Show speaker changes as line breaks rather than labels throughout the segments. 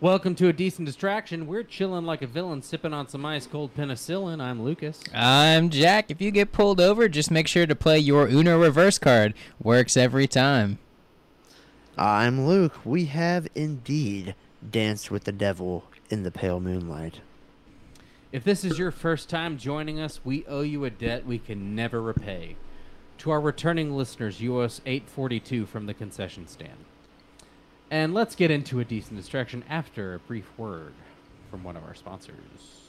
Welcome to a decent distraction. We're chilling like a villain, sipping on some ice cold penicillin. I'm Lucas.
I'm Jack. If you get pulled over, just make sure to play your Uno reverse card. Works every time.
I'm Luke. We have indeed danced with the devil in the pale moonlight.
If this is your first time joining us, we owe you a debt we can never repay. To our returning listeners, you owe us 842 from the concession stand. And let's get into a decent distraction after a brief word from one of our sponsors.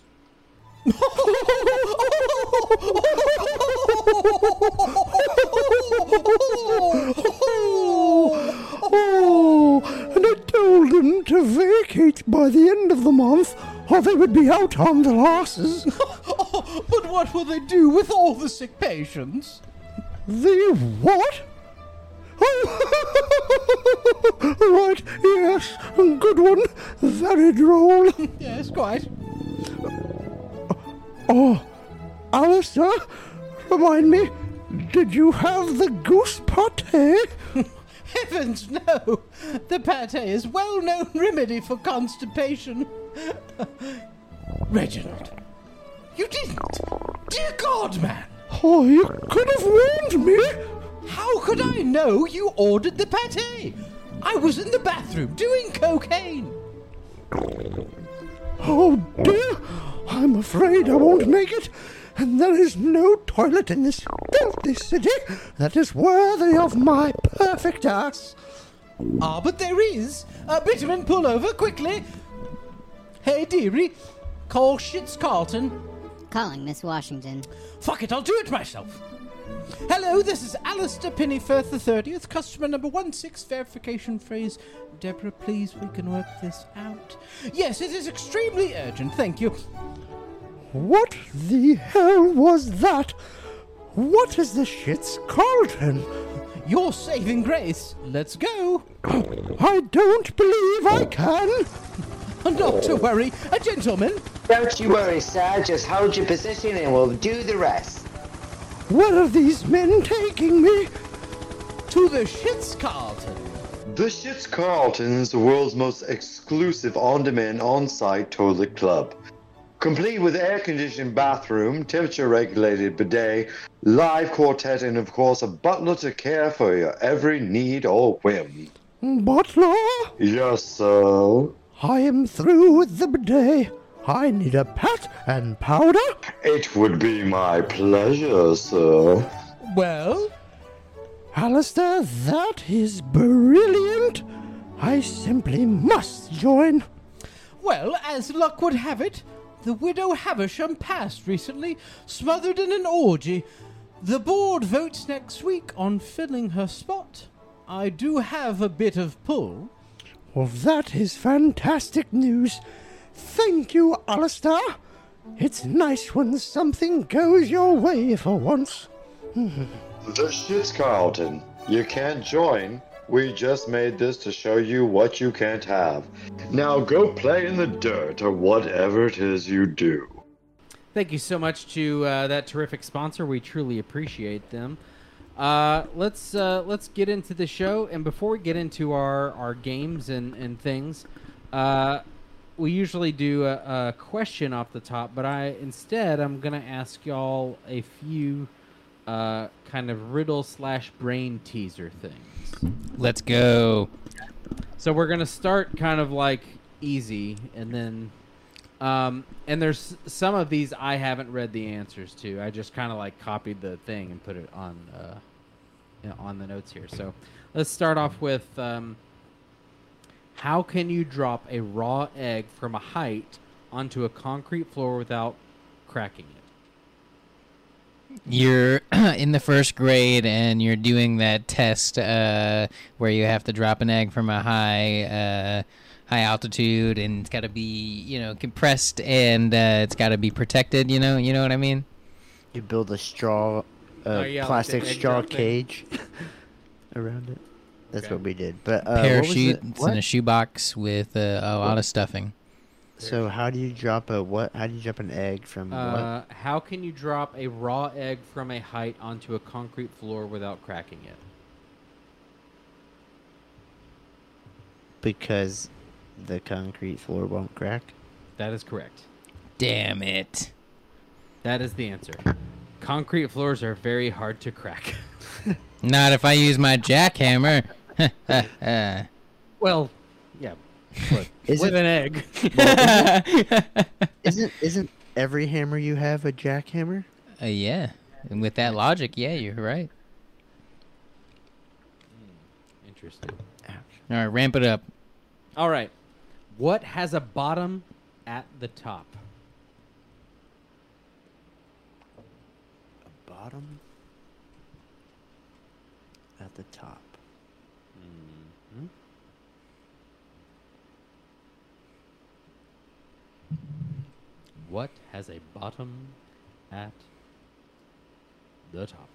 Oh, and I told them to vacate by the end of the month, or they would be out on the losses.
But what will they do with all the sick patients?
They what? Oh, right, yes, good one, very droll.
Yes, quite.
Oh, Alistair, remind me, did you have the goose pate?
Heavens, no! The pate is well known remedy for constipation. Reginald, you didn't! Dear God, man!
Oh, you could have warned me.
How could I know you ordered the pate? I was in the bathroom doing cocaine!
Oh dear, I'm afraid I won't make it. And there is no toilet in this filthy city that is worthy of my perfect ass.
Ah, but there is! Uh, Bitterman, pull over quickly! Hey, dearie, call Shits Carlton.
Calling Miss Washington.
Fuck it, I'll do it myself. Hello, this is Alistair Pennyfirth the 30th, customer number one six. verification phrase. Deborah, please, we can work this out. Yes, it is extremely urgent, thank you.
What the hell was that? What is the shits Carlton?
Your saving grace. Let's go.
I don't believe I can.
Not to worry, a gentleman.
Don't you worry, sir. Just hold your position and we'll do the rest.
Where are these men taking me?
To the Shits Carlton.
The Shits Carlton is the world's most exclusive on-demand on-site toilet club. Complete with air-conditioned bathroom, temperature-regulated bidet, live quartet, and of course a butler to care for your every need or whim.
Butler,
Yes, sir.
I am through with the bidet. I need a pat and powder.
It would be my pleasure, sir.
Well,
Alistair, that is brilliant. I simply must join.
well, as luck would have it, the widow Havisham passed recently, smothered in an orgy. The board votes next week on filling her spot. I do have a bit of pull.
Well, that is fantastic news. Thank you, Alistair. It's nice when something goes your way for once.
The Shits Carlton. You can't join. We just made this to show you what you can't have. Now go play in the dirt or whatever it is you do.
Thank you so much to uh, that terrific sponsor. We truly appreciate them. Uh, let's uh, let's get into the show. And before we get into our, our games and, and things, uh, we usually do a, a question off the top. But I instead I'm gonna ask y'all a few uh, kind of riddle slash brain teaser things.
Let's go.
So we're gonna start kind of like easy, and then, um, and there's some of these I haven't read the answers to. I just kind of like copied the thing and put it on, uh, you know, on the notes here. So let's start off with, um, how can you drop a raw egg from a height onto a concrete floor without cracking it?
You're in the first grade and you're doing that test uh, where you have to drop an egg from a high uh, high altitude and it's got to be you know compressed and uh, it's got to be protected. You know, you know what I mean.
You build a straw, uh,
Oh, yeah, like
plastic
the egg
straw
drop thing.
cage around it. That's
Okay.
what we did. But uh, what was the-
Parachute. It's in
what?
a shoebox with uh, a lot of stuffing.
So how do you drop a what? How do you drop an egg from
Uh, how can you drop a raw egg from a height onto a concrete floor without cracking it?
what? Because the concrete floor won't crack?
That is correct.
Damn it.
That is the answer. Concrete floors are very hard to crack.
Not if I use my jackhammer.
well, yeah. But
Is
with
it-
an egg.
Uh,
Isn't isn't every hammer you have a jackhammer?
Uh, yeah. And with that logic, yeah, you're right.
Interesting.
All right, ramp it up.
All right. What has a bottom at the top?
A bottom at the top.
What has a bottom at the top?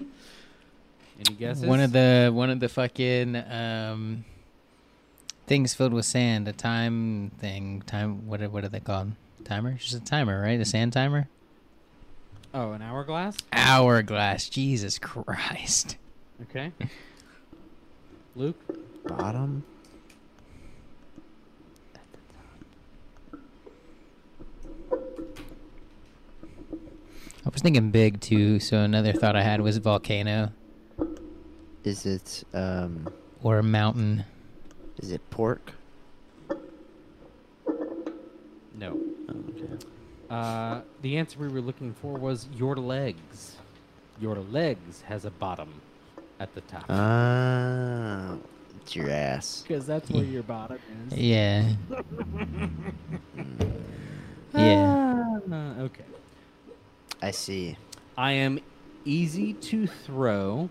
Any guesses?
One of the one of the fucking um, things filled with sand, a time thing, time what are- what are they called? Timer? It's Just a timer, right? A sand timer?
Oh, an hourglass?
Hourglass. Jesus Christ.
Okay. Luke?
Bottom
I was thinking big too, so another thought I had was volcano
is it um
or a mountain.
is it pork?
No. Uh, the answer we were looking for was your legs. Your legs has a bottom at the top.
Uh, Ah, it's your ass.
Because that's where your bottom is.
Yeah. yeah.
Uh, Ah, okay.
I see.
I am easy to throw.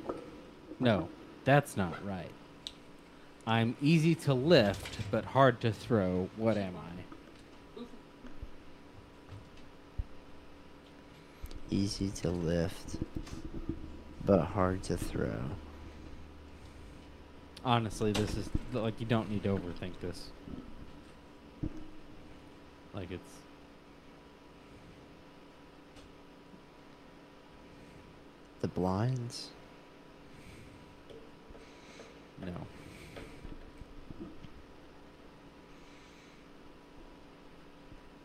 No, that's not right. I'm easy to lift, but hard to throw. What am I?
Easy to lift, but hard to throw.
Honestly, this is like you don't need to overthink this. Like it's.
The blinds.
No.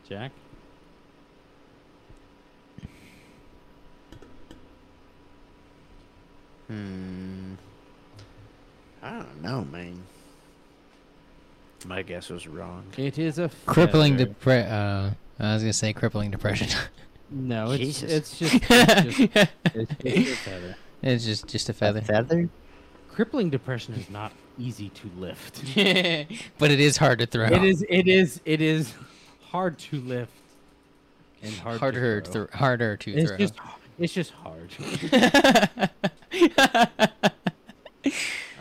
Jack?
Hmm. I don't know, man. My guess was wrong.
It is a
Crippling
feather.
depression. Uh, I was gonna say crippling depression.
No, it's,
Jesus.
it's just, it's just, it's just a feather.
it's just just a feather.
Feather?
Crippling depression is not easy to lift.
but it is hard to throw.
It is. It is. It is hard to lift and hard to
harder to
throw.
throw. harder to
It's
throw.
just. It's just hard.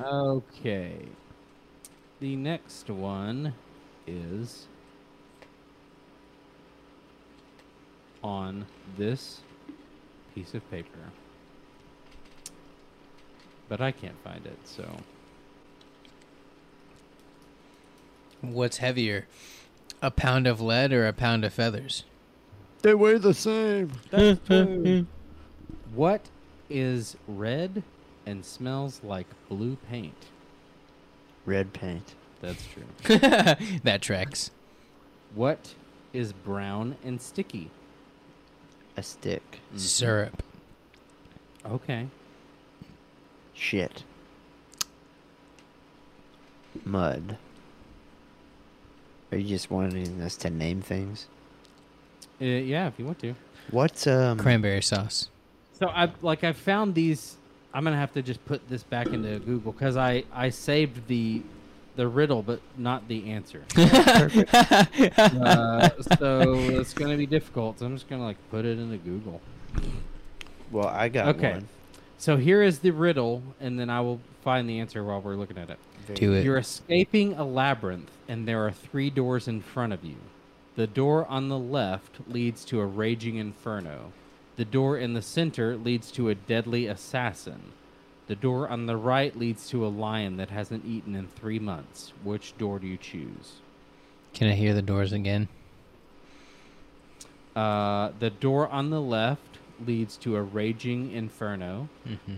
okay. The next one is on this piece of paper. But I can't find it, so
What's heavier, a pound of lead or a pound of feathers?
They weigh the same.
What is red and smells like blue paint?
Red paint.
That's true.
that tracks.
What is brown and sticky?
A stick.
Mm-hmm.
Syrup.
Okay.
Shit. Mud. Are you just wanting us to name things?
Uh, yeah, if you want to.
What's um?
Cranberry sauce.
So I like I found these. I'm gonna have to just put this back into Google because I I saved the the riddle but not the answer. uh, so it's gonna be difficult. So I'm just gonna like put it into Google.
Well, I got
Okay.
one.
So here is the riddle, and then I will find the answer while we're looking at it.
Do it.
You're escaping a labyrinth, and there are three doors in front of you. The door on the left leads to a raging inferno. The door in the center leads to a deadly assassin. The door on the right leads to a lion that hasn't eaten in three months. Which door do you choose?
Can I hear the doors again?
Uh, the door on the left leads to a raging inferno.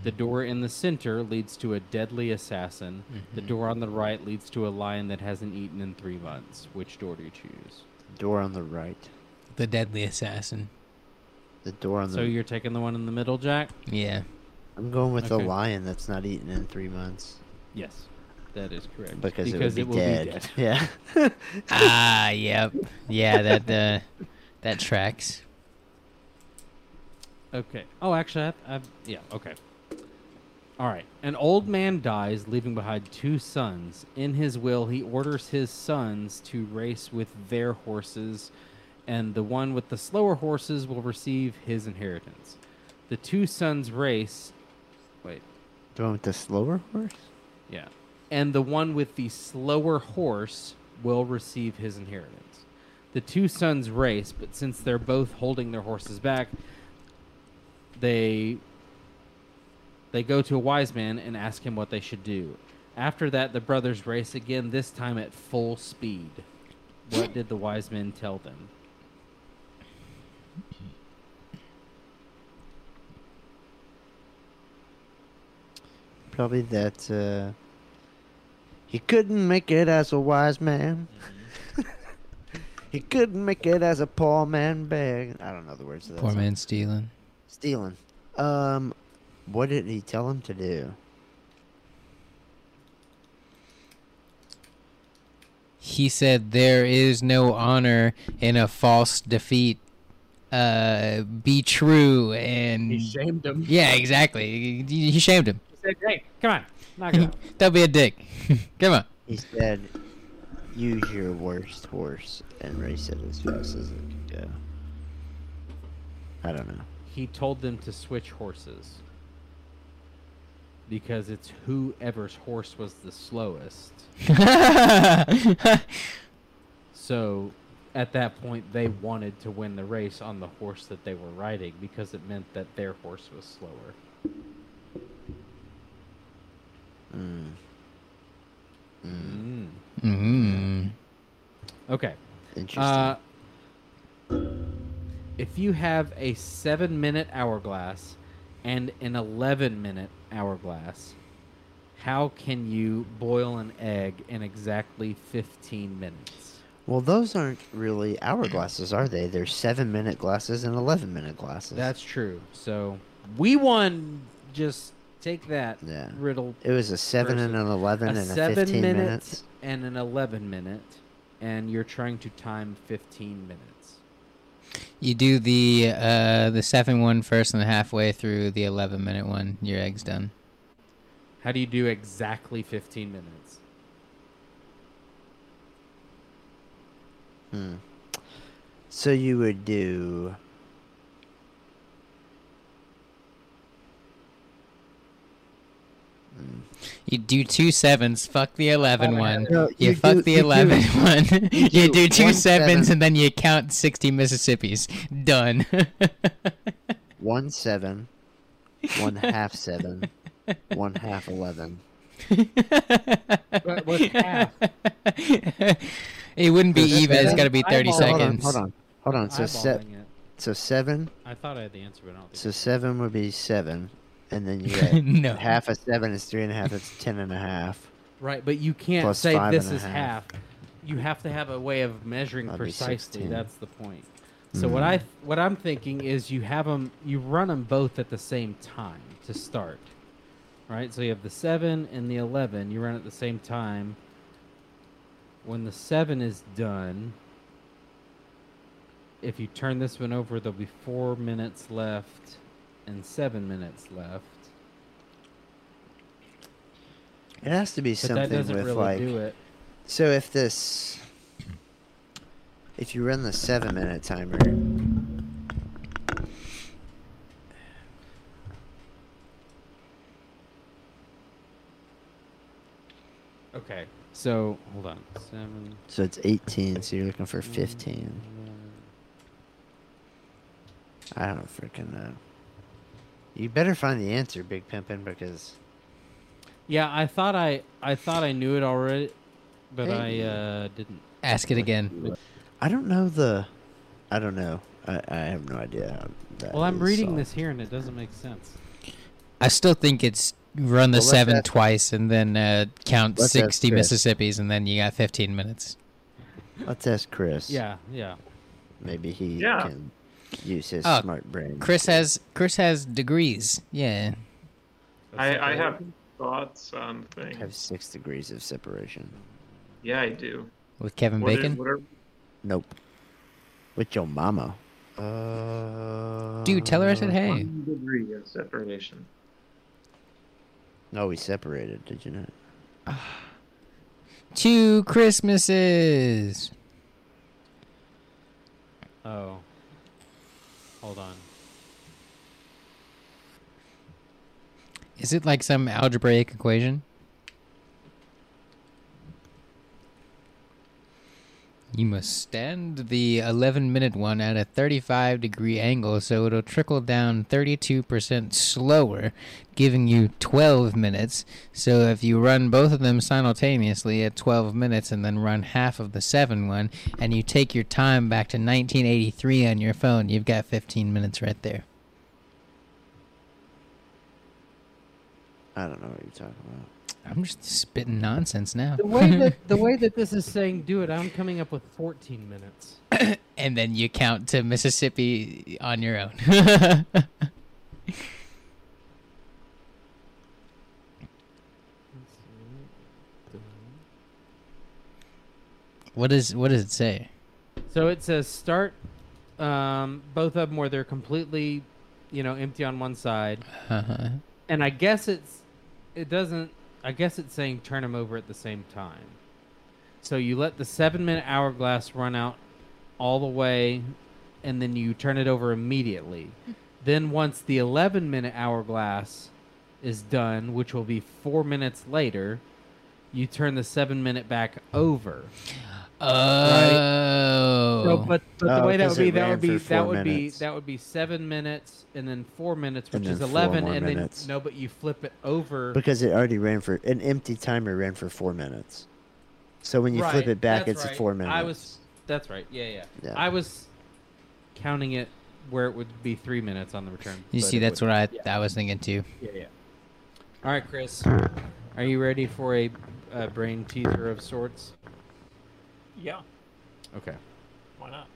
The door in the center leads to a deadly assassin. The door on the right leads to a lion that hasn't eaten in three months. Which door do you choose?
Door on the right.
The deadly assassin.
The door on the.
So you're taking the one in the middle, Jack?
Yeah.
I'm going with
okay.
the lion that's not eaten in three months
Yes, that is correct.
because, it would be, dead. Yeah.
ah, yep. Yeah, that uh, that tracks.
Okay. Oh, actually, I've, I've yeah. Okay. All right. An old man dies, leaving behind two sons. In his will, he orders his sons to race with their horses, and the one with the slower horses will receive his inheritance. The two sons race. Wait.
Do I want the slower horse?
Yeah. And the one with the slower horse will receive his inheritance. The two sons race, but since they're both holding their horses back, they they go to a wise man and ask him what they should do. After that, the brothers race again, this time at full speed. What did the wise men tell them?
Probably that. Uh, he couldn't make it as a wise man. he couldn't make it as a poor man beg. I don't know the words of that.
Poor
song.
man stealing.
Stealing. Um, what did he tell him to do?
He said, "There is no honor in a false defeat. Uh, be true and."
He shamed him.
yeah, exactly. He, he shamed him.
He said, "Hey, come on, knock it out."
Don't be a dick. Come on.
He said, "Use your worst horse and race it as fast as it can go." I don't know.
He told them to switch horses because it's whoever's horse was the slowest. So at that point, they wanted to win the race on the horse that they were riding because it meant that their horse was slower.
Mm.
Mm.
mm.
Okay.
Interesting.
Uh, if you have a seven minute hourglass and an 11 minute hourglass, how can you boil an egg in exactly 15 minutes?
well, those aren't really hourglasses, are they? They're seven-minute glasses and eleven-minute glasses.
That's true. So we won. Just take that
Yeah.
riddle
It was a seven and an eleven
a
and a
seven
fifteen
minute
minutes.
and an 11 minute and you're trying to time 15 minutes
You do the uh, the seven one first, and halfway through the eleven minute one, your egg's done.
how do you do exactly 15 minutes
Hmm. So you would do.
You do two sevens, fuck the eleven one.
Oh, No,
you,
you
fuck
do-
the
you do-
eleven one. you, do
do
two
one
sevens,
seven.
and then you count sixty Mississippi's. Done.
one seven, one half seven, one half eleven.
it wouldn't be even. It's
seven?
got to be thirty
Eyeball.
Hold on,
seconds.
hold on, hold on. So se-
Eyeballing it.
so seven,
i thought i had the answer but i don't think
so seven would be seven, and then you get
No.
half of seven is three and a half. That's ten and a half.
right but you can't
Plus
say
five
this
and a
is half.
half.
you have to have a way of measuring
That'd be Mm-hmm.
precisely
16.
that's the point so what i what i'm thinking is you have them you run them both at the same time to start right so you have the 7 and the 11 you run at the same time when the 7 is done if you turn this one over there'll be 4 minutes left and 7 minutes left
It has to be
but that
something
doesn't
with
really
like.
do it
So if this, if you run the seven minute timer,
okay so hold on 7
so it's eighteen. So you're looking for fifteen. I don't freaking know. You better find the answer, Big Pimpin, because
Yeah, I thought I I thought I knew it already, but
Hey.
I uh, didn't.
Ask it again.
I don't know the. I don't know. I, I have no idea. how that
Well, I'm
is
reading
solved.
this here and it doesn't make sense.
I still think it's run the
Well, let's
seven
ask-
twice and then uh, count
Let's ask
60
Chris.
Mississippis and then you got 15 minutes.
Let's ask Chris.
Yeah, yeah.
Maybe he
Yeah.
can use his
Oh,
smart brain.
Chris has Chris has degrees. Yeah.
I, I have thoughts on
I
things.
have six degrees of separation.
Yeah, I do.
With Kevin
What are-
Bacon.
what are-
Nope. With your mama. Uh,
Dude, tell her I said hey.
one degree of separation.
No, we separated. Did you not?
Two Christmases.
Oh. Hold on.
Is it like some algebraic equation? You must stand the 11 minute one at a 35 degree angle so it'll trickle down 32% slower, giving you 12 minutes. So if you run both of them simultaneously at 12 minutes and then run half of the 7 one, and you take your time back to 1983 on your phone, you've got 15 minutes right there.
I don't know what you're talking about.
I'm just spitting nonsense now.
The way that the way that this is saying do it, I'm coming up with 14 minutes.
and then you count to Mississippi on your own. what is what does it say?
So it says start um, both of them where they're completely, you know, empty on one side.
Uh-huh.
And I guess it's it doesn't I guess it's saying turn them over at the same time. So you let the 7-minute hourglass run out all the way and then you turn it over immediately. then once the 11-minute hourglass is done, which will be 4 minutes later, you turn the 7-minute back over.
Oh,
So, but, but the
Oh,
way that
'cause
would be
it
that
ran
would be
for four
that would
minutes.
be that would be seven minutes and then four minutes,
And
which is
then four
eleven,
more
and
minutes.
then no, but you flip it over.
Because it already ran for an empty timer ran for four minutes. So when you
Right,
flip it back,
that's
it's
right.
a four minutes.
I was that's right. Yeah, yeah,
Yeah.
I was counting it where it would be three minutes on the return.
you see, that's what I I was thinking too.
Yeah, yeah. All right, Chris, are you ready for a, a brain teaser of sorts?
Yeah,
Okay.
why not?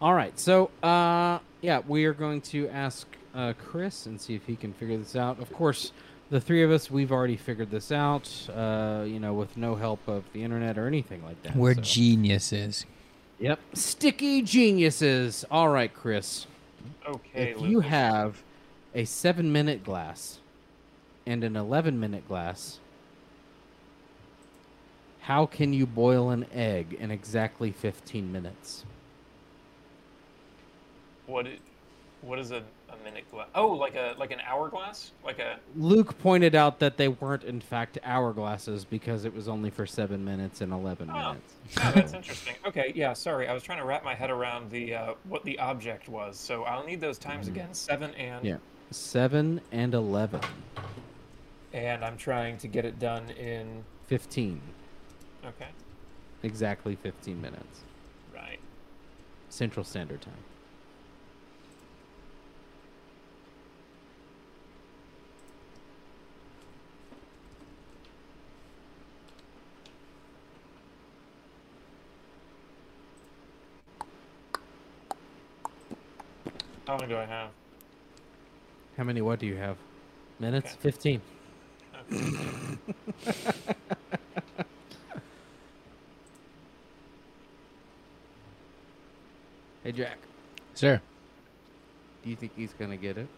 All right. So, uh, yeah, we are going to ask uh, Chris and see if he can figure this out. Of course, the three of us, we've already figured this out, uh, you know, with no help of the internet or anything like that.
We're
so-
geniuses.
Yep. Sticky geniuses. All right, Chris.
Okay,
if
Luke.
you have a seven minute glass and an 11 minute glass, how can you boil an egg in exactly 15 minutes?
what i- what is a, a minute glass? Oh, like a like an hourglass, like a
Luke pointed out that they weren't, in fact, hourglasses because it was only for seven minutes and 11
Oh.
minutes.
Oh, that's interesting. Okay, yeah, sorry. I was trying to wrap my head around the uh, what the object was. So I'll need those times again. Seven and
Yeah.
Seven and 11.
and I'm trying to get it done in
15.
okay.
Exactly 15 minutes.
Right.
Central Standard Time.
How long do I have?
How many what do you have? Minutes?
Okay.
15. hey, Jack,
Sure.
do you think he's going to get it?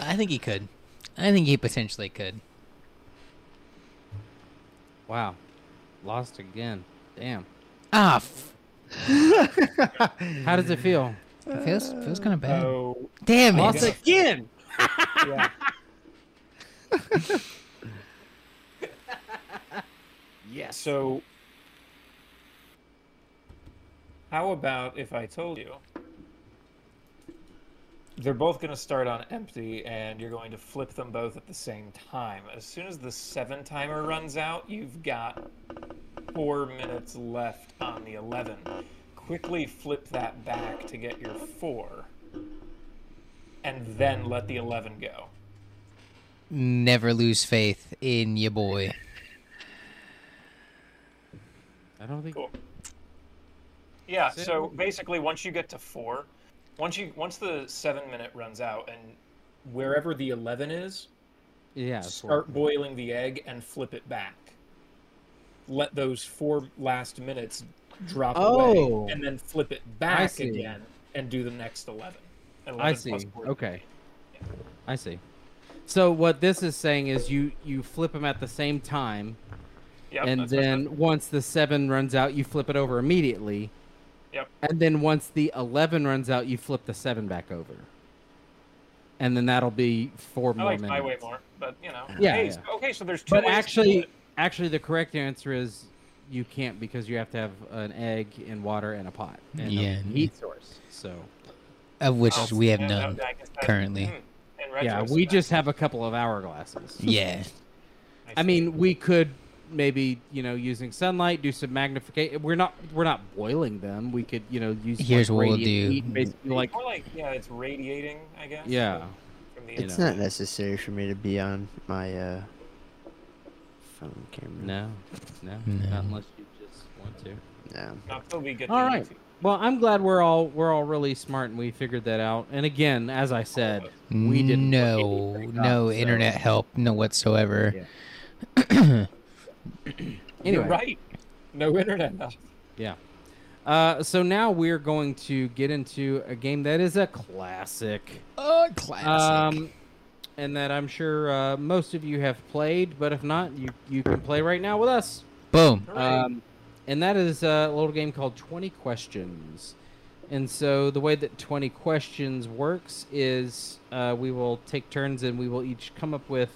I think he could. I think he potentially could.
Wow. Lost again. Damn.
Ah, f-
How does it feel?
feels feels kind of bad.
Oh,
Damn
Lost
it!
again.
yeah.
Yes.
So how about if I told you they're both going to start on empty and you're going to flip them both at the same time. As soon as the 7 timer runs out, you've got four minutes left on the 11. Quickly flip that back to get your four, and then let the 11 go.
Never lose faith in your boy.
I don't think.
Cool. Yeah. So basically, once you get to four, once you once the seven minute runs out, and wherever the 11 is,
Yeah. it's four.
start boiling the egg and flip it back. Let those four last minutes drop
Oh.
away, and then flip it back
see.
again and do the next eleven.
I
11
see.
plus four.
Okay. I see. So what this is saying is you you flip them at the same time,
Yep,
and
that's what I said.
then once the seven runs out, you flip it over immediately.
Yep.
And then once the eleven runs out, you flip the seven back over. And then that'll be four
I
more
like
minutes.
my way more, but you know.
Yeah,
Hey,
yeah.
so- okay, so there's two.
But
ways to do
actually,
it.
actually, the correct answer is you can't because you have to have an egg and water and a pot and
Yeah.
a heat source. So
Of which
Oh,
we have
yeah,
none
that- I guess that-
currently.
mm, in
yeah, we
retrospect,
just have a couple of hourglasses.
Yeah.
I
see.
mean, we could maybe you know using sunlight do some magnification. We're not we're not boiling them. We could you know use like,
Here's what we'll
radiant
do.
heat, basically like
more like yeah, it's radiating, I guess.
yeah.
From the
You
It's
know.
not necessary for me to be on my uh, phone camera.
No, no,
No.
not unless you just want to.
No.
Not till we get.
All
the
right.
easy-
Well, I'm glad we're all we're all really smart and we figured that out. And again, as I said, we didn't look
No,
anything up,
no
so-
internet help, no whatsoever.
Yeah.
You're
anyway,
right. No internet. no.
yeah. Uh, so now we're going to get into a game that is a classic.
Oh, classic.
Um, and that I'm sure uh, most of you have played, but if not, you, you can play right now with us.
Boom.
Hooray.
Um, and that is uh, a little game called 20 Questions. And so the way that 20 Questions works is uh, we will take turns and we will each come up with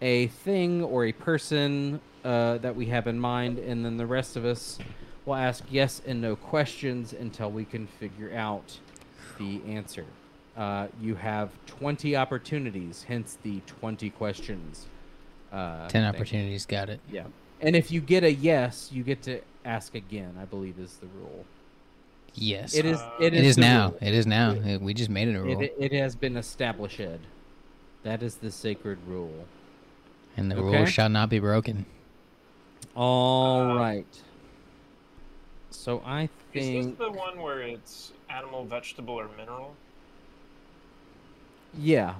a thing or a person uh, that we have in mind, and then the rest of us will ask yes and no questions until we can figure out the answer. Uh, you have 20 opportunities, hence the 20 questions. Uh,
10
thing.
opportunities, got it.
Yeah. And if you get a yes, you get to ask again, I believe is the rule.
Yes.
It is
It
it is,
It is
the
now.
rule.
It is now. It- We just made it a rule.
It, it has been established. That is the sacred rule.
and the
okay.
rule shall not be broken.
All right.
Uh,
So I
Is this
think
the one where it's animal, vegetable, or mineral?
yeah.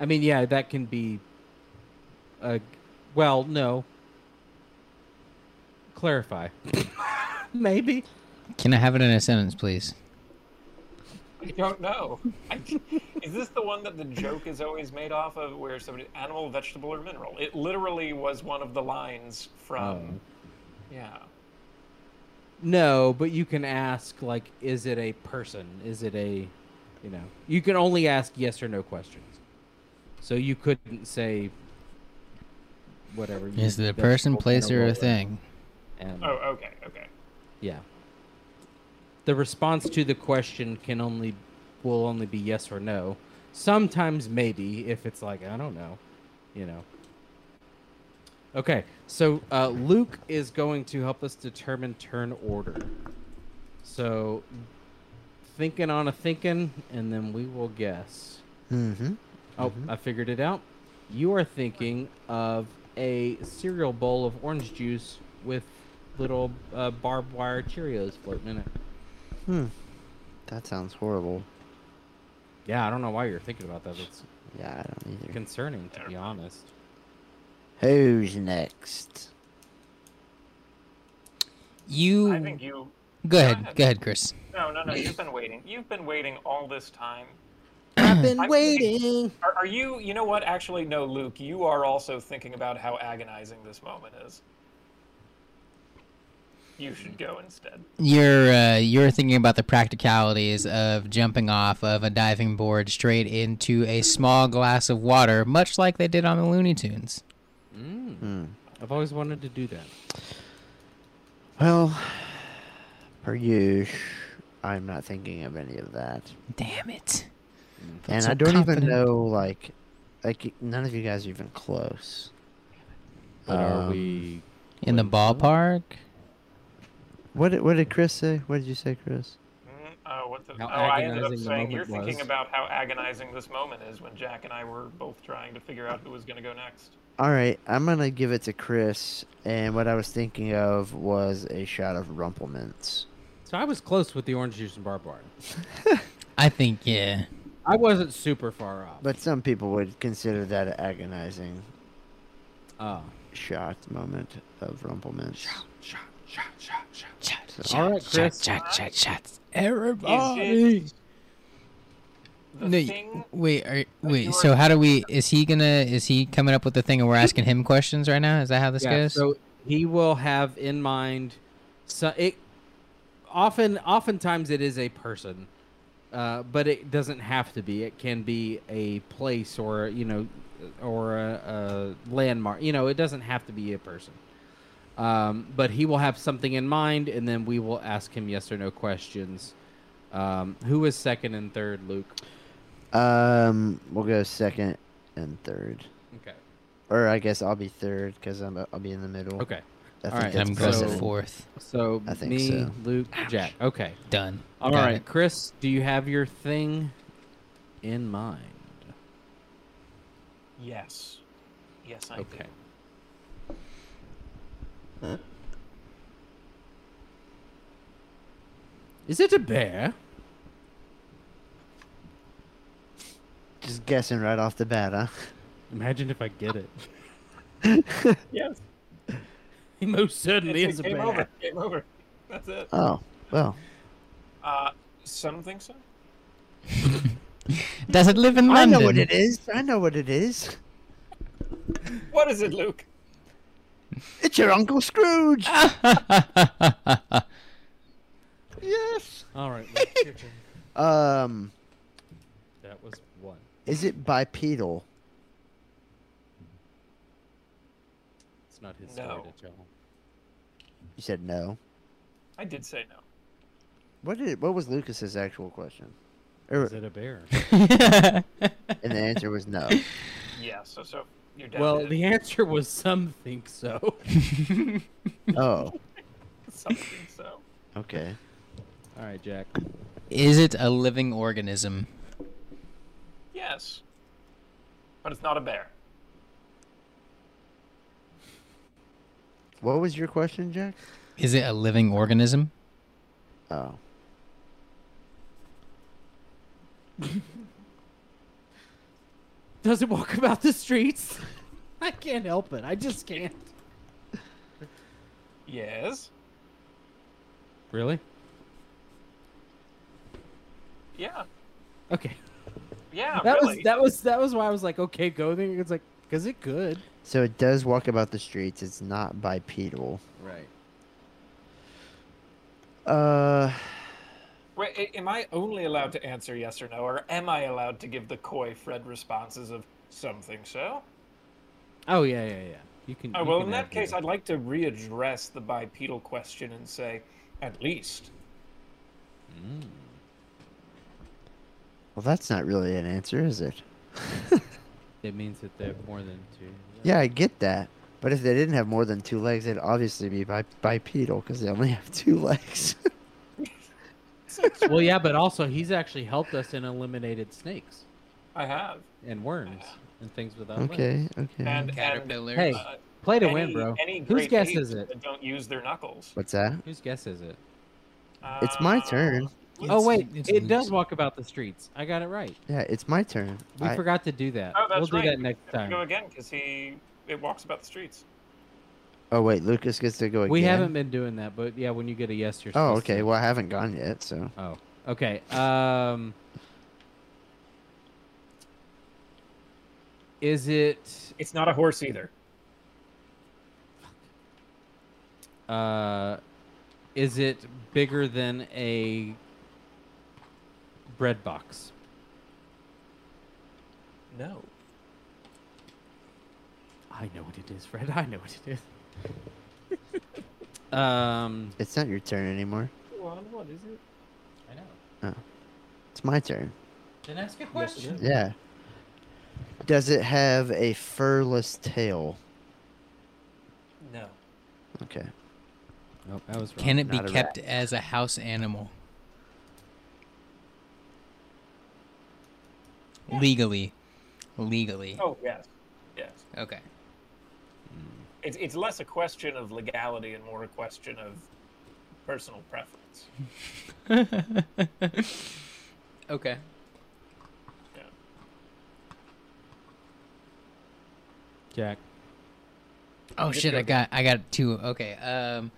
I mean, yeah, that can be uh well, no. Clarify. Maybe.
Can I have it in a sentence, please?
I don't know. I, is this the one that the joke is always made off of, where somebody animal, vegetable, or mineral? It literally was one of the lines
Oh.
from. Yeah.
No, but you can ask like, is it a person? Is it a, you know, you can only ask yes or no questions. So you couldn't say whatever. you-
Is it a
that's
person,
what
place,
kinda
or
role
a
it-
thing?
And,
Oh, okay, okay.
Yeah. The response to the question can only will only be yes or no. Sometimes maybe if it's like I don't know, you know. Okay, so uh, Luke is going to help us determine turn order. So, thinking on a thinking, and then we will guess.
Mm-hmm.
Oh, I figured it out. You are thinking of a cereal bowl of orange juice with little uh, barbed wire Cheerios floating in it.
That sounds horrible.
Yeah, I don't know why you're thinking about that. It's
Yeah, I don't either.
concerning, to be honest.
Who's next?
You.
I think you.
Go ahead.
ahead.
Go ahead, Chris.
No, no, no. You've been waiting. You've been waiting all this time.
I've been
I'm thinking-
waiting.
Are, are you? You know what? Actually, no, Luke. You are also thinking about how agonizing this moment is. You should go instead.
You're uh, you're thinking about the practicalities of jumping off of a diving board straight into a small glass of water, much like they did on the Looney Tunes.
Mm.
Hmm.
I've always wanted to do that.
Well, per usual, I'm not thinking of any of that,
Damn it! Felt
and
so
I don't
confident.
even know like, like none of you guys are even close.
But are
Um,
we
in the ballpark.
What did, what did Chris say? What did you say, Chris?
Mm, Oh, what the?
How
oh, I ended up
agonizing the
saying you're
moment
thinking
was.
about how agonizing this moment is when Jack and I were both trying to figure out who was going to go next.
All right, I'm gonna give it to Chris. And what I was thinking of was a shot of rumplements.
So I was close with the orange juice and barbed wire.
I think yeah.
I wasn't super far off.
But some people would consider that an agonizing
oh.
shot moment of rumplements.
Shot,
All right, Chris.
shot, shot, shots.
Is
Ah,
Everybody.
it the
No, y-
thing?
wait, are,
you
wait.
are-
So how do we? Is he gonna? Is he coming up with the thing, and we're asking him questions right now? Is that how this
Yeah,
goes?
So he will have in mind. So it often, oftentimes, it is a person, uh, but it doesn't have to be. It can be a place or you know, or a, a landmark. You know, it doesn't have to be a person. Um, but he will have something in mind, and then we will ask him yes or no questions. Um, who was second and third, Luke?
Um, we'll go second and third,
Okay.
or I guess I'll be third because I'm I'll be in the middle.
Okay.
I
all right,
that's
I'm going
so-
precedent.
fourth.
So
I think
me,
so.
Luke, Jack. Okay.
Done.
All
Got
right,
it.
Chris, do you have your thing in mind?
Yes. Yes, I
Okay.
do.
Is it a bear?
Just guessing right off the bat, huh?
Imagine if I get it.
Yes.
He most certainly
It's
is a
game
bear.
over. Game over. That's it.
Oh, well,
Uh, some think so.
Does it live in
I
London?
know what it is. I know what it is.
What is it, Luke?
It's your Uncle Scrooge. yes.
All right, Luke, your turn.
Um,
that was one.
is it bipedal?
It's not his
No.
story to tell.
You said no.
I did say no.
What did? What was Lucas's actual question? Or,
Is it a bear?
and the answer was no.
Yeah. So so you're dead.
well, the answer was some think so.
Oh,
some think so.
okay.
All right, Jack.
is it a living organism?
Yes. But it's not a bear.
What was your question, Jack?
Is it a living organism?
Oh.
Does it walk about the streets? I can't help it. I just can't.
Yes.
Really?
Yeah.
Okay.
Yeah.
that
really.
was that was that was why I was like, okay, go there. It's like because it could.
So it does walk about the streets. It's not bipedal.
Right.
Uh,
Wait, a- am I only allowed to answer yes or no, or am I allowed to give the coy Fred responses of something so?
Oh yeah, yeah, yeah. You can.
Oh,
you
well,
can
in
have
that case,
your-
I'd like to readdress the bipedal question and say, at least.
well, that's not really an answer, is it?
it means that they're more than two.
Yeah, I get that. But if they didn't have more than two legs, they'd obviously be bi- bipedal because they only have two legs.
well, yeah, but also he's actually helped us and eliminated snakes
I have.
and worms and things without legs.
okay, okay.
And, and,
Caterpillars.
Hey,
uh,
play to
any,
win, bro.
Any
Whose
great
guess
apes
is it?
That don't use their knuckles.
Whose What's that?
Whose guess is it?
It's my
Uh,
turn.
oh
It's-
wait,
it's
it does
Luke's.
walk about the streets. I got it right.
Yeah, it's my turn.
We
I-
forgot to do that.
Oh, that's
we'll do
right.
that next
Have to Go
time.
again, because he it walks about the streets.
oh wait, Lucas gets to go again.
We haven't been doing that, but yeah, when you get a yes, you're.
Oh,
supposed to-
okay. Well, I haven't gone yet, so
Oh, okay. Um, is it
It's not a horse either.
uh, is it bigger than a bread box?
No.
I know what it is, Fred. I know what it is. um,
it's not your turn anymore. Oh.
what is it?
I know.
It's my turn.
Then ask a question.
Yeah. Does it have a furless tail?
No.
Okay.
Nope, oh, that was wrong.
Can it be
Not a
kept as a house animal? Legally. Legally.
Oh yes, yes.
Okay.
It's it's less a question of legality and more a question of personal preference.
okay.
Yeah.
Jack?
Oh
Just
shit,
go.
I got I got two. Okay. Um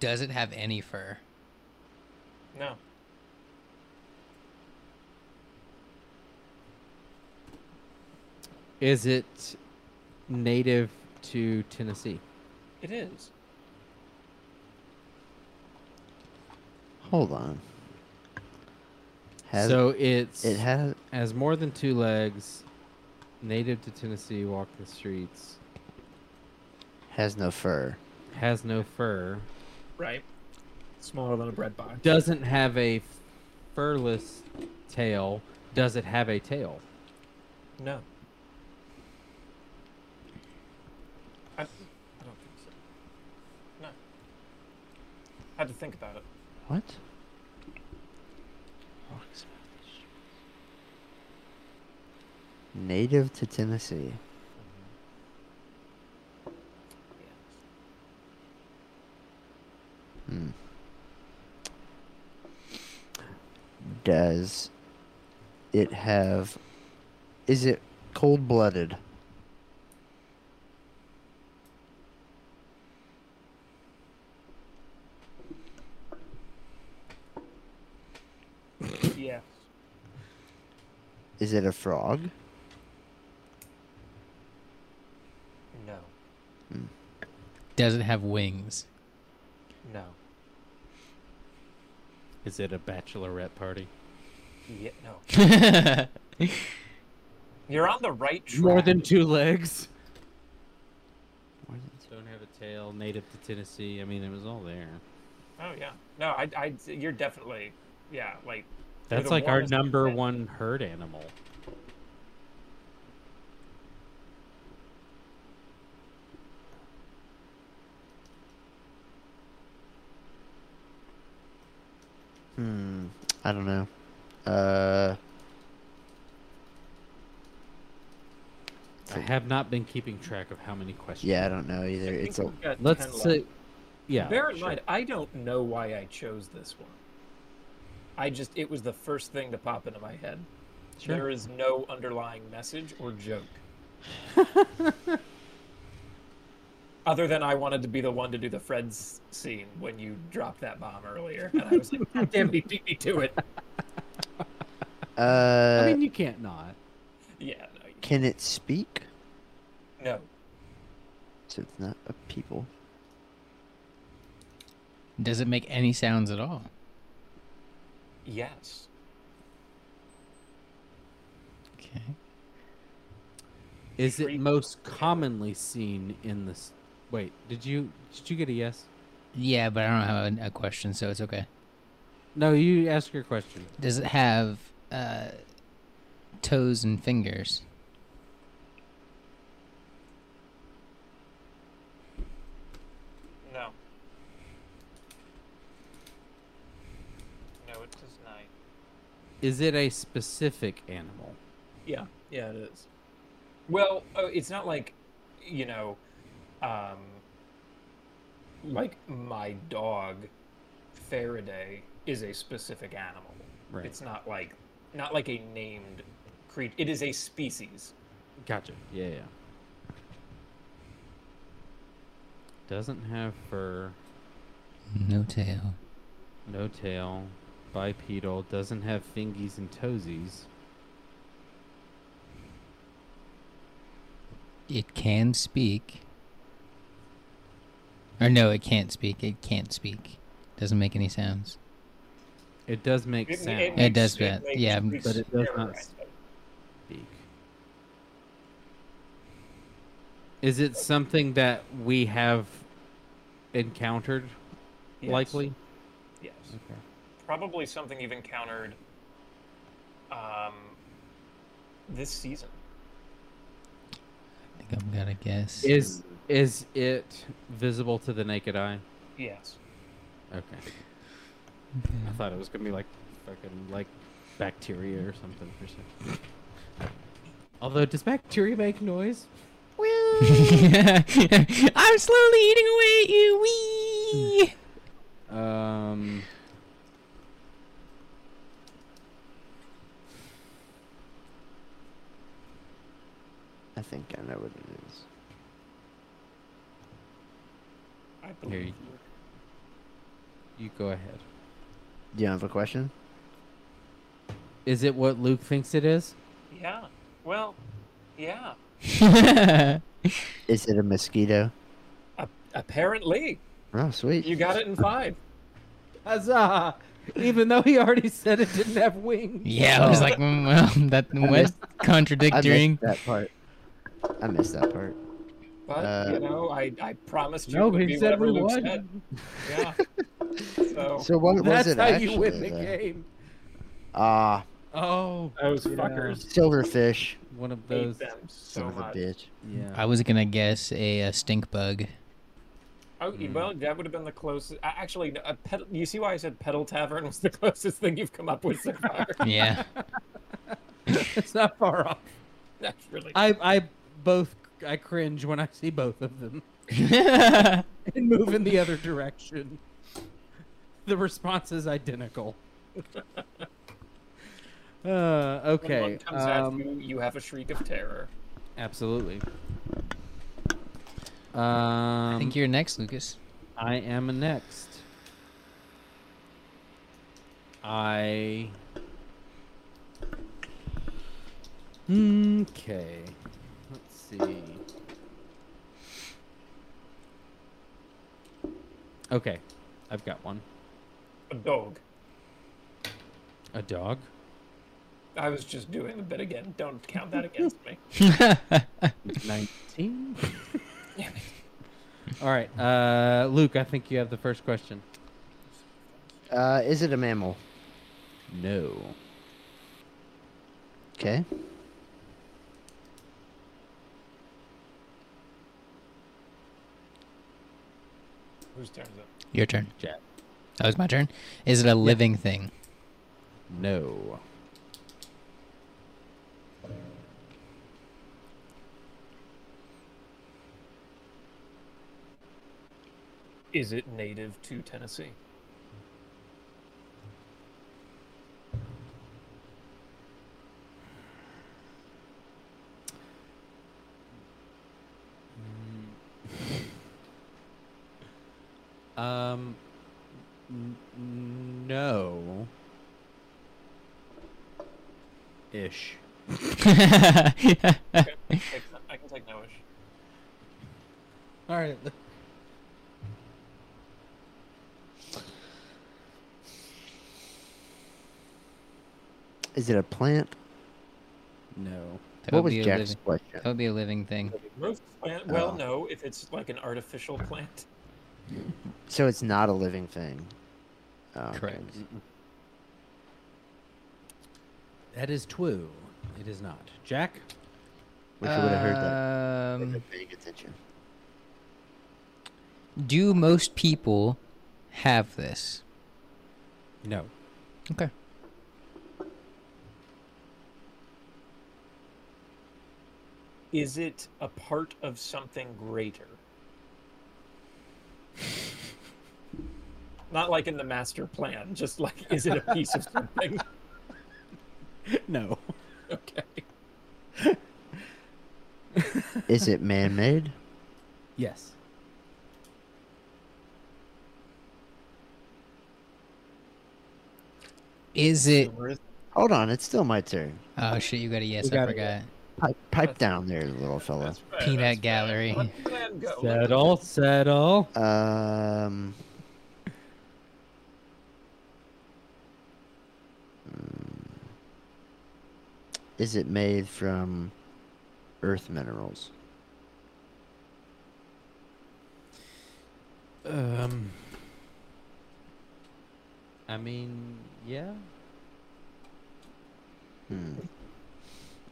Does it have any fur?
No.
Is it native to Tennessee?
It is.
Hold on. Has
so it's
it has
has more than two legs, native to Tennessee, walk the streets,
has no fur.
has no fur,
Right. Smaller than a bread box.
doesn't have a furless tail. Does it have a tail?
No. I, I don't think so. No. Had to think about it.
What? Native to Tennessee. Hmm. Does it have. Is it cold blooded?
Yes.
Is it a frog?
No.
Does it have wings?
No.
Is it a bachelorette party?
Yeah, no.
Does
You're on the right track.
More than two legs.
More than two-
Don't have a tail, native to Tennessee. I mean, it was all there. Mm-hmm.
Oh yeah. No, I, I, you're definitely, yeah, like. you're
That's
the
like our
warmest
number
percent.
one herd animal.
Hmm. I don't know. Uh.
I have not been keeping track of how many questions.
Yeah, I don't know
I
either.
think
It's a
we've got
Let's
10
say,
left.
yeah.
Bear in
sure.
mind, I don't know why I chose this one. I just, it was the first thing to pop into my head.
Sure.
There is no underlying message or joke. Other than I wanted to be the one to do the Fred's scene when you dropped that bomb earlier, and I was like, God "Damn, it, he beat me to it."
Uh,
I mean, you can't not.
Yeah, no, you-
can it speak?
no,
So it's not a uh, people.
it make any sounds at all?
yes,
Okay.
Is it
Shriek.
most commonly seen in this? Wait, did you did you get a yes?
Yeah, but I don't have a, a question, so it's okay.
No, you ask your question.
Does it have uh, toes and fingers?
no, no. It does not.
Is it a specific animal?
Yeah, yeah, it is. Well, uh, it's not like, you know, um, like my dog, Faraday, is a specific animal.
Right.
It's not like, not like a named creature. It is a species.
Gotcha. Yeah, yeah. Doesn't have fur,
No tail.
no tail, bipedal, doesn't have fingies and toesies.
It can speak. Or no, it can't speak. It can't speak. Doesn't make any sounds.
It does make sound.
It does that, yeah,
but it does
yeah,
not
right.
speak. Is it something that we have encountered?
Yes,
Likely.
Yes.
Okay.
Probably something you've encountered um, this season.
I'm gonna guess.
Is is it visible to the naked eye?
Yes.
Okay. I thought it was gonna be like fucking like bacteria or something for sure. Although, does bacteria make noise?
I'm slowly eating away at you. Wee.
Um.
I think I know what it is.
I believe
you- You go ahead.
Do you have a question?
Is it what Luke thinks it is?
you. Yeah. Well, yeah.
Is it a mosquito?
A- apparently,
Oh, sweet.
you got it in five.
Huzzah! Even though he already said it didn't have wings.
yeah, I was like, mm, well, that was
Oh. I
contradicting.
missed that part. I missed that part.
But
Uh,
you know, I, I promised you
No,
it would
he
be
said
whatever
we
Luke
won.
said. Yeah. so
So what
Oh, That's
was it
how
actually?
you win the
though?
game.
Ah,
Oh,
those fuckers
silverfish.
one of
hate
those.
them
Son
so
of a
much.
bitch.
Yeah.
I was gonna guess a, uh stink bug.
Oh,
Mm-hmm.
y- well, that would have been the closest. a- Actually, no, a pedal, you see why I said pedal tavern was the closest thing you've come up with so far.
Yeah.
it's not far off.
That's really.
I, I both I cringe when I see both of them
yeah.
and move in the other direction. The response is identical. Uh,
When
okay.
one comes at
um,
you, you have a shriek of terror.
Absolutely. Um,
I think you're next, Lucas.
I am next. I. Okay. Let's see. Okay. I've got one.
A dog.
A dog?
I was just doing the bit again. Don't count that against me.
19. All right. Uh, Luke, I think you have the first question.
Uh, is it a mammal?
No.
Okay.
Whose turn is it?
Your turn.
Jack.
That was my turn. Is it a living thing?
No.
Is it native to Tennessee?
Um, n- n- no. Ish.
Okay, take that. I can take no ish.
All right.
Is it a plant?
No.
That would
what was
be a
Jack's
living, Oh.
question?
that would be a living thing.
Most
Uh,
plant, well,
Oh.
no, if it's like an artificial plant.
So it's not a living thing. Oh, okay.
Correct.
That is true. It is not. Jack?
Wish I would have heard that. if
Um,
I'd been paying attention.
do most people have this?
No.
Okay.
Is it a part of something greater? Not like in the master plan, just like, is it a piece of something?
No.
Okay.
Is it man-made?
Yes.
Is it?
Hold on, it's still my turn.
Oh shit! You got a yes. I
got it.
forgot.
Pipe, pipe down there, little fella.
That's fair,
Peanut
that's fair.
gallery.
Let the plan go. Let
Settle, settle.
Um. mm, Is it made from earth minerals?
Um. I mean, yeah.
Hmm.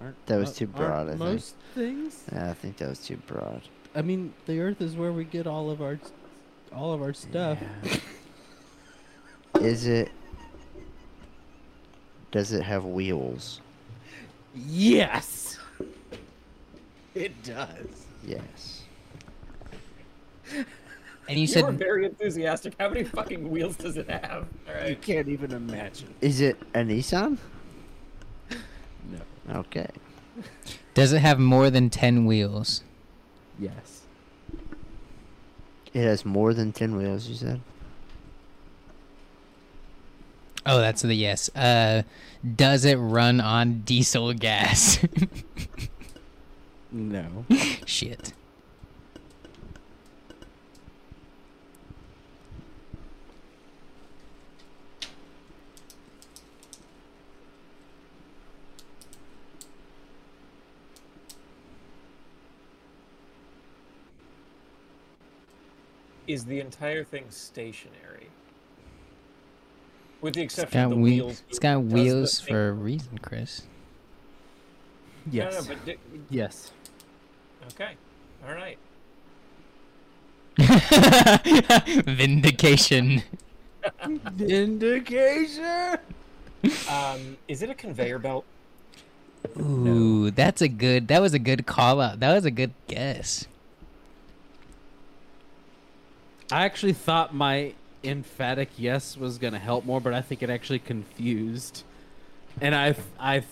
All Aren't-
That was
uh,
too
aren't
broad, I think.
most things.
Yeah, I think that was too broad.
I mean, the Earth is where we get all of our, all of our stuff.
Is it? Does it have wheels?
Yes.
It does.
Yes.
And you
You were
said
very enthusiastic. How many fucking wheels does it have? All
You
right.
can't even imagine.
Is it a Nissan? No. Okay.
does it have more than ten wheels?
Yes.
It has more than ten wheels. You said.
Oh, that's the yes. Uh, does it run on diesel gas?
No.
Shit.
Is the entire thing stationary? With the
It's
exception
got,
of the
wheel-
wheels.
it's got
does the
wheels
thing-
for a reason, Chris.
No, no,
Yes.
but di-
Yes.
okay. All right.
Vindication.
Indication.
Um, is it a conveyor belt?
Ooh, that's a good. That was a good call out. That was a good guess.
I actually thought my emphatic yes was going to help more, but I think it actually confused. And I, I,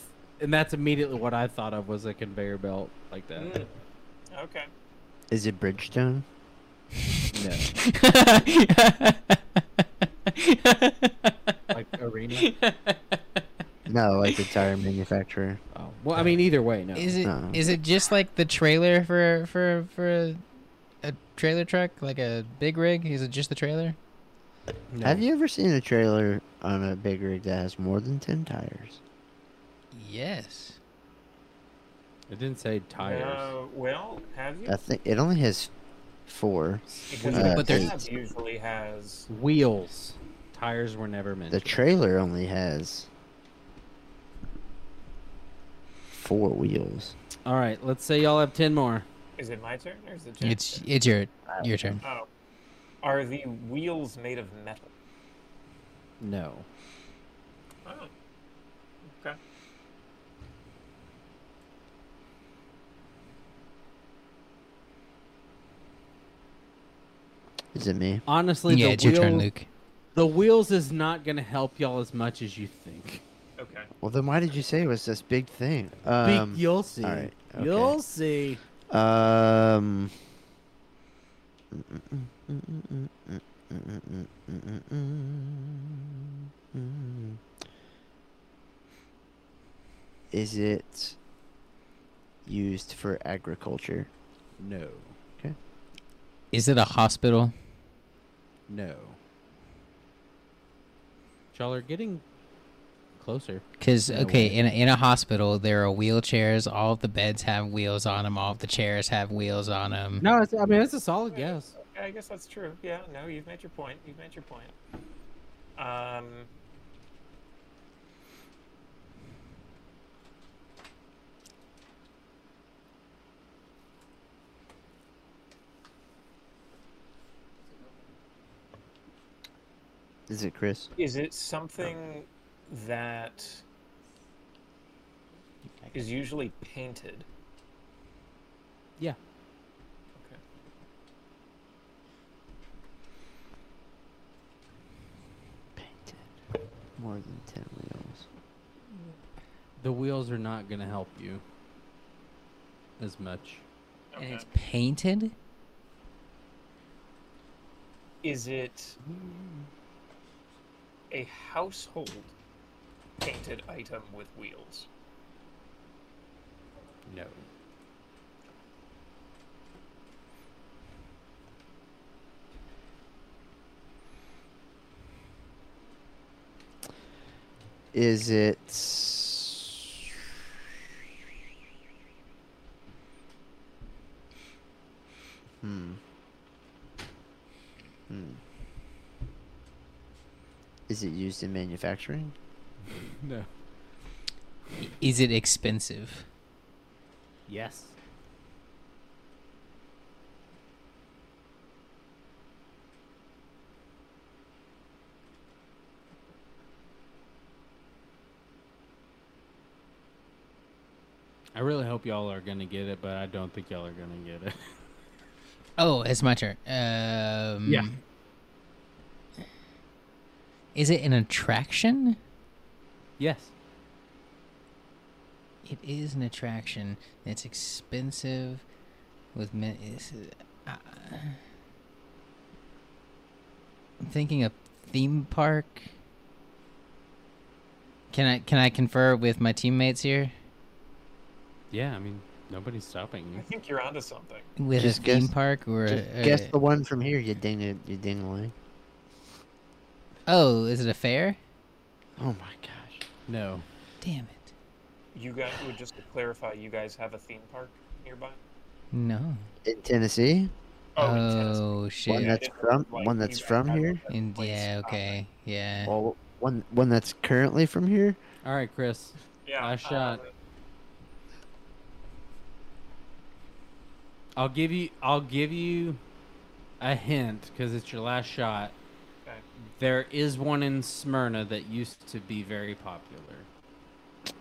and that's immediately what I thought of was a conveyor belt like that.
Mm. Okay.
Is it Bridgestone?
No, like arena.
No, like the tire manufacturer.
Oh, well, I mean, either way, no.
is it?
Uh-uh.
Is it just like the trailer for for for a, a trailer truck, like a big rig? Is it just the trailer?
No.
Have you ever seen a trailer on a big rig that has more than ten tires?
Yes.
It didn't say tires.
Uh, well, have you?
I think it only has four.
Because
uh,
the
But there's-
cab usually has.
Wheels. Tires were never
The
mentioned.
trailer only has four wheels.
All right, let's say y'all have ten more.
Is it my turn or is it? Jack's
It's it's your your turn.
turn? Oh. Are the wheels made of metal?
No.
Oh. Okay.
Is it me?
Honestly,
Yeah,
the,
it's your turn,
wheel-
Luke.
the wheels is not going to help y'all as much as you think.
Okay.
Well, then why did you say it was this big thing?
Be-
Um,
you'll see.
all right, okay.
You'll see.
um. Is it used for agriculture?
No.
Is it a hospital?
No. Y'all are getting closer.
Because
No
okay,
way.
in a, in a hospital, there are wheelchairs. All of the beds have wheels on them. All of the chairs have wheels on them.
No, it's, I mean, it's a solid guess.
I guess that's true. Yeah, no, you've made your point. You've made your point. Um.
Is it Chris?
Is it something that is usually painted?
Yeah.
Okay.
Painted. More than ten wheels.
The wheels are not going to help you as much.
okay.
And it's painted.
Is it a household painted item with wheels?
No.
Is it? Hmm. Hmm. Is it used in manufacturing?
No.
Is it expensive?
Yes.
I really hope y'all are gonna get it, but I don't think y'all are gonna get it.
Oh, it's my turn. Um,
Yeah.
Is it an attraction?
yes.
It is an attraction. It's expensive. With men, it's, uh, I'm thinking a theme park. Can I can I confer with my teammates here?
Yeah, I mean nobody's stopping
I
you.
think you're onto something.
With
Just
a theme
guess-
park or
Just
a,
guess the one from here, you ding it, you ding away.
oh, is it a fair?
Oh my gosh.
No.
Damn it!
You guys would just to clarify. You guys have a theme park nearby.
No.
In Tennessee?
in Tennessee.
Oh, shit!
One that's
It's
from
like
one
you
that's
guys
from
have
here?
a
And
place
yeah,
to stop at.
okay, yeah.
Well, one one that's currently from here?
All right, Chris.
Yeah.
Last shot.
uh,
I'll give you. I'll give you a hint because it's your last shot.
Okay.
There is one in Smyrna that used to be very popular.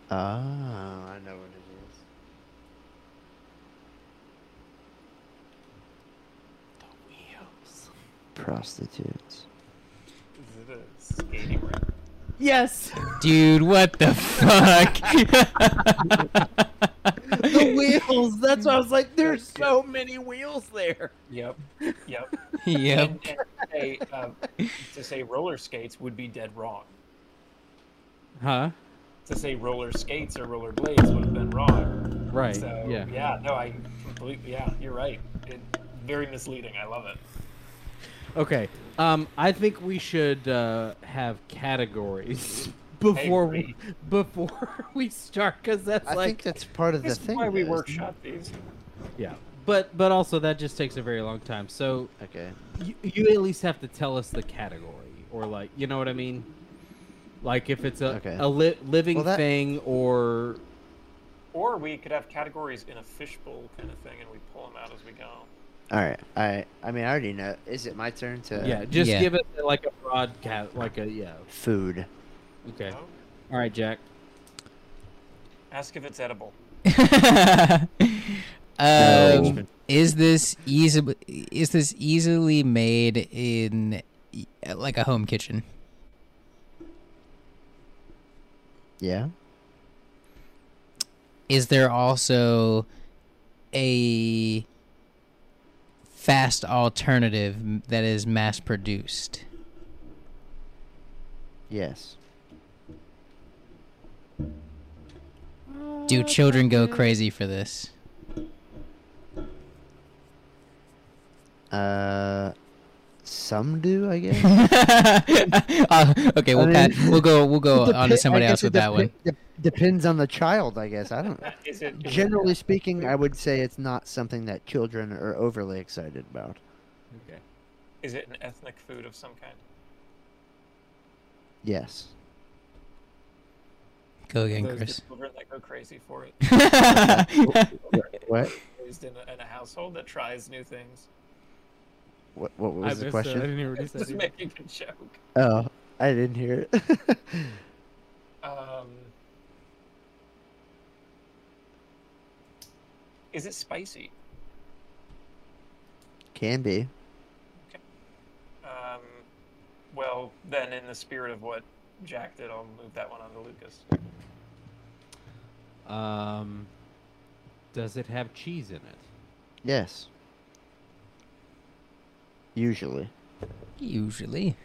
Oh, I know what it is. Prostitutes.
Is it a skating rink?
Yes.
Dude, what the fuck?
the wheels. That's why I was like, there's so many wheels there.
Yep. Yep.
yep.
And, and say, uh, to say roller skates would be dead wrong.
Huh?
To say roller skates or roller blades would have been wrong.
Right.
So
yeah.
no, I completely yeah, you're right. It, very misleading. I love it.
Okay. Um, I think we should uh, have categories before we before we start because that's
I think
like
that's part of the
This is
thing.
why we
guys.
workshop these.
yeah. But but also that just takes a very long time. So
Okay.
you, you at least have to tell us the category or like you know what I mean. Like if it's a
Okay.
a li- living
Well, that-
thing or
Or we could have categories in a fishbowl kind of thing, and we pull them out as we go.
All right. I I mean, I already know. Is it my turn to?
yeah, just
Yeah.
give us like a broad cat like a yeah.
Food.
Okay.
No?
All right, Jack.
Ask if it's edible.
um, is this easily is this easily made in e- like a home kitchen?
Yeah.
Is there also a fast alternative m- that is mass produced?
Yes.
Do children go crazy for this?
Uh, some do, I guess.
Uh, okay, we'll
mean-
pat, we'll go we'll go on to
Depen-
Oh, somebody
I
else
guess it
with that
depen-
one.
dep- depends on the child, I guess. I don't. know.
Is it is it-
Generally speaking, I would say it's not something that children are overly excited about.
Okay.
is it an ethnic food of some kind?
Yes.
Go again,
Those
Chris.
children that go crazy for it,
What?
raised in a, in a household that tries new things.
What? What
I
was
missed
the
that. I
question?
didn't hear what he
Just
said.
making a joke.
Oh, I didn't hear it.
Um, is it spicy?
Can be.
Um, well, then, in the spirit of what Jack did, I'll move that one on to Lucas.
Um, does it have cheese in it?
Yes. Usually.
Usually.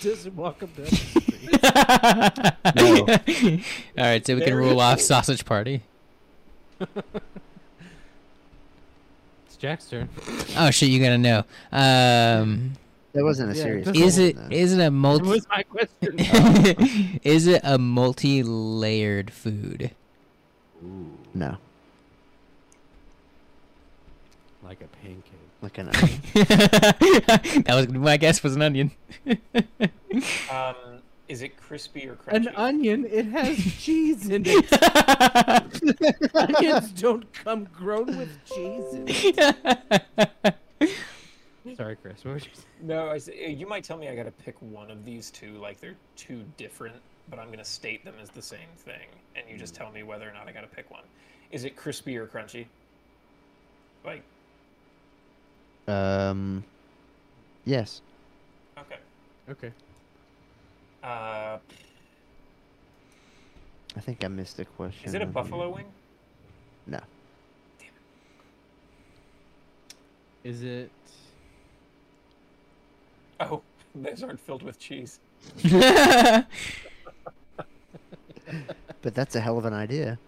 Does it walk up
All right, so we can rule off sausage party.
It's Jack's turn.
Oh shit, you gotta know. Um,
That wasn't a
Yeah, it
serious.
doesn't-
is it
question, though.
is it a multi
my question. Oh.
is it a multi layered food?
No,
like a pancake.
like an onion.
that was my guess was an onion.
Um, Is it crispy or crunchy?
An onion, it has cheese in it. Onions don't come grown with cheese in it.
Sorry, Chris. What were you
No, I, s- uh, you might tell me I got to pick one of these two, like they're two different, but I'm going to state them as the same thing, and you just tell me whether or not I got to pick one. Is it crispy or crunchy? Like,
Um, yes.
okay.
Okay.
Uh,
I think I missed a question.
is it a
on
buffalo
here.
wing?
No.
Is it?
Oh, those aren't filled with cheese.
But that's a hell of an idea.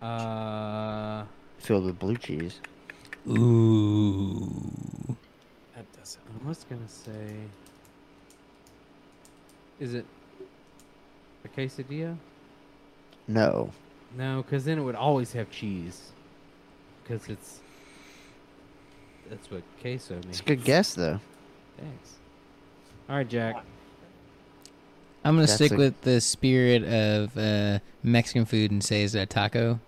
Uh,
Filled with blue cheese.
Ooh.
That does sound.
I was gonna say. Is it a quesadilla?
No.
No, because then it would always have cheese. Because it's that's what queso means.
It's a good guess, though.
Thanks. All right, Jack.
I'm gonna
That's
stick
a-
with the spirit of uh, Mexican food and say it's a taco.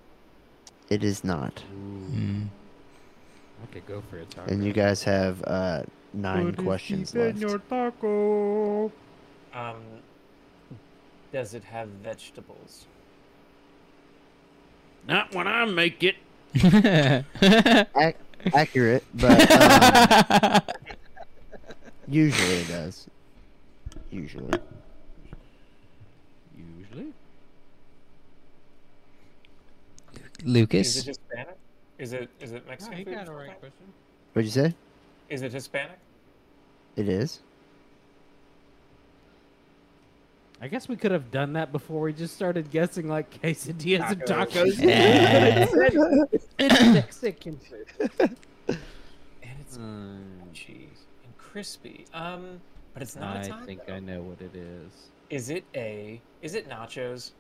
It is not.
Mm.
I could go for a taco.
And you guys have uh, nine questions left.
taco.
Um, does it have vegetables?
Not when I make it.
Ac- accurate, but um, usually it does. Usually.
Usually.
Is it
Lucas.
Hispanic? Is it is it Mexican food?
question.
What'd you say?
Is it Hispanic?
It is.
I guess we could have done that before we just started guessing like quesadillas and
Tacos.
tacos.
Yeah.
Mexican food.
And it's
Mm,
cheese and crispy. Um, but it's not a
I
taco.
think I know what it is.
Is it a? Is it nachos?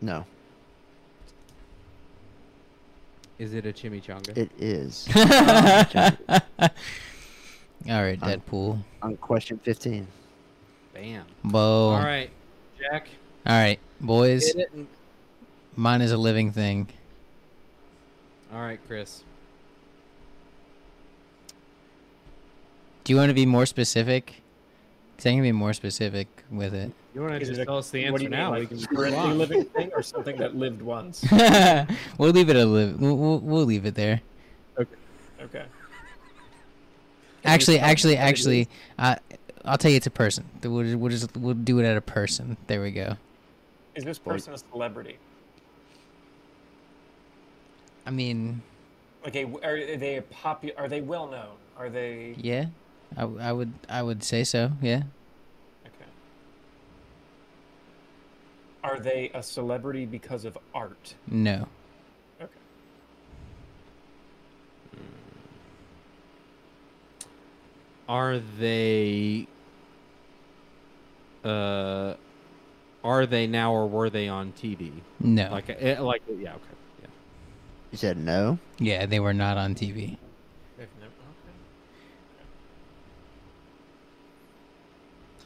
No.
Is it a chimichanga?
It is.
All right,
Um,
Deadpool.
On question 15.
Bam.
Bo.
All right, Jack.
All right, boys.
Get it and-
Mine is a living thing.
All right, Chris.
Do you want to be more specific? 'Cause I can be more specific with it.
You want to
Is it
just
a-
tell us the
what do
answer
you mean,
now?
like
we can move
currently
on.
living thing or something that lived once?
we'll leave it a live. We'll, we'll, we'll leave it there.
Okay.
Actually,
tell me
actually,
what it
actually, I I'll tell you it's a person. Th- We'll, we'll just we'll do it at a person. There we go.
Is this person a celebrity?
I mean,
Okay, w- are are they a popu- Are they well known? Are they?
yeah, I, w- I would I would say so. Yeah.
Okay. Are they a celebrity because of art?
No.
Okay.
Are they? Uh, are they now or were they on TV?
No.
Like, eh, like, yeah, okay, yeah.
You said no?
yeah, they were not on TV.
They've never. Okay.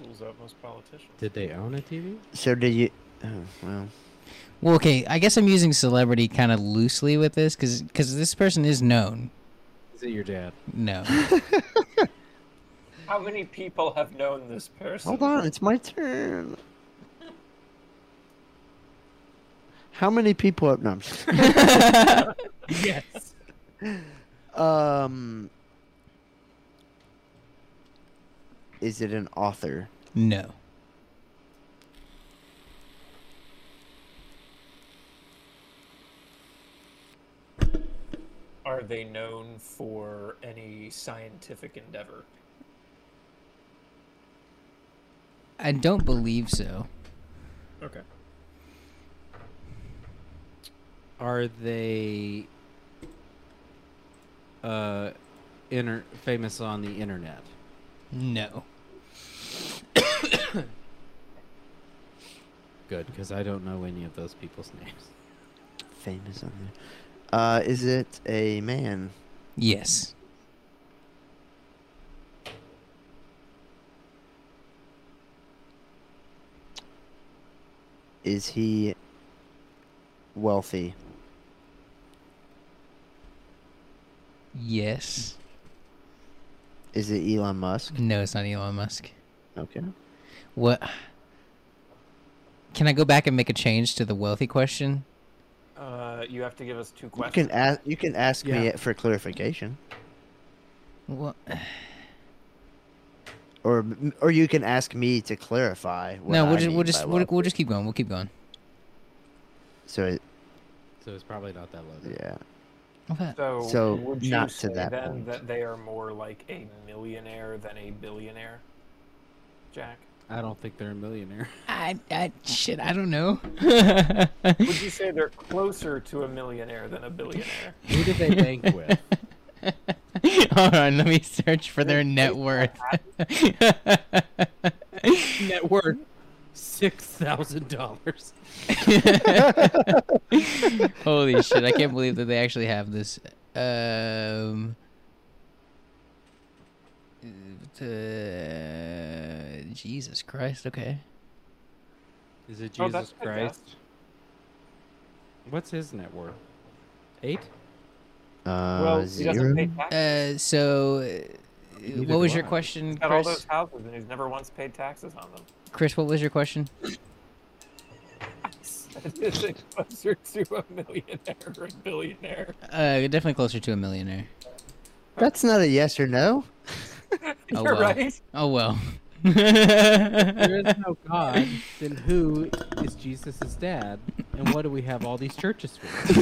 Tools out most politicians.
Did they own a TV?
So did you. Oh, well.
Well, okay. I guess I'm using celebrity kind of loosely with this because this person is known.
Is it your dad?
No.
How many people have known this person?
Hold on, it's my turn. How many people have. No, I'm just-
Yes.
Um. Is it an author?
no.
Are they known for any scientific endeavor?
I don't believe so.
Okay.
Are they? Uh, inter- famous on the internet.
No.
Good, because I don't know any of those people's names.
Famous on there. Uh, is it a man?
Yes.
Is he wealthy?
Yes.
Is it Elon Musk?
No, it's not Elon Musk.
Okay.
What? Can I go back and make a change to the wealthy question?
Uh, you have to give us two
You
questions.
can ask. You can ask me
Yeah.
for clarification,
What?
or or you can ask me to clarify. What
no,
I
we'll just
mean
we'll
by
just we'll,
wealthy.
we'll just keep going. We'll keep going.
So it-
So it's probably not that low. then.
yeah,
Okay.
So,
So,
would you
not to
say
that
then
point.
that they are more like a millionaire than a billionaire, Jack?
I don't think they're a millionaire.
I, I shit. I don't know.
Would you say they're closer to a millionaire than a billionaire?
Who did they bank with?
Hold on, let me search for their net worth.
Net worth six thousand dollars.
Holy shit! I can't believe that they actually have this. Um, uh, Jesus Christ! Okay,
Is it
Oh,
Jesus
that's good guess.
Christ? What's his net worth? Eight.
uh,
well, he doesn't pay
zero.
taxes.
uh, so uh,
Neither
what was
do
your
I.
question,
He's got all
Chris?
those houses and he's never once paid taxes on them.
Chris, what was your question?
That is it closer to a millionaire or a billionaire.
Uh, definitely closer to a millionaire.
That's not a yes or no.
Oh,
You're
well.
right.
Oh well.
There is no God. Then who is Jesus' dad? And what do we have all these churches for?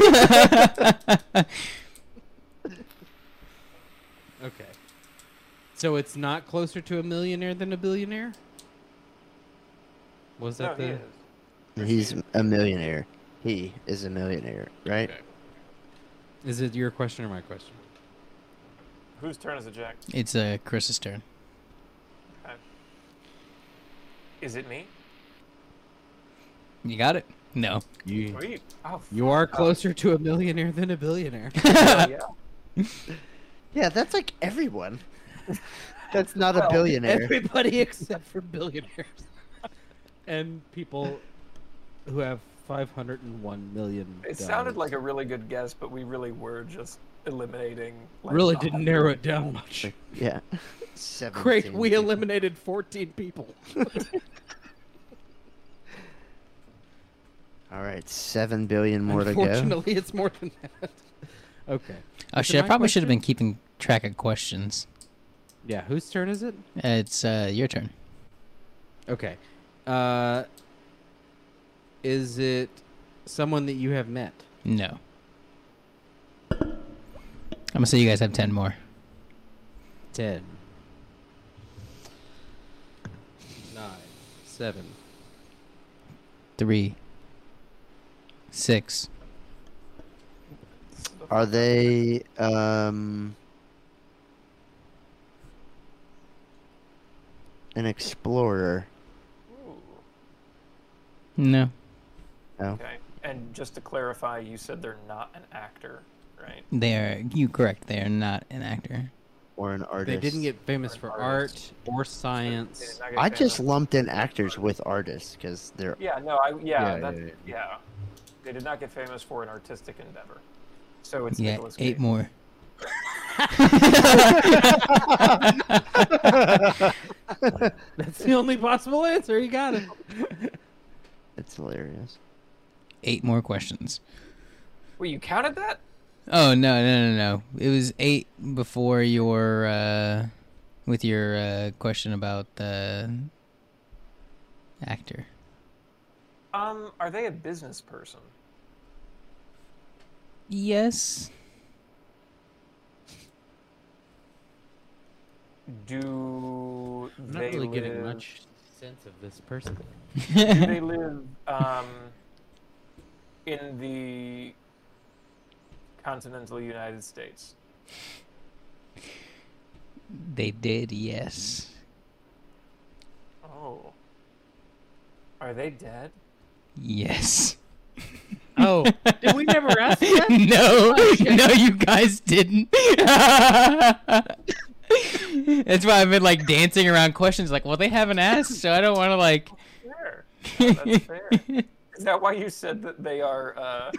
Okay. So it's not closer to a millionaire than a billionaire. Was
No,
that
he
the?
is.
He's a millionaire. He is a millionaire, right?
Okay. Is it your question or my question?
Whose turn is it, Jack?
it's uh, Chris's turn.
Oh. Is it me?
You got it. No.
You
Sweet. Oh,
you are closer to a millionaire than a billionaire.
fuck, yeah.
Yeah, that's like everyone. that's not a
Well,
billionaire.
Everybody except for billionaires and people who have five hundred and one million.
It sounded like a really good guess, but we really were just eliminating. Like, Oh,
really
the
didn't
high-
narrow it down much.
Yeah.
Great,
17
we
people.
eliminated fourteen people.
All right, seven billion more to go.
Unfortunately, it's more than that. Okay.
Oh
Is it
shit! I
my
probably should have
question?
been keeping track of questions.
Yeah, whose turn is it?
It's uh, your turn.
Okay. Uh, is it someone that you have met?
No. I'm gonna say you guys have ten more.
Ten. Nine. Seven.
Three. Six.
Are they um an explorer?
Ooh,
No.
Okay. And just to clarify, you said they're not an actor, right?
They are. You correct. They are not an actor.
or an
They
artist.
didn't get famous
Or
for
artist.
art or
They're
science.
not gonna
I
say
just
no.
lumped in actors with artists because they're
Yeah. No. I.
Yeah,
Yeah.
yeah,
that,
yeah.
yeah, They did not get famous for an artistic endeavor. So it's
Yeah.
Nicolas
Eight
Cage.
more.
That's the only possible answer. You got it.
it's hilarious.
Eight more questions.
Wait, you counted that?
Oh no no no no! It was eight before your uh, with your uh, question about the actor.
Um, are they a business person?
Yes.
Do
I'm not
they
really
live,
getting much sense of this person.
Do they live um in the continental United States?
They did. Yes.
Oh, are they dead?
Yes.
Oh, did we never ask that? Oh,
no, no, you guys didn't. That's why I've been like dancing around questions. Like, well, they haven't asked, so I don't want to like.
Fair. No, that's fair. Is that why you said that they are uh,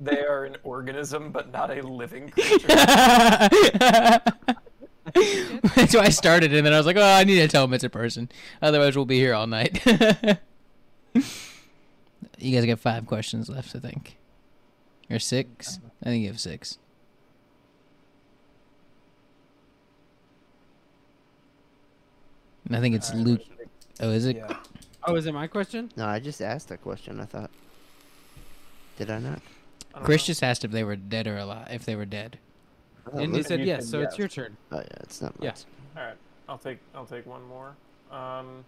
they are an organism but not a living creature?
That's why I started, and then I was like, "Oh, I need to tell him it's a person. Otherwise, we'll be here all night." you guys got five questions left, I think, or six. I think you have six. And I think it's Luke. Oh, is it?
Oh, is it my question?
No, I just asked that question. I thought. Did I not?
Chris just asked if they were dead or alive. If they were dead.
Oh,
and you
Luke-
said
You
yes,
said
so it's
yes.
your turn.
Oh yeah, it's not.
Yeah.
Yes.
All right, I'll take I'll take one more. Um,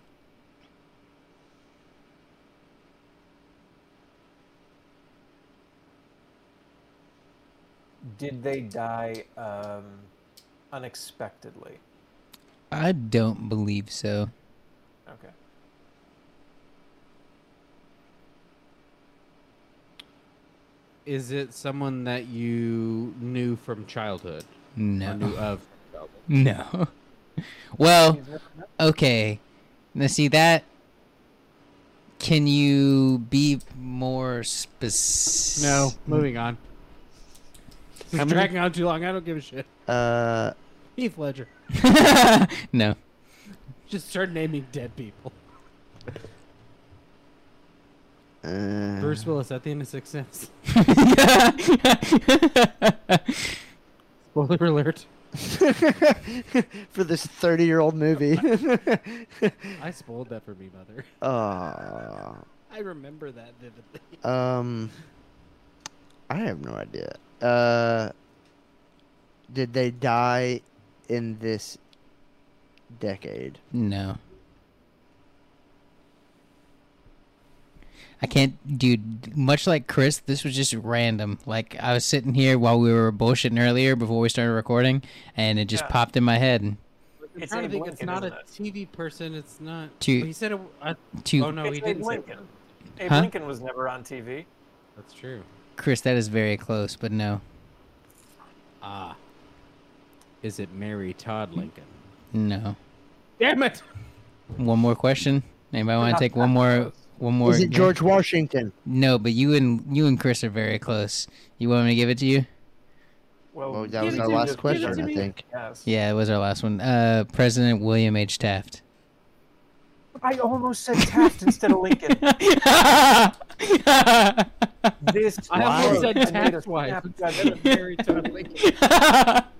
did they die um, unexpectedly?
I don't believe so.
Okay.
Is it someone that you knew from childhood? Or
No.
knew of? childhood?
No. Well, okay. Now see that. Can you be more specific?
No. Moving on. This
How
is
many-
dragging on too long. I don't give a shit.
Uh,
Heath Ledger.
no.
Just start naming dead people.
uh,
Bruce Willis at the end of Sixth Sense. Spoiler alert.
uh, for this 30 year old movie.
I spoiled that for me, mother.
oh,
I remember that vividly.
um, I have no idea. Uh, did they die in this decade?
no. I can't, dude. Much like Chris, this was just random. Like I was sitting here while we were bullshitting earlier before we started recording, and it just
Yeah.
popped in my head.
I'm
It's
trying to
Abe
think it's
Lincoln,
not a
isn't it?
TV person. It's not.
Two-
Oh, he said it. I-
To
oh no,
it's
he
Abe
didn't. Say
Lincoln. Abe
Huh?
Lincoln was never on TV.
That's true.
Chris, that is very close, but no,
Ah. Is it Mary Todd Lincoln?
no.
Damn it!
One more question. Anybody want to take one more? One more.
Is it George Washington?
No, but you and you and Chris are very close. You want me to give it to you?
Well,
Well, that
give
was
it
our
to
last
me.
question,
Give it to
I
me.
think.
Yes.
Yeah, it was our last one. Uh, President William H. Taft.
I almost said Taft instead of Lincoln. This
I almost
tomorrow,
said
I made a
Taft wife.
Snapchat.
instead of Mary Todd Lincoln.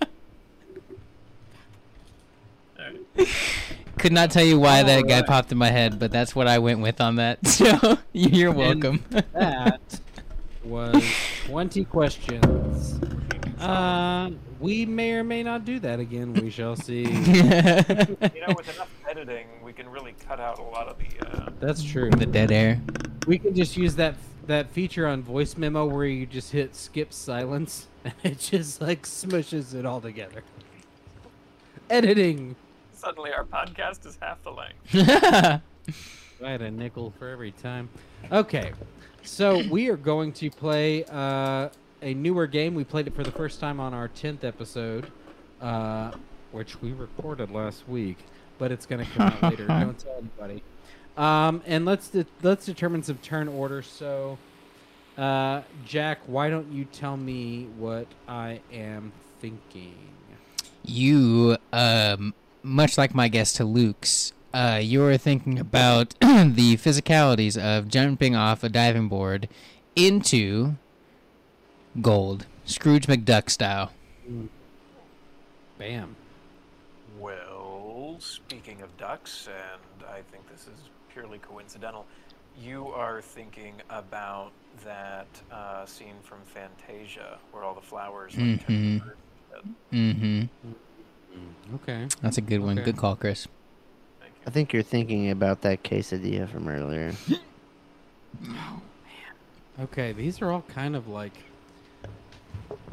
Could not tell you why that guy
Alright.
popped in my head, but that's what I went with on that. So you're
And-
welcome.
that was 20 questions. Uh, we may or may not do that again. We shall see.
the
You know, with enough editing, we can really cut out a lot of the. Uh,
That's true.
dead air.
We can just use that that feature on voice memo where you just hit skip silence and it just like smushes it all together. Editing.
suddenly, our podcast is half the length.
I had a nickel for every time. Okay, so we are going to play uh, a newer game. We played it for the first time on our tenth episode, uh, which we recorded last week, but it's going to come out later. Don't tell anybody. Um, and let's de- let's determine some turn order. So, uh, Jack, why don't you tell me what I am thinking?
you um much like my guest to luke's uh you're thinking about the physicalities of jumping off a diving board into gold scrooge mcduck style
Bam.
Well, speaking of ducks, and I think this is purely coincidental, you are thinking about that uh, scene from Fantasia where all the flowers like, turn
Mhm.
to earth.
mm-hmm
Okay.
that's a good one
Okay.
good call chris
Thank
I think you're thinking about that quesadilla from earlier.
Okay, these are all kind of like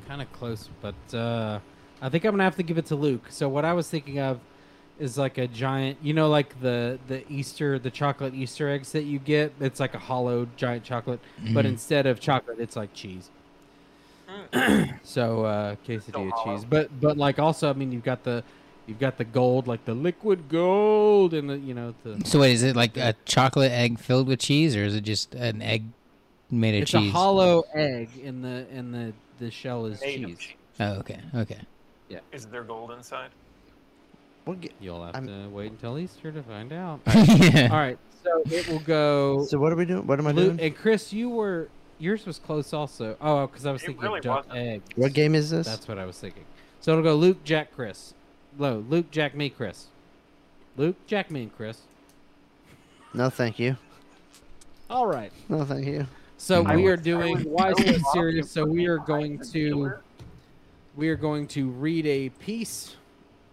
kind of close, but uh I think I'm gonna have to give it to Luke. So what I was thinking of is like a giant, you know, like the the Easter, the chocolate Easter eggs that you get. It's like a hollow giant chocolate, but instead of chocolate, it's like cheese. so uh, quesadilla
hollow.
cheese, but but like also, I mean, you've got the you've got the gold, like the liquid gold, and the you know the
so wait is it like a chocolate egg filled with cheese or is it just an egg made of
it's
cheese.
a hollow egg, and the and the the shell is
Made of
cheese.
cheese.
oh, okay, okay.
Is there gold inside?
We'll get,
You'll have
I'm-
to wait until Easter to find out.
yeah.
All right, so it will go.
so what are we doing? What am I
Blue,
doing?
and Chris, you were yours was close also. Oh, because I was
It
thinking
really
duck
wasn't.
egg.
What game is this?
That's what I was thinking. So it'll go Luke, Jack, Chris. No, Luke, Jack, me, Chris. Luke, Jack, me, and Chris.
No, thank you.
All right.
No, thank you.
So
Mm-hmm.
I
we
would-
are doing why so serious. So we are going to we are going to read a piece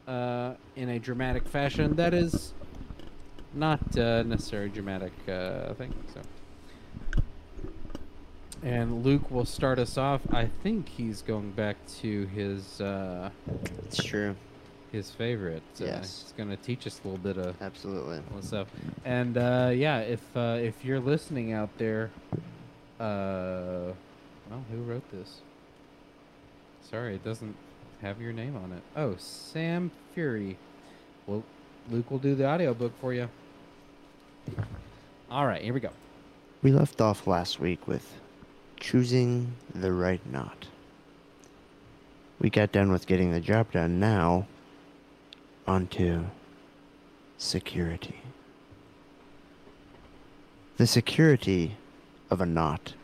uh, in a dramatic fashion that is not uh, necessarily dramatic uh, thing. So and Luke will start us off. I think he's going back to his uh,
It's true.
his favorite. Uh,
Yes.
he's going to teach us a little bit of
Absolutely.
all this stuff. And uh, yeah, if uh, if you're listening out there, uh, well, who wrote this? Sorry, it doesn't have your name on it. Oh, Sam Fury. Well, Luke will do the audiobook for you. All right, here we go.
We left off last week with choosing the right knot. We got done with getting the job done. Now, onto security. The security of a knot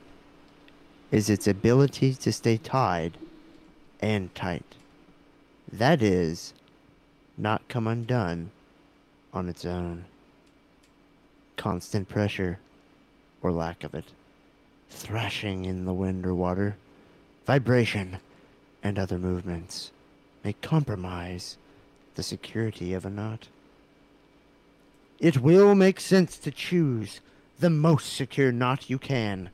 is its ability to stay tied and tight. That is, not come undone on its own. Constant pressure or lack of it. Thrashing in the wind or water, vibration, and other movements may compromise the security of a knot. It will make sense to choose the most secure knot you can,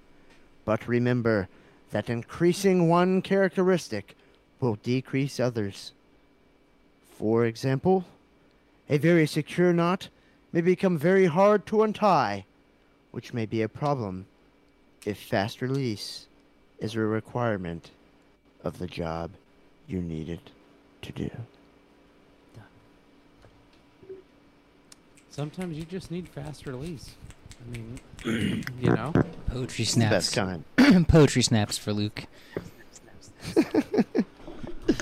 but remember that increasing one characteristic will decrease others. For example, a very secure knot may become very hard to untie which may be a problem if fast release is a requirement of the job you need it to do.
Sometimes you just need fast release. I mean, you know.
Poetry
It's the Best
snaps.
kind.
Poetry snaps for Luke.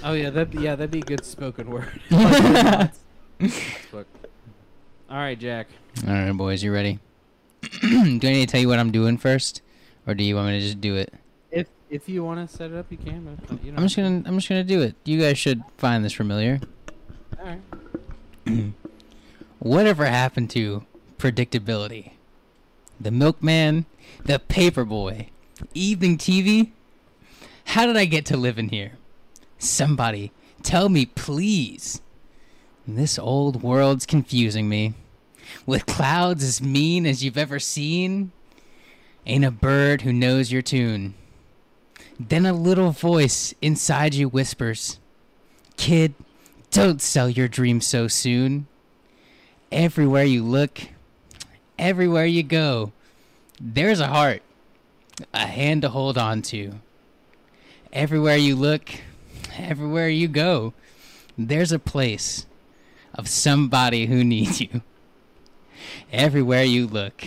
Oh yeah, that yeah, that'd be a good spoken word. Book. All right, Jack.
All right, boys, you ready? do I need to tell you what I'm doing first, or do you want me to just do it?
If if you want to set it up, you can. But if not, you know.
I'm just gonna I'm just gonna do it. You guys should find this familiar.
All right.
Whatever happened to predictability? The milkman, the paperboy, evening TV. How did I get to live in here? Somebody tell me, please. This old world's confusing me. With clouds as mean as you've ever seen, ain't a bird who knows your tune. Then a little voice inside you whispers, Kid, don't sell your dream so soon. Everywhere you look, everywhere you go, there's a heart, a hand to hold on to. Everywhere you look, everywhere you go, there's a place of somebody who needs you. Everywhere you look.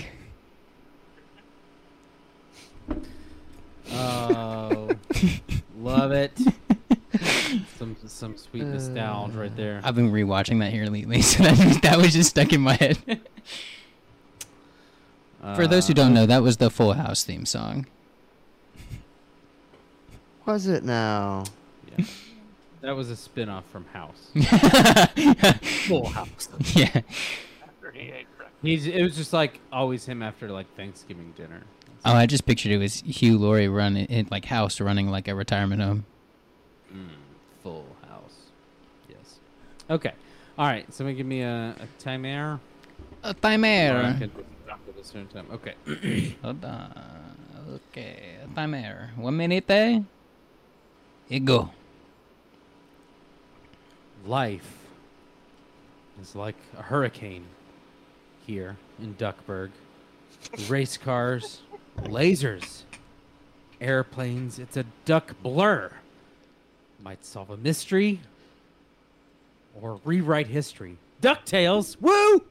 Oh, love it. Some some sweet nostalgia right there.
I've been rewatching that here lately, so that, that was just stuck in my head. For those who don't
Uh,
know, that was the Full House theme song.
Was it now?
that was a spin-off from House.
Full
House.
Yeah.
38 right?
He's it was just like always him after like Thanksgiving dinner.
Oh, I just pictured it was Hugh Laurie running in like house running like a retirement home.
Full House. Yes. Okay. All right. Somebody give me a, a timer. Or Oh,
A
I
timer.
can talk at a certain time. Okay.
Hold on. Okay, a timer. One minute. eh? It go.
life is like a hurricane here in Duckburg. Race cars, lasers, airplanes. It's a duck blur. Might solve a mystery or rewrite history. DuckTales, woo!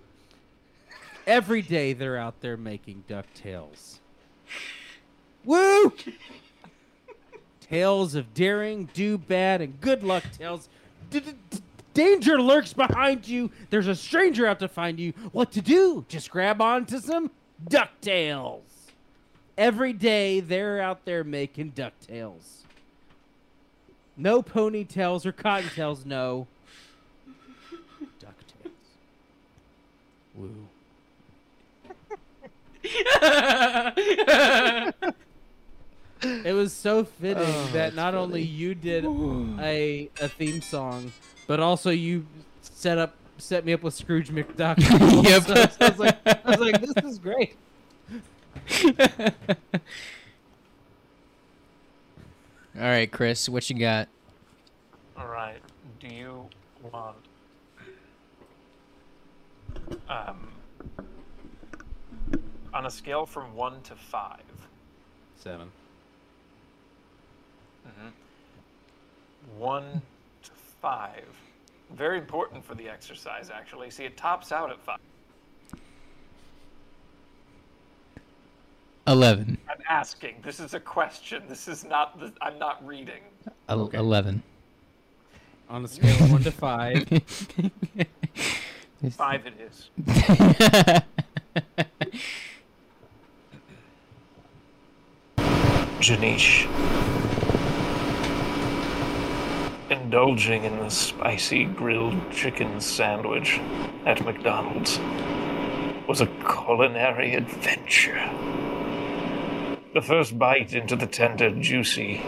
Every day they're out there making DuckTales. Woo! Tales of daring, do bad, and good luck, Tales. D- d- d- danger lurks behind you. There's a stranger out to find you. What to do? Just grab onto some ducktails. Every day they're out there making ducktails. No ponytails or cottontails, no. Ducktails. Woo. It was so fitting
Oh,
that
that's
not only
funny.
you did a a theme song, but also you set up set me up with Scrooge McDuck.
Yep.
So I was like, I was like, this is great.
All right, Chris, what you got?
All right. Do you want um on a scale from one to 5
Seven.
One to five. Very important for the exercise, actually. See, it tops out at five.
Eleven.
I'm asking. This is a question. This is not. The, I'm not reading.
El- Eleven.
On a scale of one to five.
Five it is. Janish. Indulging in the spicy grilled chicken sandwich at McDonald's was a culinary adventure. The first bite into the tender, juicy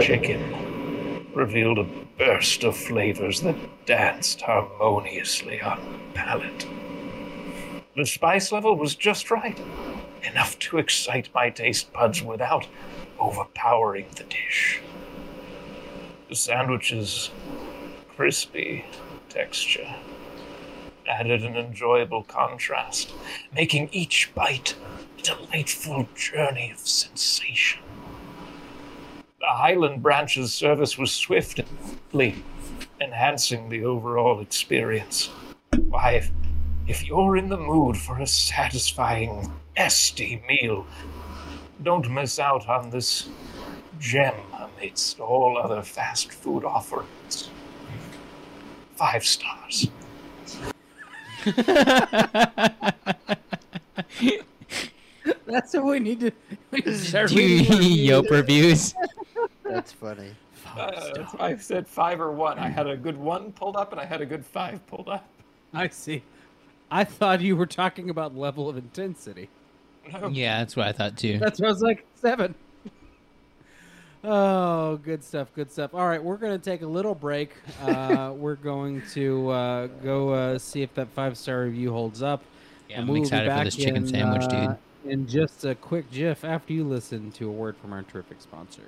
chicken revealed a burst of flavors that danced harmoniously on palate. The spice level was just right, enough to excite my taste buds without overpowering the dish. The sandwich's crispy texture added an enjoyable contrast, making each bite a delightful journey of sensation. The Highland Branch's service was swift and fleet, enhancing the overall experience. Why, if, if you're in the mood for a satisfying, esty meal, don't miss out on this gem amidst all other fast food offerings. Five stars.
That's what we need to. We need to start
Do you- Yelp reviews?
That's funny.
Uh, I said five or one. I had a good one pulled up, and I had a good five pulled up.
I see. I thought you were talking about level of intensity.
yeah, that's what I thought too.
That's what I was like, seven. Oh, good stuff, good stuff. All right, we're going to take a little break. Uh, we're going to uh, go uh, see if that five star review holds up.
Yeah, I'm excited for this chicken sandwich, dude.
dude. uh, In just a quick GIF after you listen to a word from our terrific sponsor.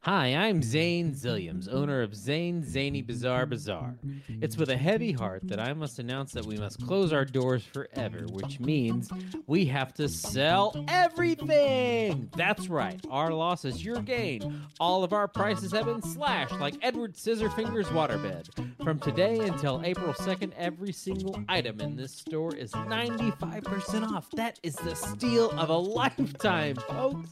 Hi, I'm Zane Zilliams, owner of Zane Zany Bazaar Bazaar. It's with a heavy heart that I must announce that we must close our doors forever, which means we have to sell everything. That's right, our loss is your gain. All of our prices have been slashed like Edward Scissorfingers' waterbed. From today until April 2nd, every single item in this store is 95% off. That is the steal of a lifetime, folks.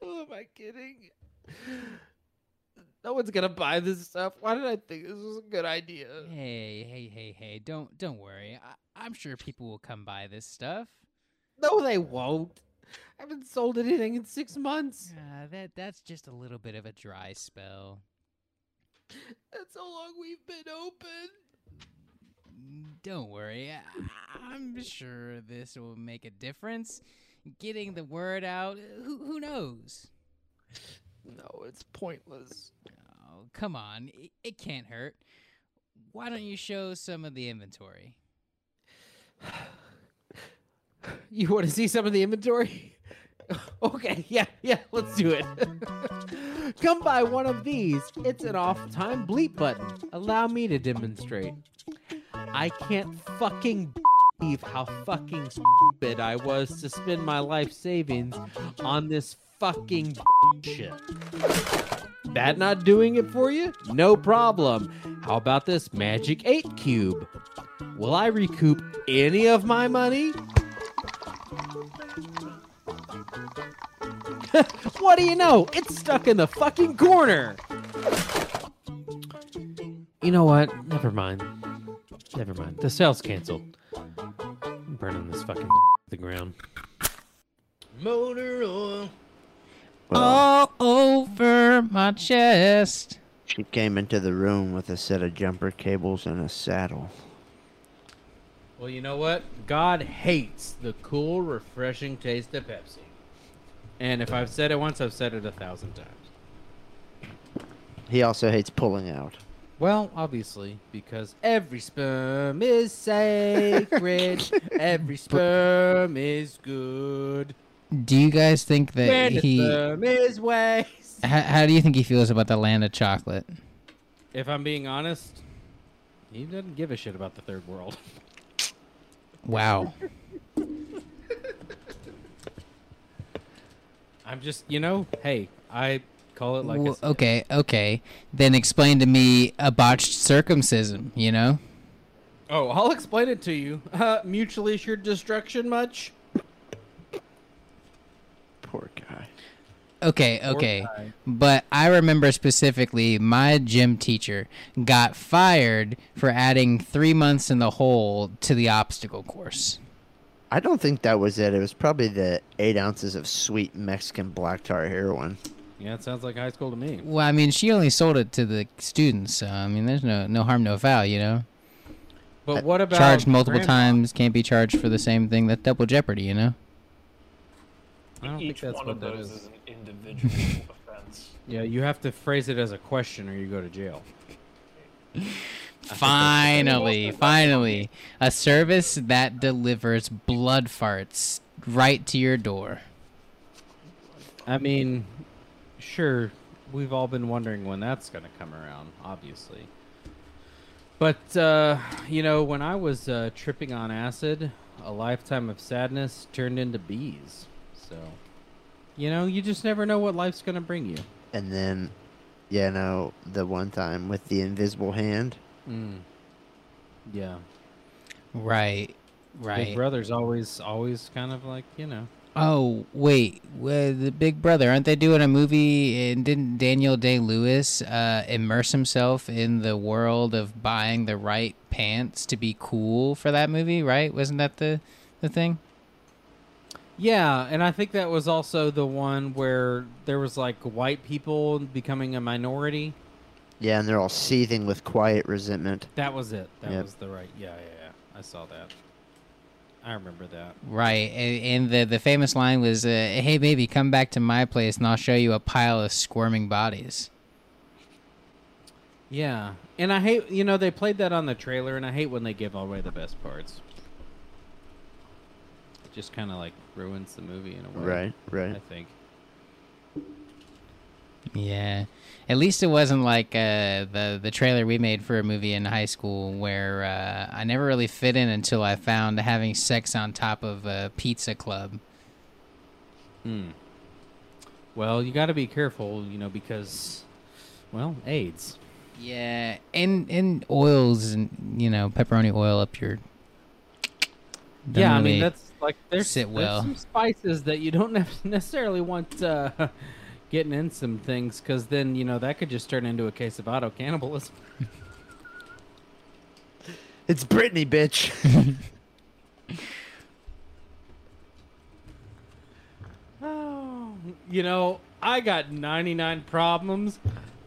Oh, am I kidding? No one's gonna buy this stuff. Why did I think this was a good idea?
Hey, hey, hey, hey! Don't don't worry. I, I'm sure people will come buy this stuff.
No, they won't. I haven't sold anything in six months.
Uh, that that's just a little bit of a dry spell.
That's how long we've been open.
Don't worry. I- I'm sure this will make a difference. Getting the word out. Who who knows?
No, it's pointless.
Oh, come on. It, it can't hurt. Why don't you show some of the inventory?
You want to see some of the inventory? okay, yeah, yeah, let's do it. Come buy one of these. It's an off time bleep button. Allow me to demonstrate. I can't fucking believe how fucking stupid I was to spend my life savings on this fucking shit. That not doing it for you? No problem. How about this Magic 8 Cube?
Will I recoup any of my money? what do you know? It's stuck in the fucking corner. You know what? Never mind. Never mind. The sale's canceled. I'm burning this fucking to the ground.
Motor oil.
Oh.
All over my chest.
She came into the room with a set of jumper cables and a saddle.
Well, you know what? God hates the cool, refreshing taste of Pepsi. And if I've said it once, I've said it a thousand times.
He also hates pulling out.
Well, obviously, because every sperm is sacred. every sperm is good.
Do you guys think that
And a
he?
sperm is waste.
How, how do you think he feels about the land of chocolate?
If I'm being honest, he doesn't give a shit about the third world.
Wow.
I'm just, you know, hey, I call it like
Well,
it's
okay, okay. Then explain to me a botched circumcision. You know.
Oh, I'll explain it to you. Uh, mutually assured destruction, much?
Poor guy.
Okay,
Poor
okay.
guy.
But I remember specifically my gym teacher got fired for adding three months in the hole to the obstacle course.
I don't think that was it. It was probably the eight ounces of sweet Mexican black tar heroin.
Yeah, it sounds like high school to me.
Well, I mean, she only sold it to the students, so I mean, there's no no harm, no foul, you know.
But what about
Uh, charged multiple
grandma?
times, can't be charged for the same thing. That double jeopardy, you know.
I don't think
Each
that's
one
what
of
that
those
is.
is an individual offense.
Yeah, you have to phrase it as a question or you go to jail.
Finally, finally, a service that delivers blood farts right to your door.
I mean, sure, we've all been wondering when that's going to come around, obviously. But, uh, you know, when I was uh, tripping on acid, a lifetime of sadness turned into bees. So, you know, you just never know what life's going to bring you.
And then, you know, the one time with the invisible hand.
Mm. Yeah.
Right,
Big
right.
Brother's always, always kind of like, you know.
Oh wait, well, the Big Brother aren't they doing a movie? And didn't Daniel Day Lewis uh, immerse himself in the world of buying the right pants to be cool for that movie? Right? Wasn't that the the thing?
Yeah, and I think that was also the one where there was like white people becoming a minority.
Yeah, and they're all seething with quiet resentment.
That was it. That
Yep.
was the right. Yeah, yeah, yeah. I saw that. I remember that.
Right. a- And the the famous line was, uh, "Hey baby, come back to my place, and I'll show you a pile of squirming bodies."
Yeah, and I hate you know they played that on the trailer, and I hate when they give away the best parts. It just kind of like ruins the movie in a way.
Right, right.
I think.
Yeah. At least it wasn't like uh, the the trailer we made for a movie in high school where uh, I never really fit in until I found having sex on top of a pizza club.
Hmm. Well, you got to be careful, you know, because, well, AIDS.
Yeah, and and oils and you know pepperoni oil up your. Don't
yeah, I
really-
mean that's like there's,
sit
there's
well.
some spices that you don't nef- necessarily want uh, getting in some things because then you know that could just turn into a case of auto cannibalism.
It's Brittany, bitch.
Oh, you know I got 99 problems,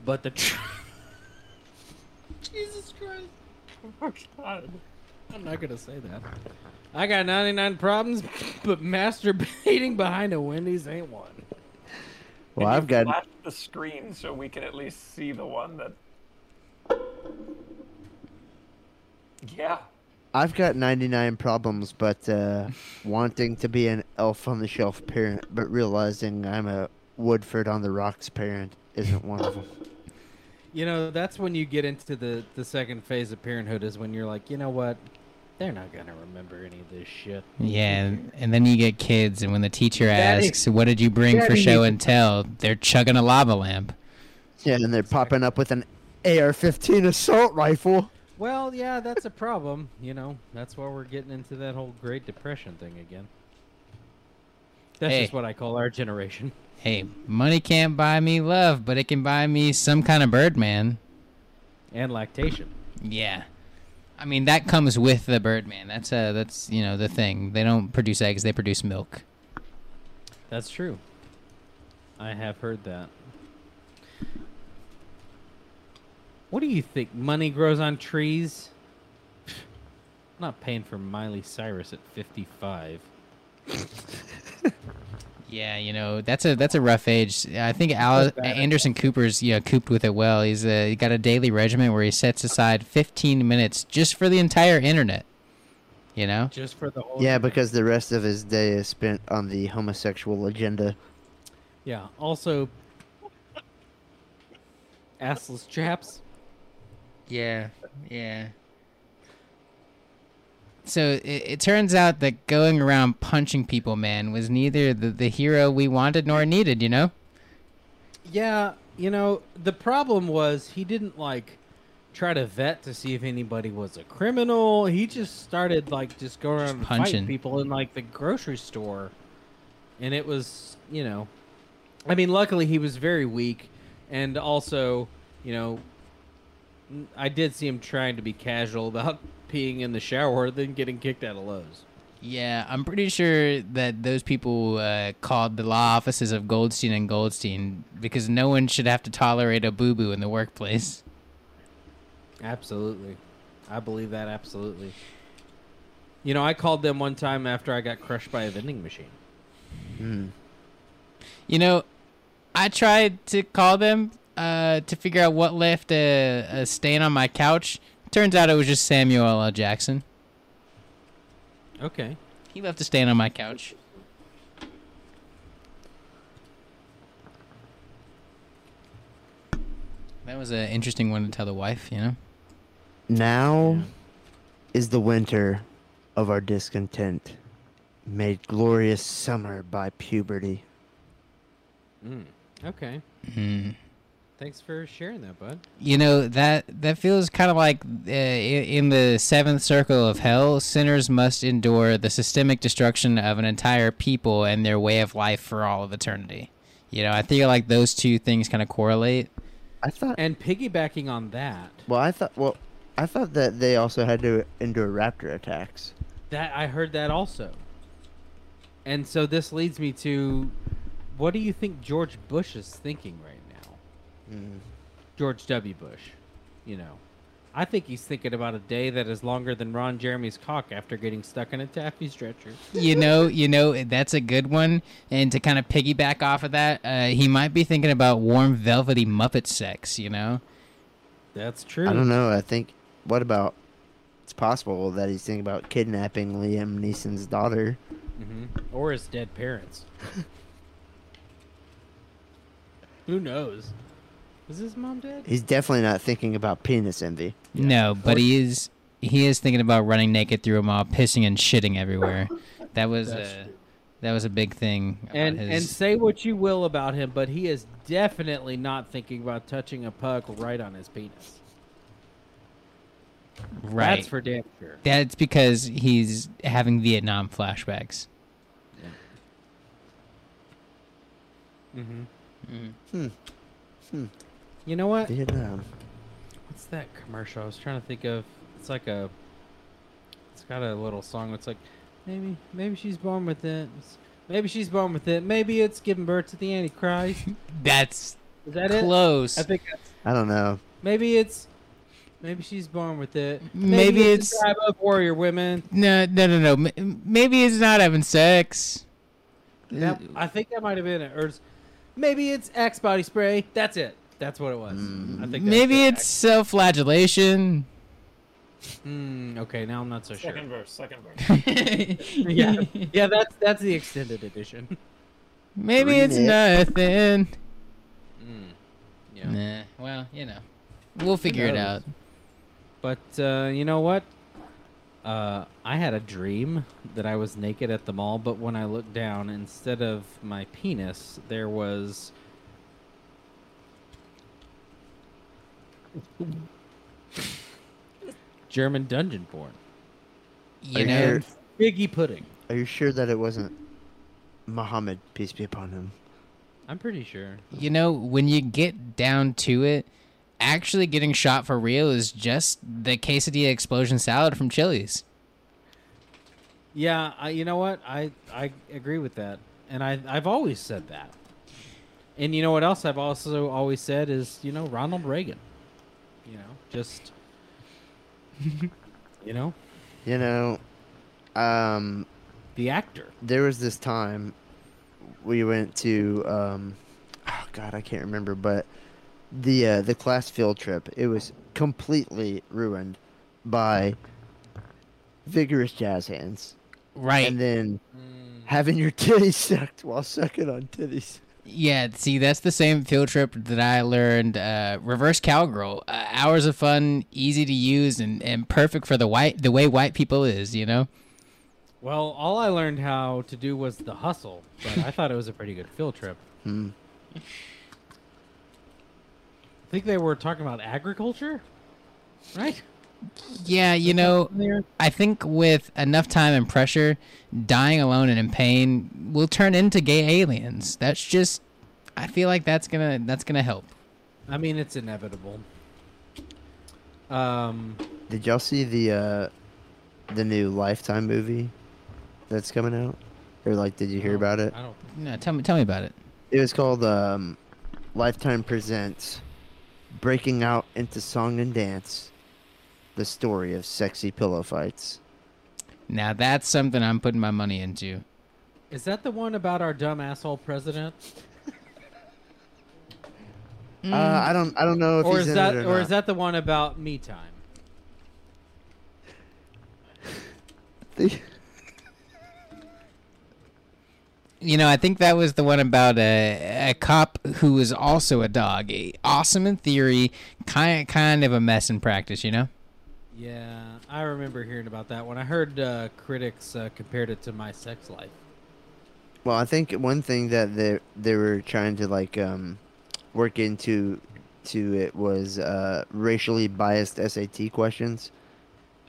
but the tr- Jesus Christ,
Oh, God.
I'm not gonna say that. I got 99 problems, but masturbating behind a Wendy's ain't one.
Well,
Can you
I've got
flash the screen so we can at least see the one that. Yeah.
I've got 99 problems, but uh, wanting to be an elf on the shelf parent, but realizing I'm a Woodford on the rocks parent isn't one of them.
You know, that's when you get into the the second phase of parenthood is when you're like, you know what? They're not gonna remember any of this shit.
Yeah, and- and then you get kids, and when the teacher
Daddy-
asks, "What did you bring for
Daddy
show
needs-
and tell?" they're chugging a lava lamp.
Yeah, and they're popping up with an AR-15 assault rifle.
Well, yeah, that's a problem. You know, that's why we're getting into that whole Great Depression thing again. That's
Hey.
just what I call our generation.
Hey, money can't buy me love, but it can buy me some kind of Birdman.
And lactation.
Yeah. I mean that comes with the Birdman. That's uh that's you know the thing. They don't produce eggs, they produce milk.
That's true. I have heard that. What do you think? Money grows on trees? I'm not paying for Miley Cyrus at 55.
Yeah, you know that's a that's a rough age. I think Al- Anderson Cooper's you know cooped with it well. He's uh, he got a daily regimen where he sets aside 15 minutes just for the entire internet. You know,
Just for the whole.
Oh, Yeah, because the rest of his day is spent on the homosexual agenda.
Yeah. Also, assless chaps.
Yeah, yeah. So it, it turns out that going around punching people, man, was neither the, the hero we wanted nor needed, you know?
Yeah, you know, the problem was he didn't like try to vet to see if anybody was a criminal. He just started like just going around and
punching.
fighting people in like the grocery store. And it was, you know, I mean, luckily he was very weak and also, you know, n- I did see him trying to be casual about peeing in the shower then getting kicked out of Lowe's.
Yeah, I'm pretty sure that those people uh, called the law offices of Goldstein and Goldstein because no one should have to tolerate a boo boo in the workplace.
Absolutely. I believe that absolutely. You know, I called them one time after I got crushed by a vending machine.
You know, I tried to call them uh, to figure out what left a, a stain on my couch. Turns out it was just Samuel L. Jackson.
Okay.
He left a stain on my couch. That was an interesting one to tell the wife, you know?
Now is the winter of our discontent, made glorious summer by puberty.
Okay. Thanks for sharing that, bud.
You know, that that feels kind of like uh, i- in the seventh circle of hell, sinners must endure the systemic destruction of an entire people and their way of life for all of eternity. You know, I feel like those two things kind of correlate.
I thought.
And piggybacking on that,
Well, I thought. Well, I thought that they also had to endure raptor attacks.
that I heard that also. And so this leads me to what do you think George Bush is thinking right now? George W. Bush, you know. I think he's thinking about a day that is longer than Ron Jeremy's cock after getting stuck in a taffy stretcher.
you know, you know, that's a good one. And to kind of piggyback off of that, uh, he might be thinking about warm, velvety Muppet sex. You know,
That's true.
I don't know. I think. What about? It's possible that he's thinking about kidnapping Liam Neeson's daughter.
Or his dead parents. Who knows? Is his mom dead?
He's definitely not thinking about penis envy.
no, but he is he is thinking about running naked through a mall, pissing and shitting everywhere. That was a that was a big thing. About
And and
his,
say what you will about him, but he is definitely not thinking about touching a puck right on his penis.
and right,
That's for damn sure.
that's because he's having Vietnam flashbacks.
Mm-hmm. You know what?
Vietnam.
What's that commercial? I was trying to think of. It's like a. It's got a little song. It's like, maybe maybe she's born with it. Maybe she's born with it. Maybe it's giving birth to the Antichrist.
That's
Is that it?
close.
I think that's
I don't know.
Maybe it's maybe she's born with it.
Maybe
a
it's-
tribe of warrior women.
No, no, no, no. M- Maybe it's not having sex.
That, I think that might have been it. Or it's- maybe it's Axe body spray. That's it. That's what it was. I think that's
Maybe
it.
it's self-flagellation.
Hmm, okay. Now I'm not so sure.
Second verse, second verse.
yeah, yeah. That's that's the extended edition.
Maybe
Read
it's
it.
nothing.
Mm. Yeah.
Nah. Well, you know, we'll figure it
knows?
out.
But uh, you know what? Uh, I had a dream that I was naked at the mall, but when I looked down, instead of my penis, there was. German dungeon porn.
You
Are
know,
sure-
Biggie pudding.
Are you sure that it wasn't Muhammad, peace be upon him?
I'm pretty sure.
you know, when you get down to it, actually getting shot for real is just the quesadilla explosion salad from Chili's.
Yeah, I, you know what? I I agree with that, and I I've always said that. And you know what else I've also always said is you know Ronald Reagan, you know just, you know
You know, um,
the actor.
there was this time we went to um oh god i can't remember but the uh, the class field trip it was completely ruined by vigorous jazz hands
Right.
and then having your titties sucked while sucking on titties
Yeah, see, that's the same field trip that I learned uh, reverse cowgirl. Uh, hours of fun, easy to use, and, and perfect for the white the way white people is. You know,
Well, all I learned how to do was the hustle, but I thought it was a pretty good field trip.
Hmm.
I think they were talking about agriculture, right?
yeah, you know.
There.
I think with enough time and pressure, dying alone and in pain will turn into gay aliens. That's just, I feel like that's gonna that's gonna help.
I mean, it's inevitable. Um,
did y'all see the uh the new lifetime movie that's coming out or like did you hear about it
I don't.
No, tell me tell me about it.
It was called um, Lifetime Presents Breaking Out into Song and Dance The Story of Sexy Pillow Fights.
Now that's something I'm putting my money into.
Is that the one about our dumb asshole president?
Uh, I don't I don't know if
Mm. or
he's
is
in
that
it or,
or, is
not.
that the one about me time?
You know, I think that was the one about a, a cop who was also a dog. Eh, Awesome in theory, kind kind of a mess in practice. You know.
Yeah, I remember hearing about that one. I heard uh, critics uh, compared it to my sex life.
Well, I think one thing that they they were trying to like um, work into to it was uh, racially biased SAT questions.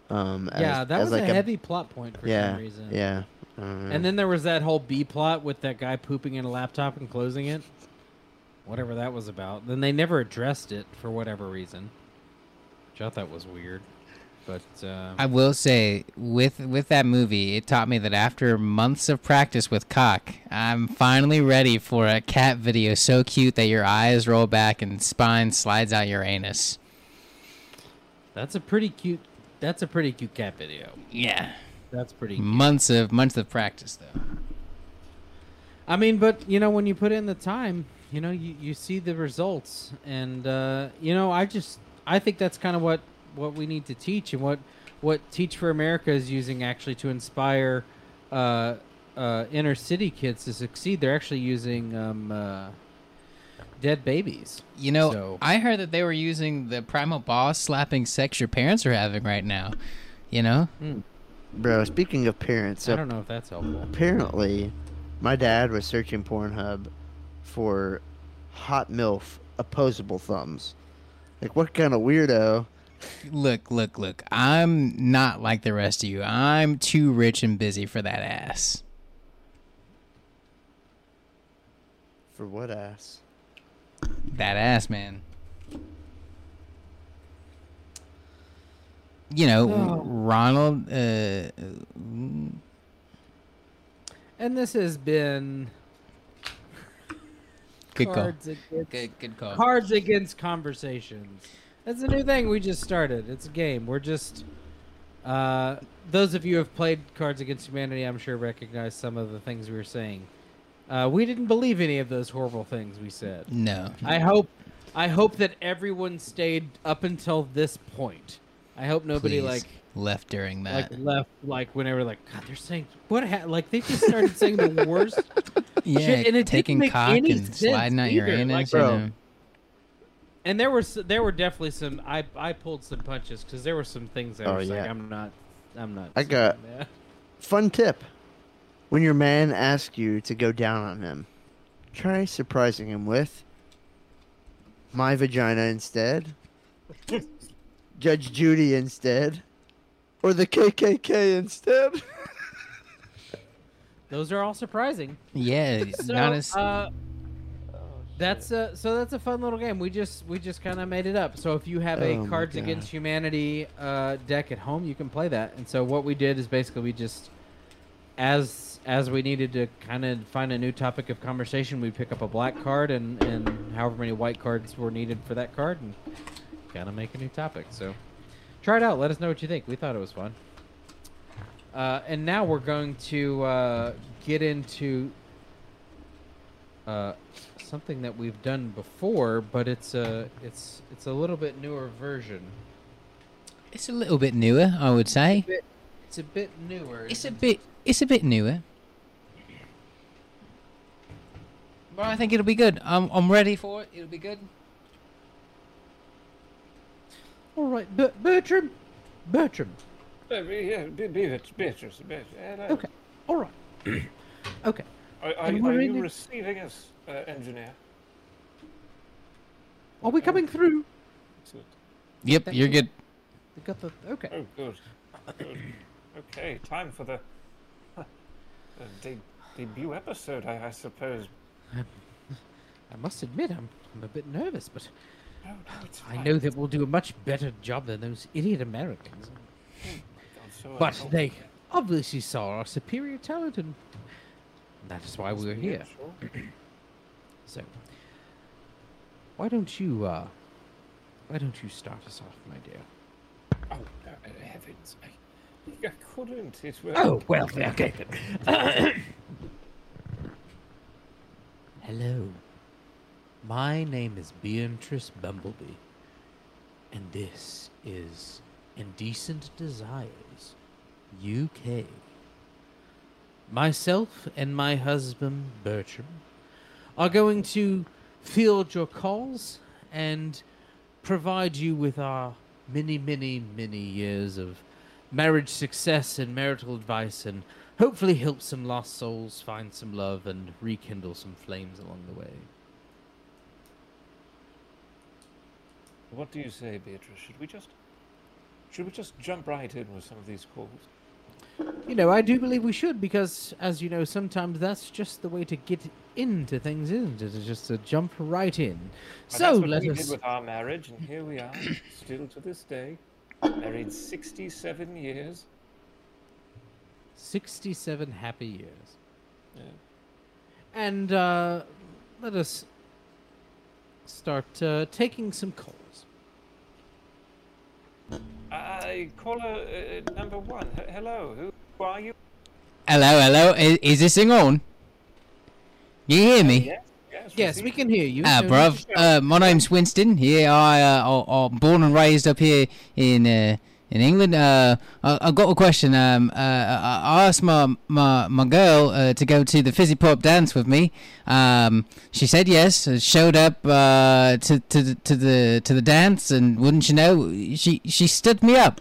Um, as-
yeah, that
as
was
like
a heavy plot point for
yeah,
some reason.
Yeah. Um,
And then there was that whole B plot with that guy pooping in a laptop and closing it. Whatever that was about. Then they never addressed it for whatever reason, which I thought was weird. But uh,
I will say with with that movie, it taught me that after months of practice with cock, I'm finally ready for a cat video so cute that your eyes roll back and spine slides out your anus.
that's a pretty cute. That's a pretty cute cat video.
Yeah.
That's pretty.
Months of months of practice though.
I mean, but you know, when you put in the time, you know, you, you see the results, and uh, you know, I just I think that's kind of what what we need to teach, and what what Teach for America is using actually to inspire uh, uh, inner city kids to succeed. They're actually using um, uh, dead babies.
You know,
So-
I heard that they were using the primal ball slapping sex your parents are having right now. You know?
bro, speaking of parents,
I
up
don't know if that's helpful.
apparently my dad was searching pornhub for hot milf opposable thumbs like what kind of weirdo
Look, look, look. I'm not like the rest of you. I'm too rich and busy for that ass.
for what ass
That ass, man. You know,
Oh.
Ronald. Uh,
And this has been
good call.
cards against
Good, good call.
Cards Against Conversations. That's a new thing we just started. It's a game. We're just uh, those of you who have played Cards Against Humanity, I'm sure recognize some of the things we were saying. Uh, we didn't believe any of those horrible things we said.
no.
I hope, I hope that everyone stayed up until this point. I hope nobody
please, Uh,
like
left during
like
that.
left like whenever like God they're saying what ha-? like they just started saying the worst.
yeah,
shit, and it didn't
taking
make
cock
any
and
sense
sliding out your
either,
anus.
like-
you
Bro.
know.
And there were s- there were definitely some I I pulled some punches because there were some things I
Oh,
was like
yeah.
I'm not I'm not.
I
saying
got-
that."
fun tip when your man asks you to go down on him try surprising him with my vagina instead judge judy instead or the KKK instead.
Those are all surprising.
Yeah,
So,
not as
uh, that's a so that's a fun little game. We just we just kind of made it up. So if you have
Oh
a
my
Cards
God.
Against Humanity uh, deck at home, you can play that. And so what we did is basically we just as as we needed to kind of find a new topic of conversation, we pick up a black card and and however many white cards were needed for that card, and gotta make a new topic. So try it out. Let us know what you think. We thought it was fun. Uh, and now we're going to uh, get into uh, something that we've done before, but it's a it's it's a little bit newer version.
it's a little bit newer, I would say.
It's a bit newer.
It's a bit it's a bit newer. But I think it'll be good. I'm I'm ready for it. It'll be good.
all right, but Bertram, Bertram.
Uh, yeah, be, be it, be it, just be it. Hello.
Okay, all right, okay.
Are, are,
And
you-
we're
are
in
you
the-
receiving us, uh, engineer?
Are we coming through?
Excellent.
Yep,
Thank
you're
you.
good.
We got the okay.
Oh, good. good. Okay, time for the, the de- debut episode, I, I suppose.
I must admit, I'm I'm a bit nervous, but
No, Oh, no, it's
I
fine.
know that we'll do a much better job than those idiot Americans.
I'm so-
But
oh,
they obviously saw our superior talent, and that is why we're
yeah,
here.
sure.
So, why don't you, uh, why don't you start us off, my dear?
Oh, uh, heavens. I, I couldn't. It was.
Oh, well, okay. then. Hello. My name is Beatrice Bumblebee, and this is Indecent Desires UK. Myself and my husband, Bertram, are going to field your calls and provide you with our many, many, many years of marriage success and marital advice and hopefully help some lost souls find some love and rekindle some flames along the way.
What do you say, Beatrice? Should we just. Should we just jump right in with some of these calls?
You know, I do believe we should because, as you know, sometimes that's just the way to get into things, isn't it? It's just to jump right in.
Now,
so
that's what
let
we
us.
did with our marriage, and here we are, still to this day, married 67 years.
67 happy years.
Yeah.
And uh, let us start uh, taking some calls.
I caller uh, number one. H- hello, who, who are you?
Hello, hello. Is, is this thing on? You hear me?
Yes, yes,
Yes, we
see-
can hear you.
Ah,
No
bruv. Uh, my name's Winston. Yeah, I, uh, I, I'm born and raised up here in uh, in England. Uh, I, I got a question. Um, uh, I I asked my my, my girl uh, to go to the fizzy pop dance with me. Um, she said yes. uh, Showed up uh, to to the- to the to the dance, and wouldn't you know, she she stood me up.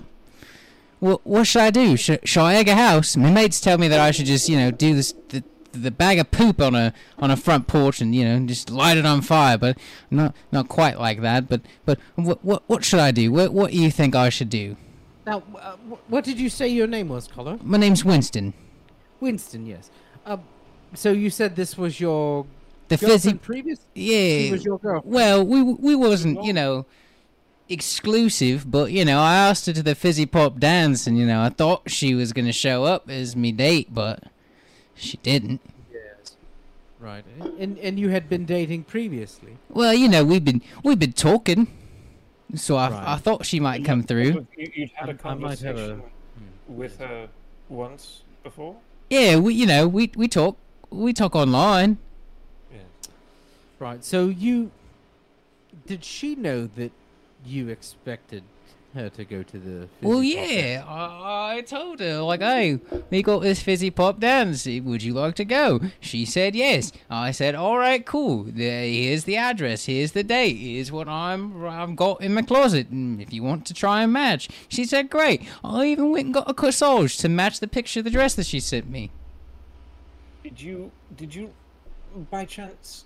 What what should I do? Should, shall I egg a house? My mates tell me that I should just you know do this the, the bag of poop on a on a front porch and you know just light it on fire. But not not quite like that. But but what what, what should I do? What what do you think I should do?
Now, w- uh, wh- what did you say your name was, Colo?
My name's Winston.
Winston, yes. Uh, so you said this was your
The
girlfriend
fizzy
previous?
yeah.
She was your girlfriend.
Well, we we wasn't you know exclusive, but you know I asked her to the fizzy pop dance, and you know I thought she was gonna show up as me date, but she didn't.
Right. And and you had been dating previously.
Well, you know, we've been we've been talking, so I, I
Right.
thought she might come through.
You, you'd had a
I might have a- Hmm,
conversation with her once before.
Yeah, we you know we we talk we talk online.
Yeah.
Right. So you did she know that you expected her to go to the
Well,
fizzy pop dance?
yeah, I, I told her like, hey, we got this fizzy pop dance. Would you like to go? She said yes. I said, all right, cool. There- Here's the address. Here's the date. Here's what I'm I've got in my closet. And if you want to try and match, she said, great. I even went and got a corsage to match the picture of the dress that she sent me.
Did you did you by chance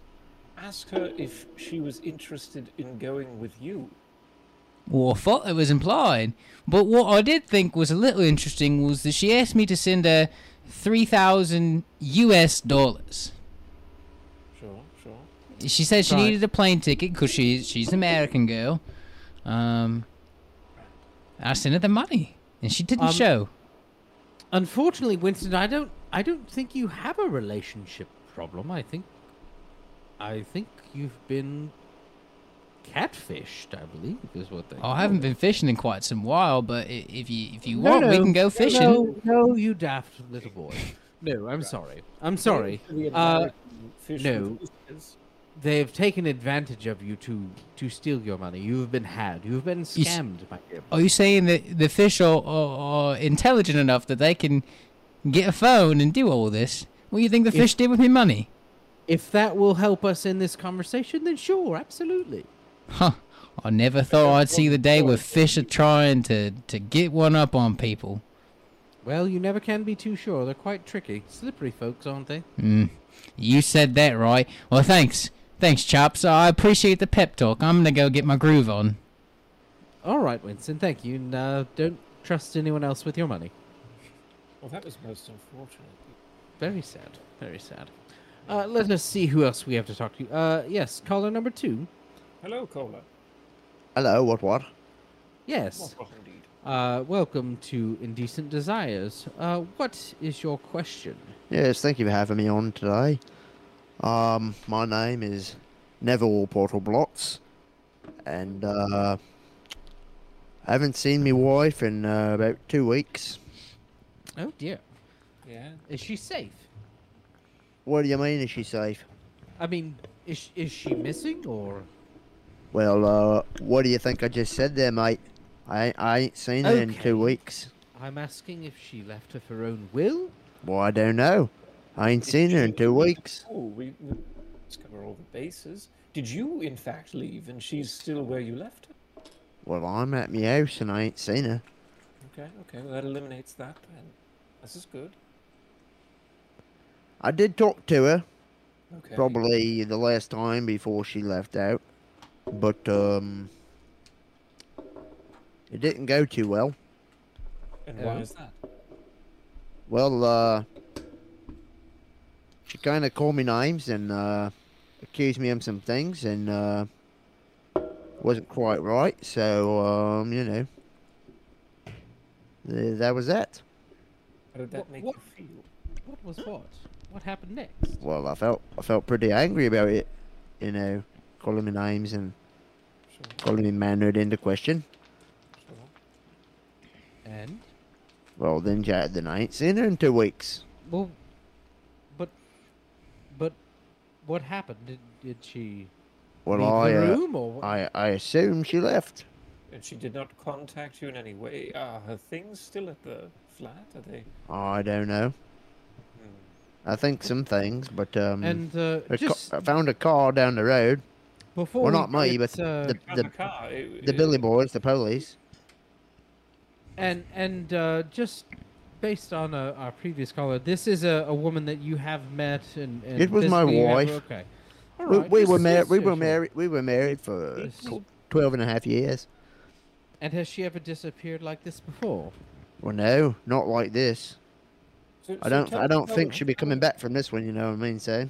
ask her if she was interested in going with you?
Well, I thought it was implied. But what I did think was a little interesting was that she asked me to send her 3,000 US dollars.
Sure, sure.
She said she
Right.
needed a plane ticket because she, she's an American girl. Um, I sent her the money, and she didn't
Um,
show.
Unfortunately, Winston, I don't I don't think you have a relationship problem. I think I think you've been catfished, I believe is what they
Oh, I haven't been fishing in quite some while, but i- if you if you
No,
want, we
no.
can go
No,
fishing.
No, no, you daft little boy. No, I'm sorry. I'm sorry.
The
Uh,
American fish
no,
with fishes.
they've taken advantage of you to to steal your money. You've been had. You've been
You s-
scammed, my dear.
Are you saying that the fish are, are, are intelligent enough that they can get a phone and do all this? What do you think the
If-
fish did with my money?
If that will help us in this conversation, then sure, absolutely.
Huh. I never thought I'd see the day where fish are trying to, to get one up on people.
Well, you never can be too sure. They're quite tricky, slippery folks, aren't they?
Mm. You said that right. Well, thanks. Thanks, Chops. I appreciate the pep talk. I'm going to go get my groove on.
All right, Winston. Thank you. And, uh, don't trust anyone else with your money.
Well, that was most unfortunate.
Very sad. Very sad. Uh, let us see who else we have to talk to. Uh, yes, caller number two.
Hello, Cola.
Hello, what, what?
Yes.
Welcome, indeed.
Uh, welcome to Indecent Desires. Uh, what is your question?
Yes, thank you for having me on today. Um, my name is Neville Portal Blots, and uh, I haven't seen my wife in uh, about two weeks.
Oh dear.
Yeah.
Is she safe?
What do you mean? Is she safe?
I mean, is sh- is she missing or?
Well, uh, what do you think I just said there, mate? I I ain't seen her in
Okay.
two weeks.
I'm asking if she left of her own will.
Well, I don't know. I ain't seen her in two weeks.
Oh, we we let's cover all the bases. Did you, in fact, leave and she's still where you left her?
Well, I'm at my house and I ain't seen her.
Okay, okay. Well, that eliminates that then. This is good.
I did talk to her
Okay.
probably the last time before she left out, but um, it didn't go too well.
And why
Oh.
is that?
Well, uh, she kind of called me names and uh, accused me of some things, and uh, wasn't quite right. So, um, you know, th- that was that.
How did that
Wh-
make
what-
you feel?
What was what? What happened next?
Well, I felt I felt pretty angry about it, you know, calling me names and
Sure,
calling me mannered into question.
sure.
And
Well, then, Jack, then I ain't seen her in two weeks.
well, but but what happened? Did did she
Well,
leave
I,
the
uh,
room or? What?
I I assume she left.
And she did not contact you in any way. Are her things still at the flat? Are they?
I don't know.
Hmm.
I think some things, but um,
and uh,
a ca-
just
I found a car down the road.
before
well,
we
not
get,
me, but
uh,
the
Found
the,
the car. It,
the
it-
Billy Boys, the police.
And and uh, just based on uh, our previous caller, this is a, a woman that you have met and, and
It was my
physically have-
wife.
Okay. All
We,
right,
we
just-
were married.
just-
We
yeah,
were
sure.
married. We were married for
Yes.
tw- 12 and a half years.
And has she ever disappeared like this before?
Well, no, not like this.
so-
I
so
don't.
tell
I
me
don't
about
think
it.
she'll be coming back from this one. You know what I mean? So,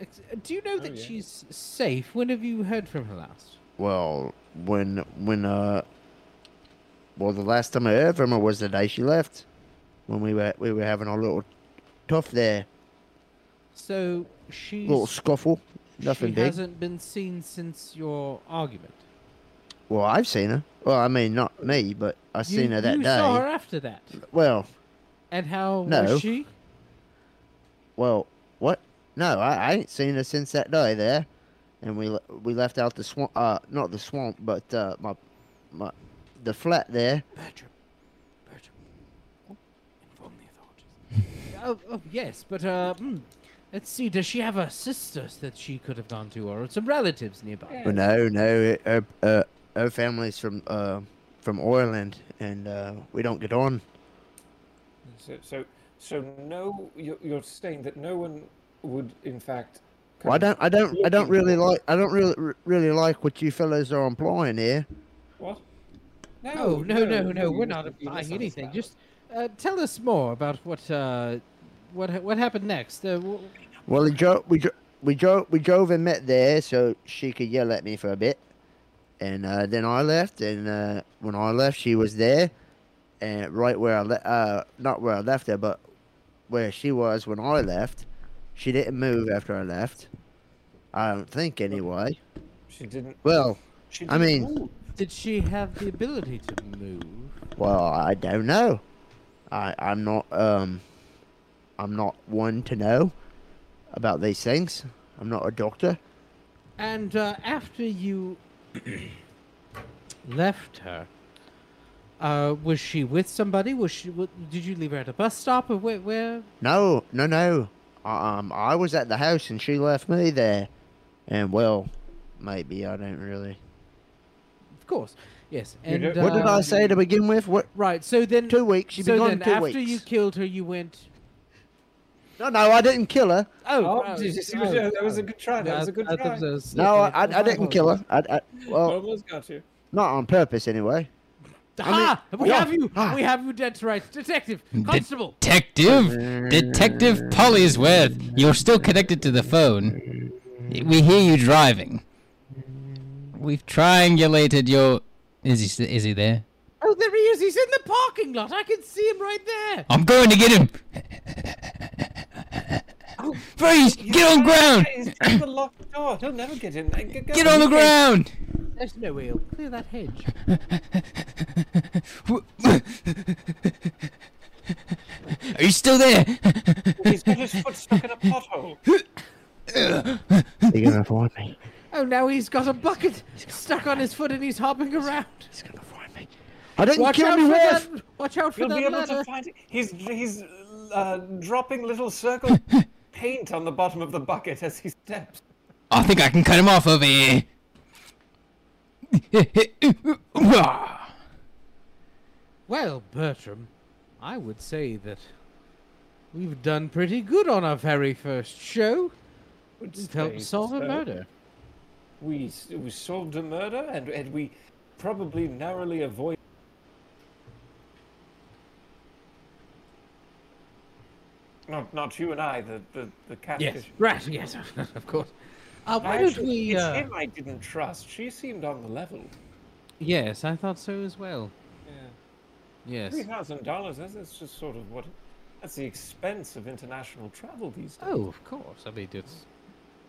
Ex- Do you know that
yeah.
she's safe? When have you heard from her last?
well, when when uh, well, the last time I heard from her was the day she left, when we were we were having our little tough there,
So she's
little scuffle. Nothing
she
big.
hasn't been seen since your argument.
Well, I've seen her. Well, I mean, not me, but I
You-
seen her that
you
day.
saw her after that.
Well,
And how
No.
was she?
well, what? No, I, I ain't seen her since that day there, and we le- we left out the swamp. Uh, not the swamp, but uh, my my the flat there.
Bertram. Bertram. Inform the authorities. oh, oh, yes, but, uh, hmm, let's see, does she have a sister that she could have gone to or some relatives
Eh,
nearby?
Well, no, no, it- her uh, her family's from uh from Ireland, and uh, we don't get on.
So, so, so no. You're, you're saying that no one would, in fact.
Well, I
come
don't, I don't, I don't
looking
really
for-
like, I don't really really like what you fellows are implying here.
What?
No, no, no, no. We're not buying anything. Just uh, tell us more about what uh, what ha- what happened next. Uh, wh-
Well, we drove, we, dro- we drove, we drove and met there, so she could yell at me for a bit, and uh, then I left. And uh, when I left, she was there, and right where I le- uh, not where I left her, but where she was when I left. She didn't move after I left. I don't think, anyway.
She didn't.
Well,
She
I
didn't
mean-
move.
did she have the ability to move?
Well, I don't know. I I'm not um I'm not one to know about these things. I'm not a doctor.
And uh, after you left her, uh, was she with somebody? Was she? wa- did you leave her at a bus stop or where? where?
No, no, no. I- Um, I was at the house and she left me there. And well, maybe I don't really.
Of course, yes.
You
And
don't-
What did I
uh,
say to begin with? What?
Right. So then,
Two weeks. She'd
so
been gone
then
two
after
weeks.
you killed her, you went.
No, no, I didn't kill her.
Oh,
Oh,
oh,
Jesus,
oh,
yeah, that was a good try. That
I-
was a good
I thought
try.
that was-
No, I,
okay,
I, I didn't kill her. I, I, well,
Almost got you.
not on purpose anyway.
Ha! we
yeah.
have you.
Ah.
We have you dead to rights, detective, constable.
Detective, Detective Polysworth, you're still connected to the phone. We hear you driving. We've triangulated your. Is he? st- Is he there?
oh, there he is. He's in the parking lot. I can see him right there.
I'm going to get him. Freeze! Get on ground.
He's through the locked door. He'll never get in. Go- go-
Get on the ground.
There's no way he'll clear that hedge.
Are you still there?
He's got his foot stuck in a pothole.
You're gonna find me.
Oh, now he's got a bucket stuck on his foot and he's hopping around.
He's gonna find me. I didn't
Watch
kill
out
me
for
wife.
that! Watch out for
You'll be
that
able
ladder.
to find it. He's he's uh, dropping little circle paint on the bottom of the bucket as he steps.
I think I can cut him off over here.
Well, Bertram, I would say that we've done pretty good on our very first show. We've helped
say
solve a
so.
murder.
We, s- we solved a murder and, and we probably narrowly avoided. Not, not you and I, the, the, the catfish.
Yes, right. Yes, of course. Uh, why don't
Actually,
we?
it's
uh,
him I didn't trust. She seemed on the level.
Yes, I thought so as well. Yes.
Three thousand dollars. That's that's just sort of what. That's the expense of international travel these days.
Oh, of course. I mean, it's.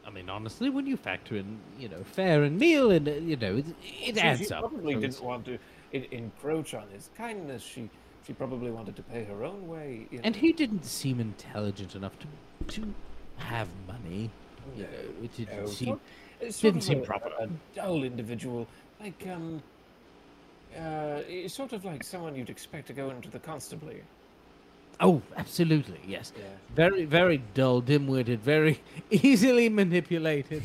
I mean, honestly, when you factor in, you know, fare and meal, and uh, you know, it, it
She-
adds
she
up.
probably
So
didn't
it's-
want to en- encroach on his kindness. She she probably wanted to pay her own way. you
And
know.
he didn't seem intelligent enough to to have money. You know, it didn't
No,
seem.
sort- it's
didn't
sort
seem
of a-
proper.
A dull individual, like um, uh, it's sort of like someone you'd expect to go into the constabulary.
Oh, absolutely, yes.
Yeah.
Very, very dull, dim-witted, very easily manipulated.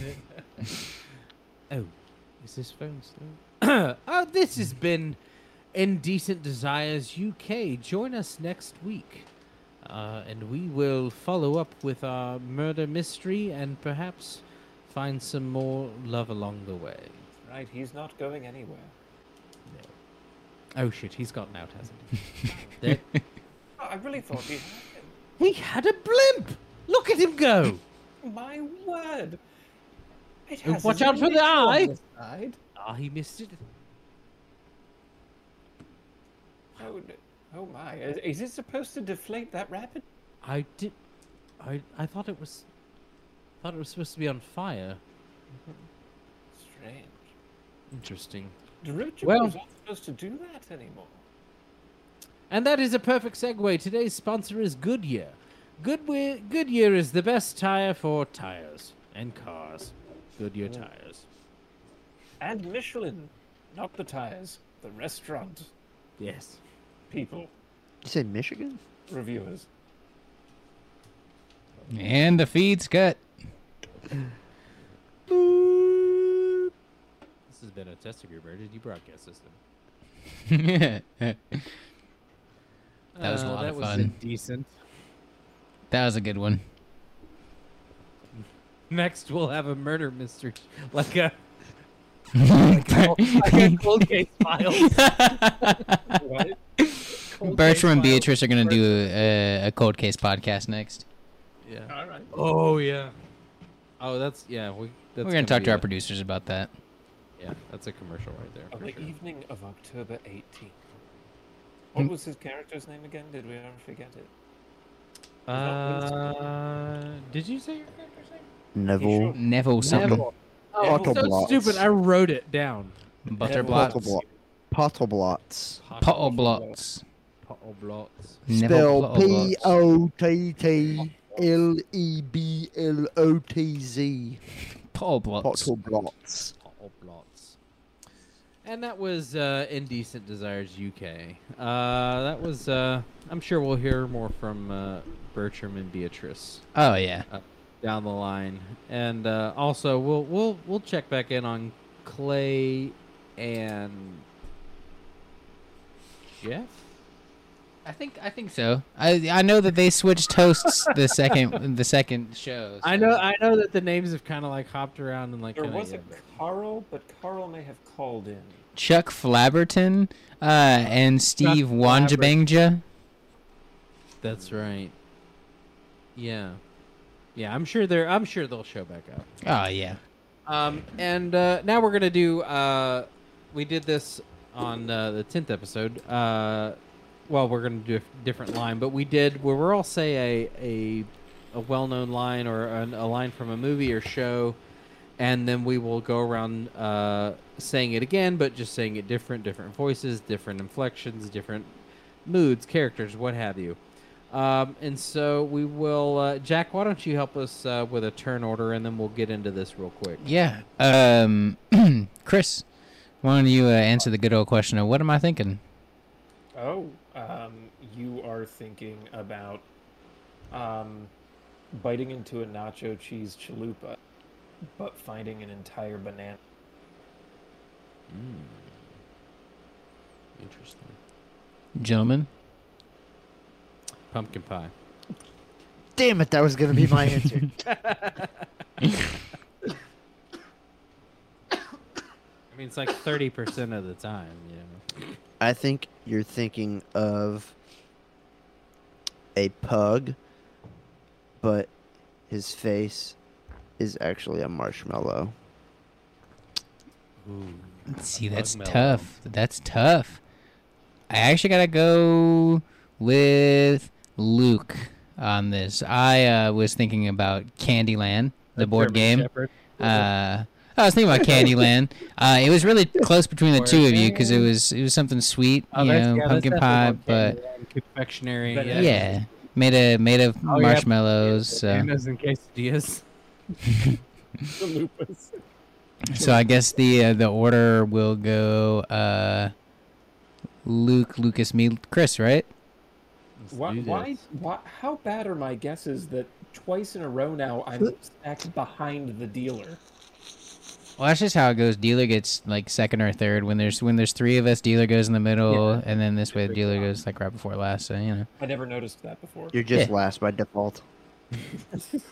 oh, is this phone still? oh, this has been Indecent Desires UK. Join us next week, uh, and we will follow up with our murder mystery and perhaps find some more love along the way.
Right, he's not going anywhere.
Oh shit, he's gotten out, hasn't he? There-
Oh, I I really thought he. had him.
he had a blimp. Look at him go.
My word! It
Oh,
has
watch
his
out for the
initial on
eye.
the side.
Ah, he missed it.
Oh, d- oh my! Is, is it supposed to deflate that rapid?
I did. I I thought it was. Thought it was supposed to be on fire.
Strange.
Interesting.
Derivative
Well-
was not supposed to do that anymore.
And that is a perfect segue. Today's sponsor is Goodyear. Goodyear Goodyear is the best tire for tires and cars. Goodyear tires.
And Michelin, not the tires, the restaurant
Yes.
people,
It's in Michigan.
reviewers.
and the feed's cut.
This has been a test of your Did you broadcast system?
that was a
Uh,
lot
Uh, that
of
was
fun.
indecent.
That was a good one.
Next, we'll have a murder mystery, like a
smile. I got cold case smiles. What?
Bertram and
Cold case smiles.
Beatrice are going to do a, a cold case podcast next.
Yeah.
All right.
Oh yeah. Oh, that's yeah. We that's
We're going to talk
be
to our
a-
producers about that.
Yeah, that's a commercial right there.
On
for
the
sure.
evening of October 18th. What was his character's name again? Did we ever forget it?
Uh, did you say your character's name?
Neville.
Neville something.
Neville.
Yeah,
Oh, it's so
Autobots.
stupid. I wrote it down.
Butterblots.
Pottleblots. Pottleblots.
Pottle blocks.
Pottle blocks.
Neville
Spell
Pottle
P
blocks.
O T T L E B L O T Z.
Pottle blocks.
Pottleblots.
Pottle blots. And that was uh, Indecent Desires UK. Uh, that was. Uh, I'm sure we'll hear more from uh, Bertram and Beatrice
Oh, yeah.
down the line, and uh, also we'll we'll we'll check back in on Clay and Jeff.
I think I think so. I I know that they switched hosts the second the second show.
I
so-
know I know that the names have kind of like hopped around and like.
There
kinda-
was
yeah,
a Carl, but Carl may have called in.
Chuck Flabberton uh, and Steve Wanjabangja.
That's right. Yeah, yeah. I'm sure they're. I'm sure they'll show back up.
Oh yeah.
Um, and uh, now we're gonna do. Uh, we did this on uh, the tenth episode. Uh, well, we're gonna do a different line, but we did where we're all say a a, a well known line or an, a line from a movie or show, and then we will go around uh, saying it again, but just saying it different, different voices, different inflections, different moods, characters, what have you. Um, and so we will, uh, Jack. Why don't you help us uh, with a turn order, and then we'll get into this real quick.
Yeah. Um, Chris, why don't you uh, answer the good old question of what am I thinking?
Oh, um, you are thinking about um, biting into a nacho cheese chalupa, but finding an entire banana.
Interesting.
Gentlemen,
Pumpkin pie.
Damn it, that was going to be my answer.
I mean, it's like thirty percent of the time. You know.
I think you're thinking of a pug, but his face is actually a marshmallow.
see that's
Bug melon.
tough. That's tough. I actually gotta go with Luke on this. I uh, was thinking about Candyland, the board game. Uh, I was thinking about Candyland. Uh, it was really close between the two of you because it was it was something sweet,
Oh,
you know, pumpkin pie, but
confectionery.
yeah. uh, made of made of
Oh, yeah.
marshmallows. So,
Bananas and quesadillas.
Chalupas.
so I guess the uh, the order will go uh, Luke, Lucas, me, Chris, right?
Why, why, why? How bad are my guesses that twice in a row now I'm stacked behind the dealer?
Well, that's just how it goes. Dealer gets like second or third when there's when there's three of us. Dealer goes in the middle, and then this way the dealer goes like right before last. So you know.
I never noticed that before.
You're just
Yeah.
last by default.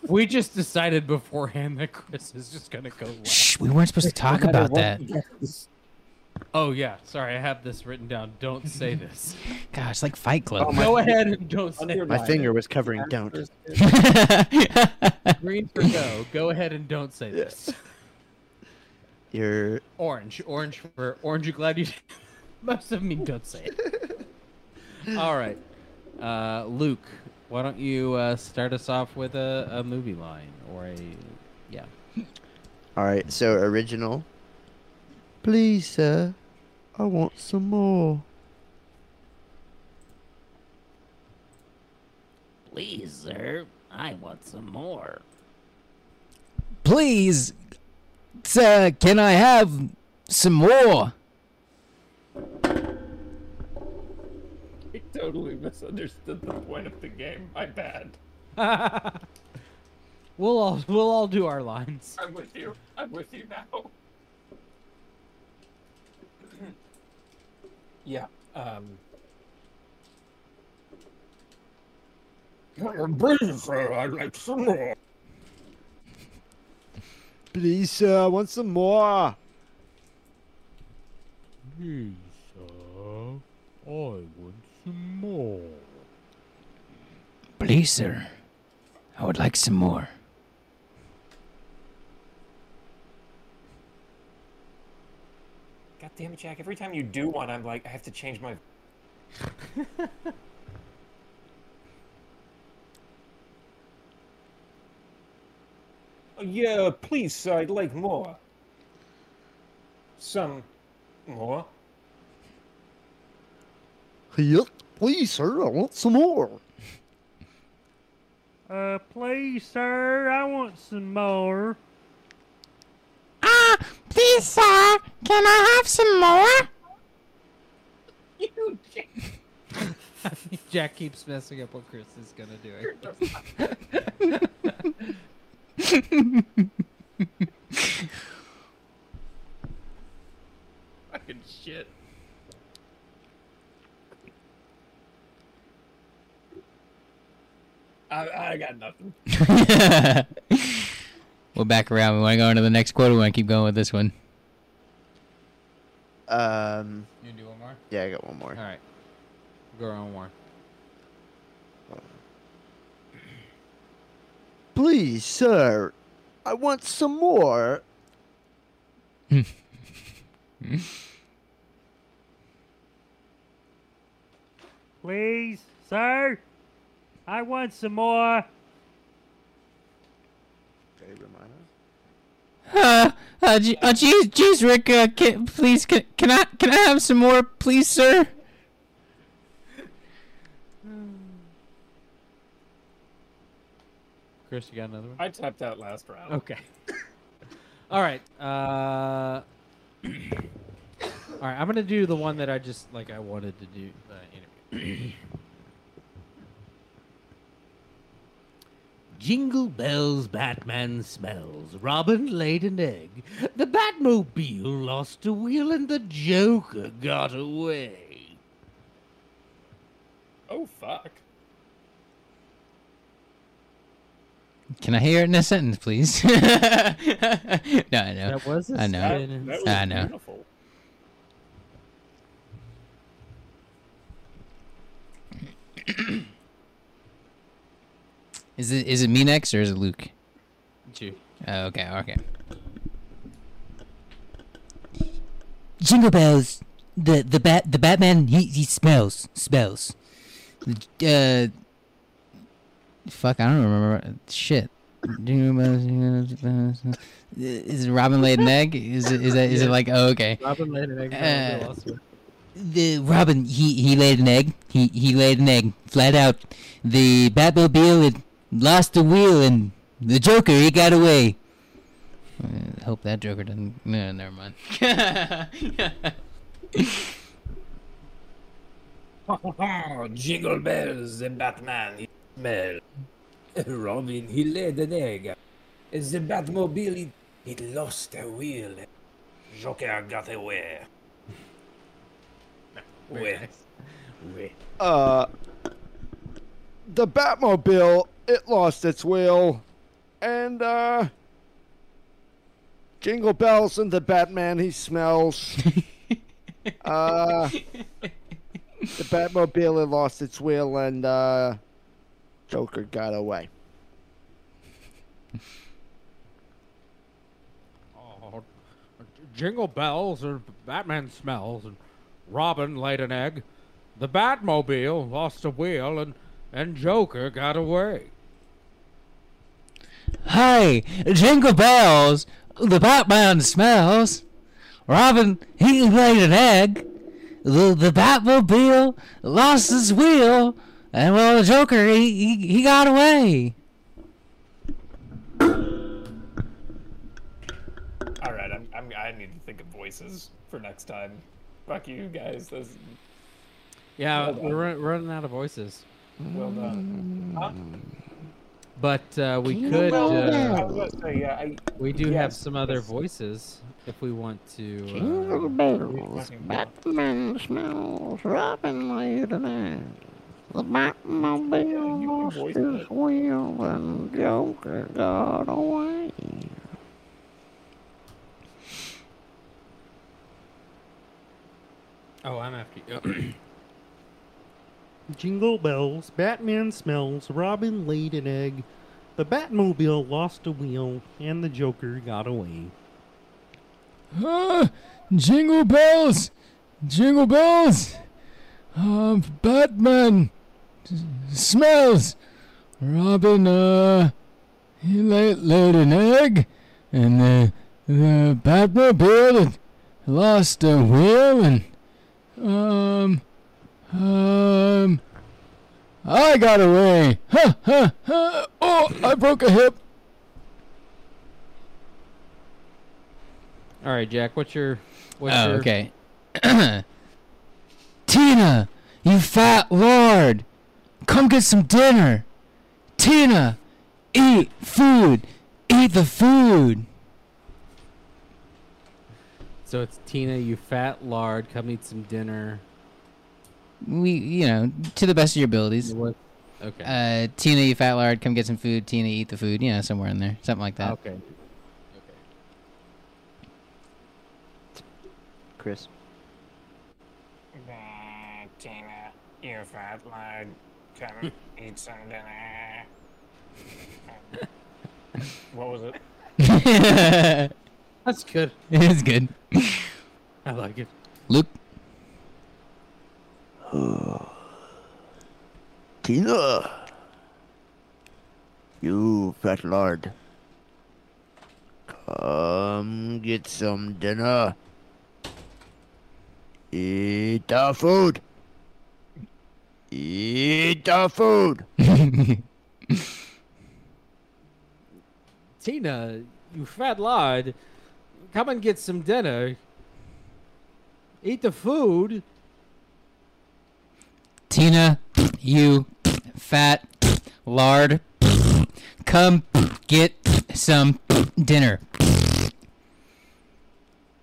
We just decided beforehand that Chris is just gonna go. Last.
Shh, we weren't supposed to talk about that.
Oh yeah, sorry, I have this written down. Don't say this.
Gosh, like Fight Club.
go ahead and don't say it.
My finger was covering don't.
green for go. Go ahead and don't say this.
You're
Orange, orange for orange. You glad you? Most of me don't say it. All right, uh, Luke, why don't you uh, start us off with a, a movie line or a yeah?
All right, so original. Please, sir, I want some more.
Please, sir, I want some more.
Please, sir, can I have some more?
I totally misunderstood the point of the game. My bad.
We'll all we'll all do our lines.
I'm with you. I'm with you now. yeah. Um. I'd like some more.
Please, sir, I want some more.
Please, sir, I want some more.
Please, sir, I would like some more.
God damn it, Jack! Every time you do one, I'm like, I have to change my. Oh, yeah, please, sir. I'd like more. Some more.
Yes, please, sir, I want some more.
Uh, please, sir, I want some more.
Ah, please, sir, can I have some more?
You
Jack keeps messing up what Chris is gonna do.
Fucking shit. I, I got nothing.
We'll back around. We want to go into the next quote. We want to keep going with this one.
Um.
You do one more?
Yeah, I got one more.
All right. Go on one.
Please, sir, I want some more.
Please, sir, I want some more.
Uh, uh, j- uh geez, geez, Rick, uh, can, please, can, can I, can I have some more, please, sir?
Chris, you got another one?
I tapped out last round.
Okay. All right. Uh, all right. I'm gonna do the one that I just like. I wanted to do the interview.
Jingle bells, Batman smells. Robin laid an egg. The Batmobile lost a wheel and the Joker got away.
Oh, fuck.
Can I hear it in a sentence, please? no, I know.
That was a
I know.
sentence. That- that was
I know.
beautiful.
Is it is it me next or is it Luke?
It's you.
Oh, okay, okay.
Jingle bells. The the bat the Batman he he smells smells.
Uh, fuck, I don't remember. Shit. Is it Robin laid an egg? Is it is that is it like oh okay?
Robin laid an egg.
Uh,
Robin lost one.
The Robin he he laid an egg. He he laid an egg flat out. The Batmobile it lost the wheel and the Joker he got away.
Uh, hope that Joker doesn't. No, never mind.
Jingle bells, the Batman he smell. Robin, he laid an egg. The Batmobile, it, it lost a wheel.
Joker got away. Wait.
Wait.
Uh, the Batmobile, it lost its wheel. And, uh, Jingle Bells and the Batman, he smells. uh, the Batmobile, it lost its wheel, and, uh, Joker got away.
Oh, jingle bells or Batman smells, and Robin laid an egg. The Batmobile lost a wheel, and and Joker got away.
Hey, jingle bells, the Batman smells. Robin, he laid an egg. The, the Batmobile lost his wheel, and well, the Joker, he, he, he got away.
All right, I'm, I'm, I need to think of voices for next time. Fuck you guys. Those,
Yeah,
Well done.
we're run, running out of voices.
Well done. Huh?
But uh, we
Jingle
could.
bells.
Uh,
Mm.
I was about to say, yeah, I-
we do have
yes,
some other
yes.
voices if we want to. Uh,
Jingle bells, Batman smells. Robin laid an egg. The Batmobile lost his wheel and Joker got away.
Jingle bells, Batman smells, Robin laid an egg, the Batmobile lost a wheel, and the Joker got away.
Ah, jingle bells! Jingle bells! Uh, Batman s- smells! Robin, uh, he laid, laid an egg, and the, the Batmobile had lost a wheel, and, um, um, I got away! Ha ha ha! Oh, I broke a hip!
All right, Jack. What's your? What's
oh,
your,
okay. Tina, you fat lord, come get some dinner. Tina, eat food. Eat the food.
So it's Tina, you fat lard. Come eat some dinner.
We, you know, to the best of your abilities.
Okay.
Uh, Tina, you fat lard, come get some food. Tina, eat the food. You know, somewhere in there, something like that.
Okay.
Chris.
Nah, Tina, you fat lard. Come eat some dinner. Um, what was it?
That's good.
It is good.
I like it.
Luke.
Tina! You fat lard. Come get some dinner. Eat the food. Eat the food.
Tina, you fat lard. Come and get some dinner. Eat the food.
Tina, you fat lard, come get some dinner.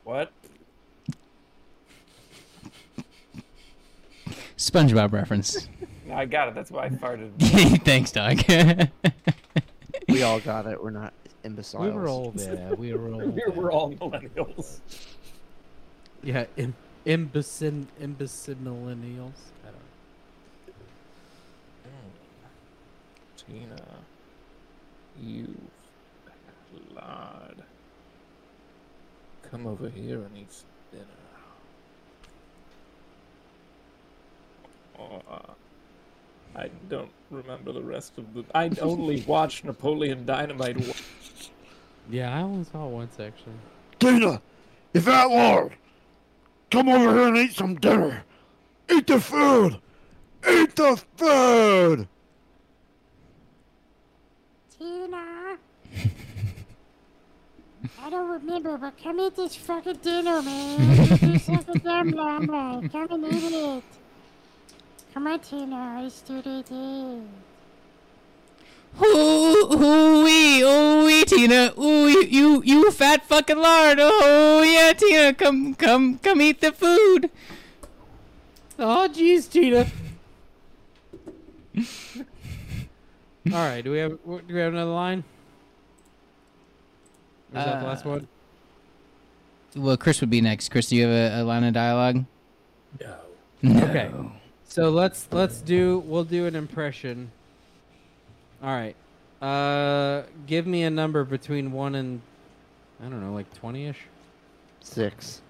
What?
SpongeBob reference.
I got it. That's why I farted.
Thanks, Doc.
we all got it. We're not imbeciles.
We were all there. We were all.
we were all millennials.
Yeah, Im- imbecil imbecil millennials. I don't.
Tina, you lard. Come over here and eat some dinner. Oh, uh, I don't remember the rest of the. I only watched Napoleon Dynamite. once.
Yeah, I only saw it once actually.
Tina, if that lord, come over here and eat some dinner. Eat the food. Eat the food.
Tina. I don't remember, but come eat this fucking dinner, man. Eat this fucking dumb llama. Come and eat it. Come on, Tina. I stood it. in.
Ooh, ooh wee, ooh wee, Tina, ooh you, you, you fat fucking lard. Oh yeah, Tina, come, come, come eat the food.
Oh jeez, Tina. All right, do we have w- do we have another line? Or Is that the last
Uh,
one?
Well, Chris would be next. Chris, do you have a, a line of dialogue? No.
Okay. So let's let's do we'll do an impression. All right. Uh give me a number between 1 and I don't know, like 20ish.
Six.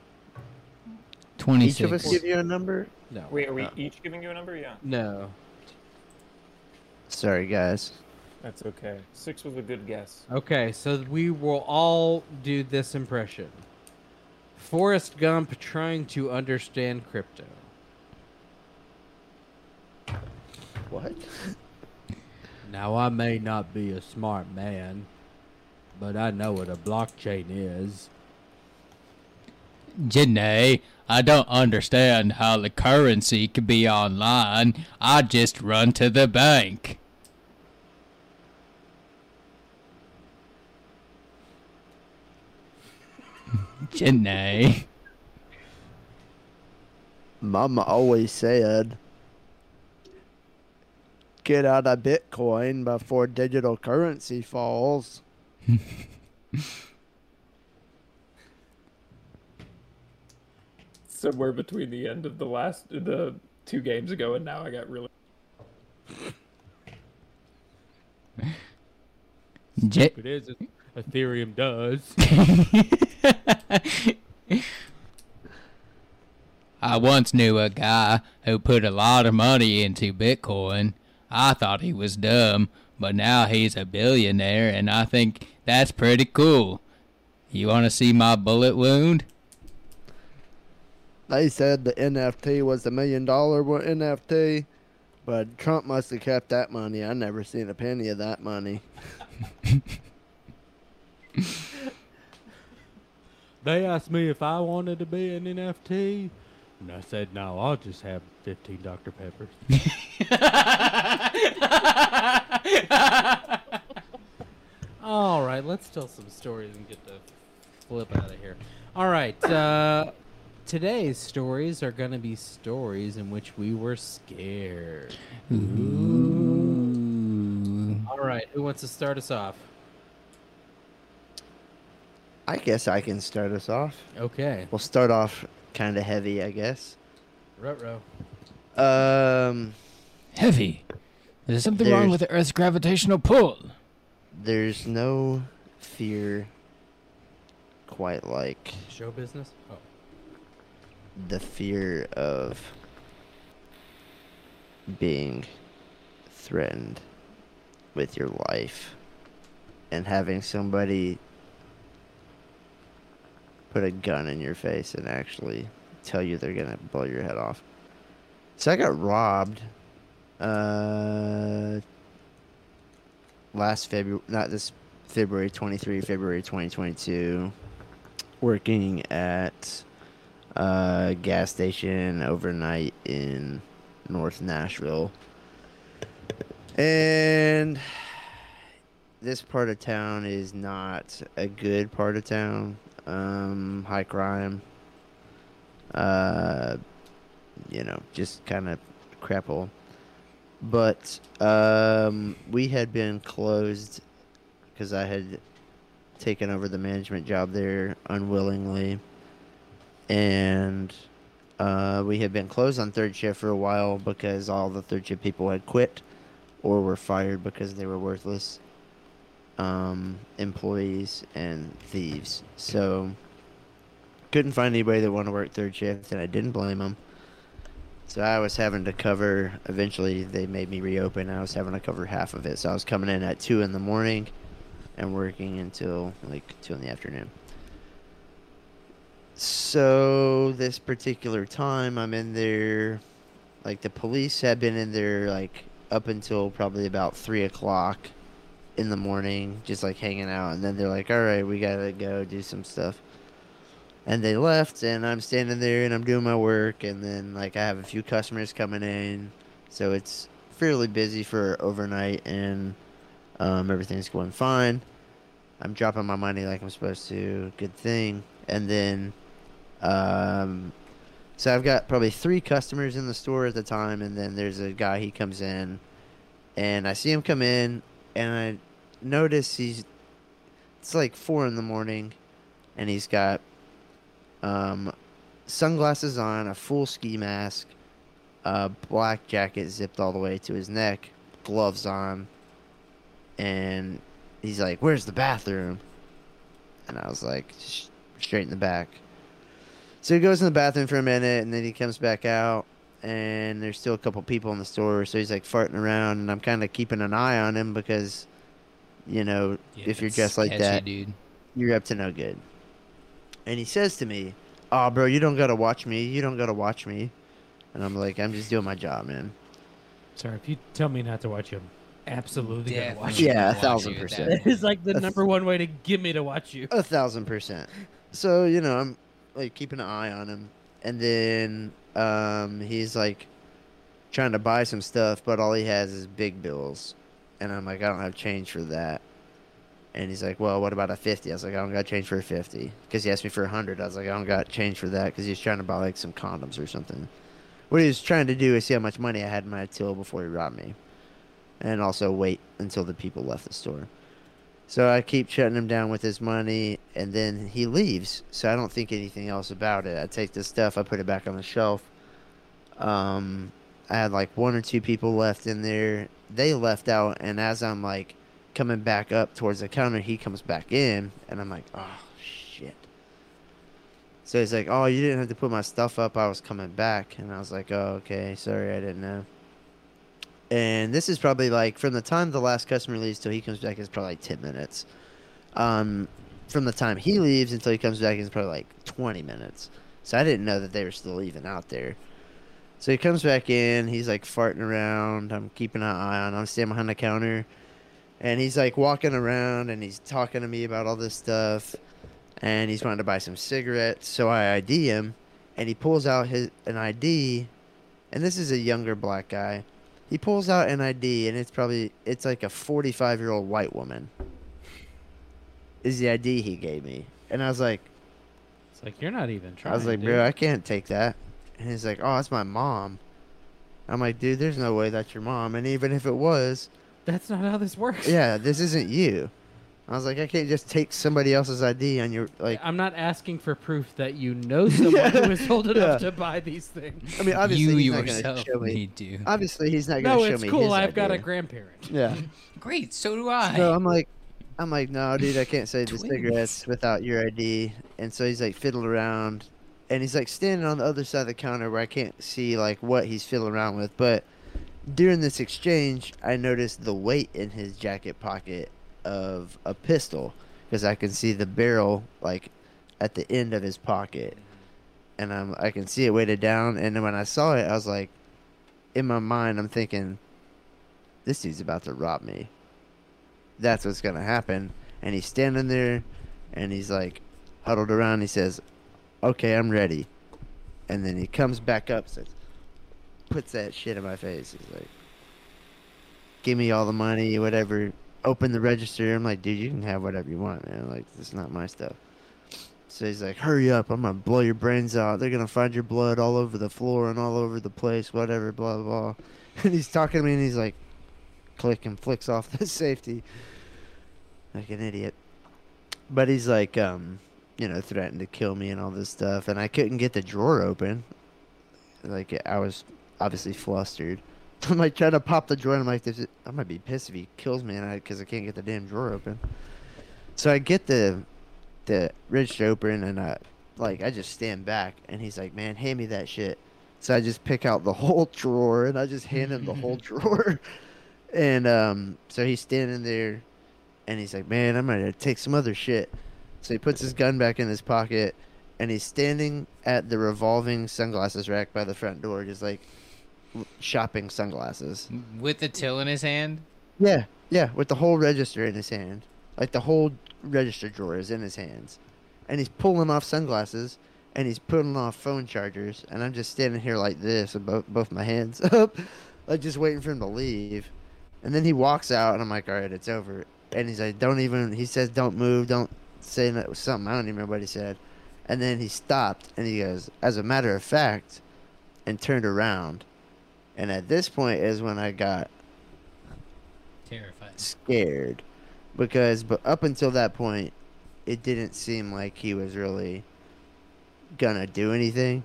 Twenty-six.
Each of us give you a number.
No.
Wait, are we each giving you a number? Yeah.
No.
Sorry, guys.
That's okay. Six was a good guess.
Okay, so we will all do this impression. Forrest Gump trying to understand crypto.
What?
Now, I may not be a smart man, but I know what a blockchain is.
Janae, I don't understand how the currency could be online. I just run to the bank. Janae.
Mama always said, "Get out of Bitcoin before digital currency falls."
somewhere between the end of the last the two games ago and now. I got really
Jet-
It is. Ethereum does.
I once knew a guy who put a lot of money into Bitcoin. I thought he was dumb, but now he's a billionaire, and I think that's pretty cool. You want to see my bullet wound?
They said the NFT was a million dollar wa- NFT, but Trump must have kept that money. I never seen a penny of that money.
They asked me if I wanted to be an NFT, and I said, no, I'll just have 15 Dr. Peppers.
All right, let's tell some stories and get the flip out of here. All right, uh, today's stories are going to be stories in which we were scared. All right, who wants to start us off?
I guess I can start us off.
Okay.
We'll start off kind of heavy, I guess.
Rutro.
Um,
Heavy. There's something wrong with the Earth's gravitational pull.
There's no fear quite like
Show business? Oh.
the fear of being threatened with your life and having somebody put a gun in your face and actually tell you they're gonna blow your head off. So I got robbed uh last February not this February 23, February 2022 working at a uh, gas station overnight in North Nashville. And this part of town is not a good part of town. Um, high crime. Uh, you know, just kind of crapple. But um, we had been closed because I had taken over the management job there unwillingly, and uh, we had been closed on third shift for a while because all the third shift people had quit or were fired because they were worthless um, employees and thieves. So couldn't find anybody that wanted to work third shift, and I didn't blame them. So I was having to cover. Eventually, they made me reopen. I was having to cover half of it. So I was coming in at two in the morning, and working until like two in the afternoon. So this particular time, I'm in there. Like the police had been in there like up until probably about three o'clock in the morning, just like hanging out. And then they're like, "All right, we gotta go do some stuff." and they left and i'm standing there and i'm doing my work and then like i have a few customers coming in so it's fairly busy for overnight and um, everything's going fine i'm dropping my money like i'm supposed to good thing and then um, so i've got probably three customers in the store at the time and then there's a guy he comes in and i see him come in and i notice he's it's like four in the morning and he's got um, sunglasses on, a full ski mask, a black jacket zipped all the way to his neck, gloves on, and he's like, "Where's the bathroom?" And I was like, "Sh- "Straight in the back." So he goes in the bathroom for a minute, and then he comes back out, and there's still a couple people in the store. So he's like farting around, and I'm kind of keeping an eye on him because, you know, if you're
that's
dressed like
sketchy,
that,
dude.
you're up to no good. And he says to me, "Oh, bro, you don't gotta watch me. You don't gotta watch me." And I'm like, "I'm just doing my job, man."
Sorry, if you tell me not to watch him, absolutely gonna watch him.
Yeah, a thousand percent.
That is like the
A th-
number one way to get me to watch you.
A thousand percent. So you know, I'm like keeping an eye on him, and then um, he's like trying to buy some stuff, but all he has is big bills, and I'm like, I don't have change for that. And he's like, Well, what about a fifty? I was like, I don't got change for a fifty because he asked me for a hundred. I was like, I don't got change for that because he was trying to buy like some condoms or something. What he was trying to do is see how much money I had in my till before he robbed me, and also wait until the people left the store. So I keep shutting him down with his money, and then he leaves. So I don't think anything else about it. I take the stuff, I put it back on the shelf. Um, I had like one or two people left in there. They left out, and as I'm like coming back up towards the counter, he comes back in, and I'm like, oh shit. So he's like, oh, you didn't have to put my stuff up. I was coming back, and I was like, oh okay, sorry, I didn't know. And this is probably like from the time the last customer leaves till he comes back is probably like ten minutes. Um, from the time he leaves until he comes back is probably like twenty minutes. So I didn't know that they were still even out there. So he comes back in. He's like farting around. I'm keeping an eye on. him. I'm standing behind the counter, and he's like walking around and he's talking to me about all this stuff, and he's wanting to buy some cigarettes. So I ID him, and he pulls out his an ID, and this is a younger black guy. He pulls out an ID, and it's probably it's like a 45 year old white woman. Is the ID he gave me, and I was like,
It's like you're not even trying.
I was like,
dude.
bro, I can't take that. And he's like, oh, that's my mom. I'm like, dude, there's no way that's your mom. And even if it was,
That's not how this works.
yeah, this isn't you. I was like, I can't just take somebody else's ID on your like.
I'm not asking for proof that you know someone who is old enough to buy these things.
I mean, obviously
you
he's not gonna
yourself
show me.
need to.
Obviously, he's not gonna
No,
show
it's
me.
cool.
his
I've got a
ID.
grandparent.
Yeah.
Great, so do I.
So I'm like, I'm like, no, dude, I can't say the cigarettes without your ID. And so he's like fiddling around, and he's like standing on the other side of the counter where I can't see like what he's fiddling around with. But during this exchange, I noticed the weight in his jacket pocket of a pistol because I can see the barrel like at the end of his pocket, and I'm I can see it weighted down. And then when I saw it, I was like, in my mind, I'm thinking, this dude's about to rob me that's what's gonna happen. And he's standing there, and he's like huddled around. He says, "Okay, I'm ready." And then he comes back up, says, puts that shit in my face. He's like, "Give me all the money, whatever." Open the register. I'm like, "Dude, you can have whatever you want, man. Like, this is not my stuff." So he's like, "Hurry up! I'm gonna blow your brains out. They're gonna find your blood all over the floor and all over the place, whatever." Blah blah. blah. And he's talking to me, and he's like, "Click," and flicks off the safety like an idiot. But he's like, um, you know, threatened to kill me and all this stuff, and I couldn't get the drawer open. Like I was obviously flustered. I'm like trying to pop the drawer, and I'm like, this is, I might be pissed if he kills me, and I because I can't get the damn drawer open. So I get the the register open, and I like I just stand back, and he's like, man, hand me that shit. So I just pick out the whole drawer, and I just hand him the whole drawer. And um, so he's standing there, and he's like, "Man, I'm gonna take some other shit." So he puts his gun back in his pocket, and he's standing at the revolving sunglasses rack by the front door, just like l- shopping sunglasses.
With the till in his hand.
Yeah, yeah, with the whole register in his hand, like the whole register drawer is in his hands, and he's pulling off sunglasses, and he's pulling off phone chargers, and I'm just standing here like this, with both both my hands up, like just waiting for him to leave. And then he walks out, and I'm like, all right, it's over. And he's like, don't even. He says, don't move, don't say no- something. I don't even remember what he said. And then he stopped, and he goes, as a matter of fact, and turned around. And at this point is when I got
Terrified.
scared, because but up until that point, it didn't seem like he was really gonna do anything.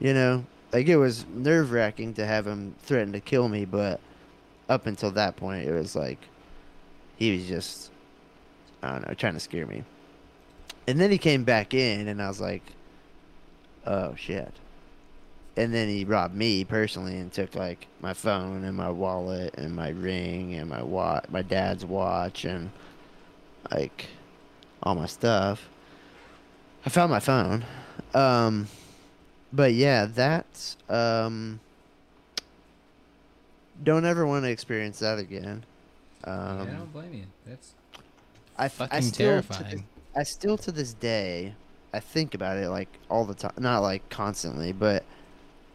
You know, like it was nerve wracking to have him threaten to kill me, but up until that point, it was like he was just, I don't know, trying to scare me. And then he came back in, and I was like, oh shit. And then he robbed me personally and took like my phone and my wallet and my ring and my watch, my dad's watch and like all my stuff. I found my phone. Um, but yeah, that's um, don't ever want to experience that again. Um,
I don't blame you. That's
I, f- I
fucking
still to this-
terrifying.
I still to this day, I think about it like all the time. Not like constantly, but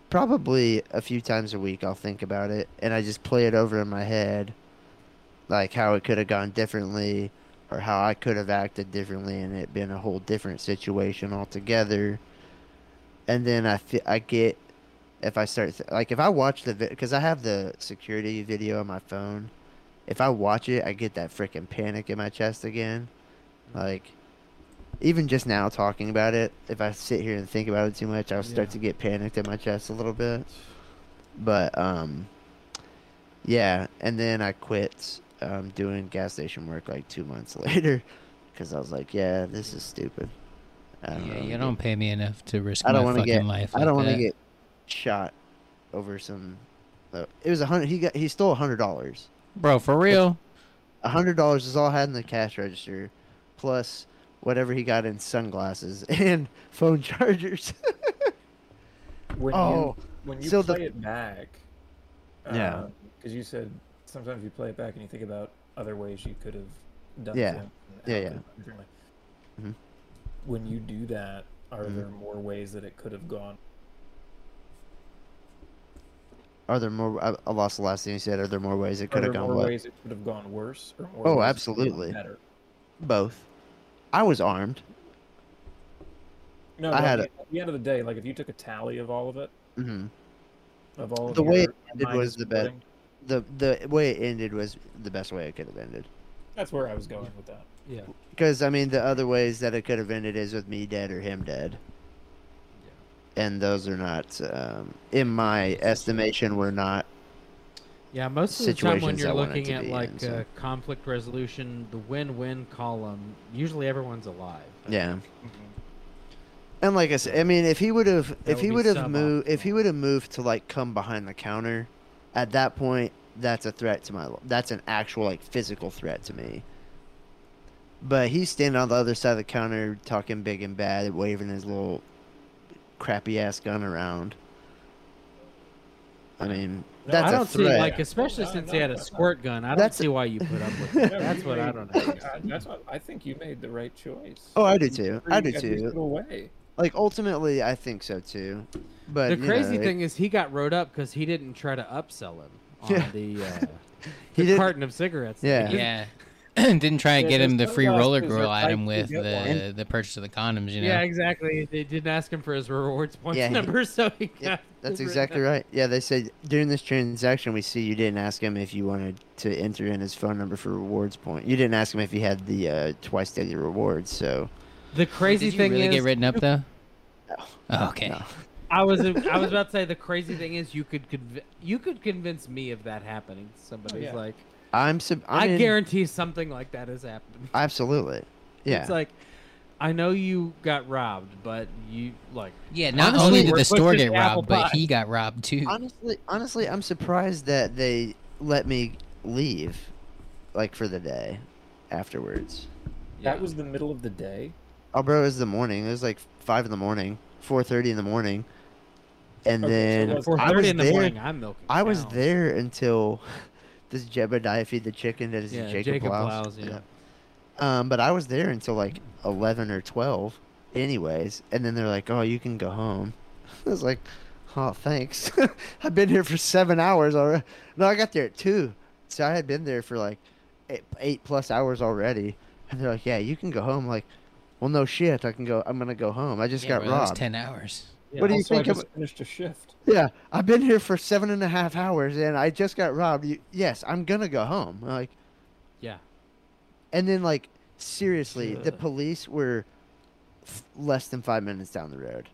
probably a few times a week. I'll think about it, and I just play it over in my head, like how it could have gone differently, or how I could have acted differently, and it been a whole different situation altogether. And then I fe- I get if I start th- like if I watch the because I have the security video on my phone if I watch it, I get that freaking panic in my chest again.
Mm-hmm.
Like, even just now talking about it, if I sit here and think about it too much, I'll start
Yeah.
to get panicked in my chest a little bit. But um, yeah, and then I quit um, doing gas station work like two months later because I was like, yeah, this is stupid. I don't
Yeah,
really
you
get-
don't pay me enough to risk
I don't
my
want to
fucking
get.
life.
I don't
like
want to
that.
get shot over some. uh, It was a hundred. He got. He stole a hundred dollars.
Bro, for real.
A hundred dollars is all I had in the cash register, plus whatever he got in sunglasses and phone chargers.
When
Oh,
you when you
so the-
play it back,
Yeah.
because you said sometimes you play it back and you think about other ways you could have done
Yeah.
things and
Yeah,
how it
yeah.
could've gone differently.
Mhm.
When you do that, are
Mhm.
there more ways that it could have gone?
Are there more? I, I lost the last thing you said. Are there more ways it
Are
could have
there
gone?
more
what?
ways it could have gone worse? Or more
Oh,
ways it could've gone
absolutely.
Better.
Both. I was armed.
No,
I
but
had
at the end of the day, like if you took a tally of all of it,
hmm
of all of
The way
your
it ended
minus
was the best.
voting,
The the way it ended was the best way it could have ended.
That's where I was going with that.
Yeah.
Because I mean, the other ways that it could have ended is with me dead or him dead. And those are not, um, in my estimation, were not.
Yeah, most of the time when
situations
you're
I want it
looking
to
at
be in,
like
so-
uh, conflict resolution, the win-win column, usually everyone's alive.
Yeah. Mm-hmm. And like I said, I mean, if he would have, if
would
he
be
would have
suboptimal.
moved, if he would have moved to like come behind the counter, at that point, that's a threat to my. li- That's an actual like physical threat to me. But he's standing on the other side of the counter, talking big and bad, waving his little crappy ass gun around. I mean, that's
I
a
don't see
threat.
like, especially
No,
since
no,
he had a
that's not-
squirt gun. I don't
That's-
see why you put up with it.
No,
That's
you
what I
made-
don't know.
I- that's what I think you made the right choice.
Oh, I do
In
too.
every-
I do
every
too.
single way.
Like ultimately, I think so too. But
the
you know,
crazy
it-
thing is he got rode up because he didn't try to upsell him on
Yeah.
the, uh, the
He didn't-
carton of cigarettes.
Yeah.
Yeah. Didn't try to
Yeah,
get him the
those
free roller
sunglasses are
grill item
tight to
with
get
the,
one.
the purchase of the condoms, you know?
Yeah, exactly. They didn't ask him for his rewards points
Yeah, he-
number, so he got.
Yeah, that's
the-
exactly right. Yeah, they said during this transaction, we see you didn't ask him if you wanted to enter in his phone number for rewards point. You didn't ask him if he had the uh, twice daily rewards. So
The crazy
Did you
thing
really
is,
get written up, though? Oh, okay.
I was I was about to say the crazy thing is you could conv- you could convince me of that happening. Somebody's
yeah.
like,
I'm, sub-
i
I'm in-
guarantee something like that has happened.
absolutely. Yeah,
It's like, I know you got robbed, but you like.
Yeah, not
honestly,
only did
we're
the store
pushing
get
apple
robbed, but
pie.
he got robbed, too.
honestly, honestly, I'm surprised that they let me leave, like for the day, afterwards.
That was the middle of the day.
Oh, bro, it was the morning. It was like five in the morning, four thirty in the morning, and
Okay,
then
so
I
4:30
was
in the
there-
morning, I'm milking
I was
cows.
there until this Jebediah feed the chicken that is
Yeah,
Jacob,
Jacob
Blouse.
Blouse, yeah.
Um, but I was there until like eleven or twelve, anyways. And then they're like, "Oh, you can go home." I was like, "Oh, thanks. I've been here for seven hours already." No, I got there at two, so I had been there for like eight, eight plus hours already. And they're like, "Yeah, you can go home." I'm like, well, no shit. I can go. I'm gonna go home. I just
Yeah,
got
bro, that was
robbed.
10 hours.
Yeah,
What do you
also,
think
I
of-
just finished a shift.
Yeah, I've been here for seven and a half hours, and I just got robbed. You, yes, I'm gonna go home. Like,
Yeah.
and then like seriously, the
Ugh.
police were f- less than five minutes down the road.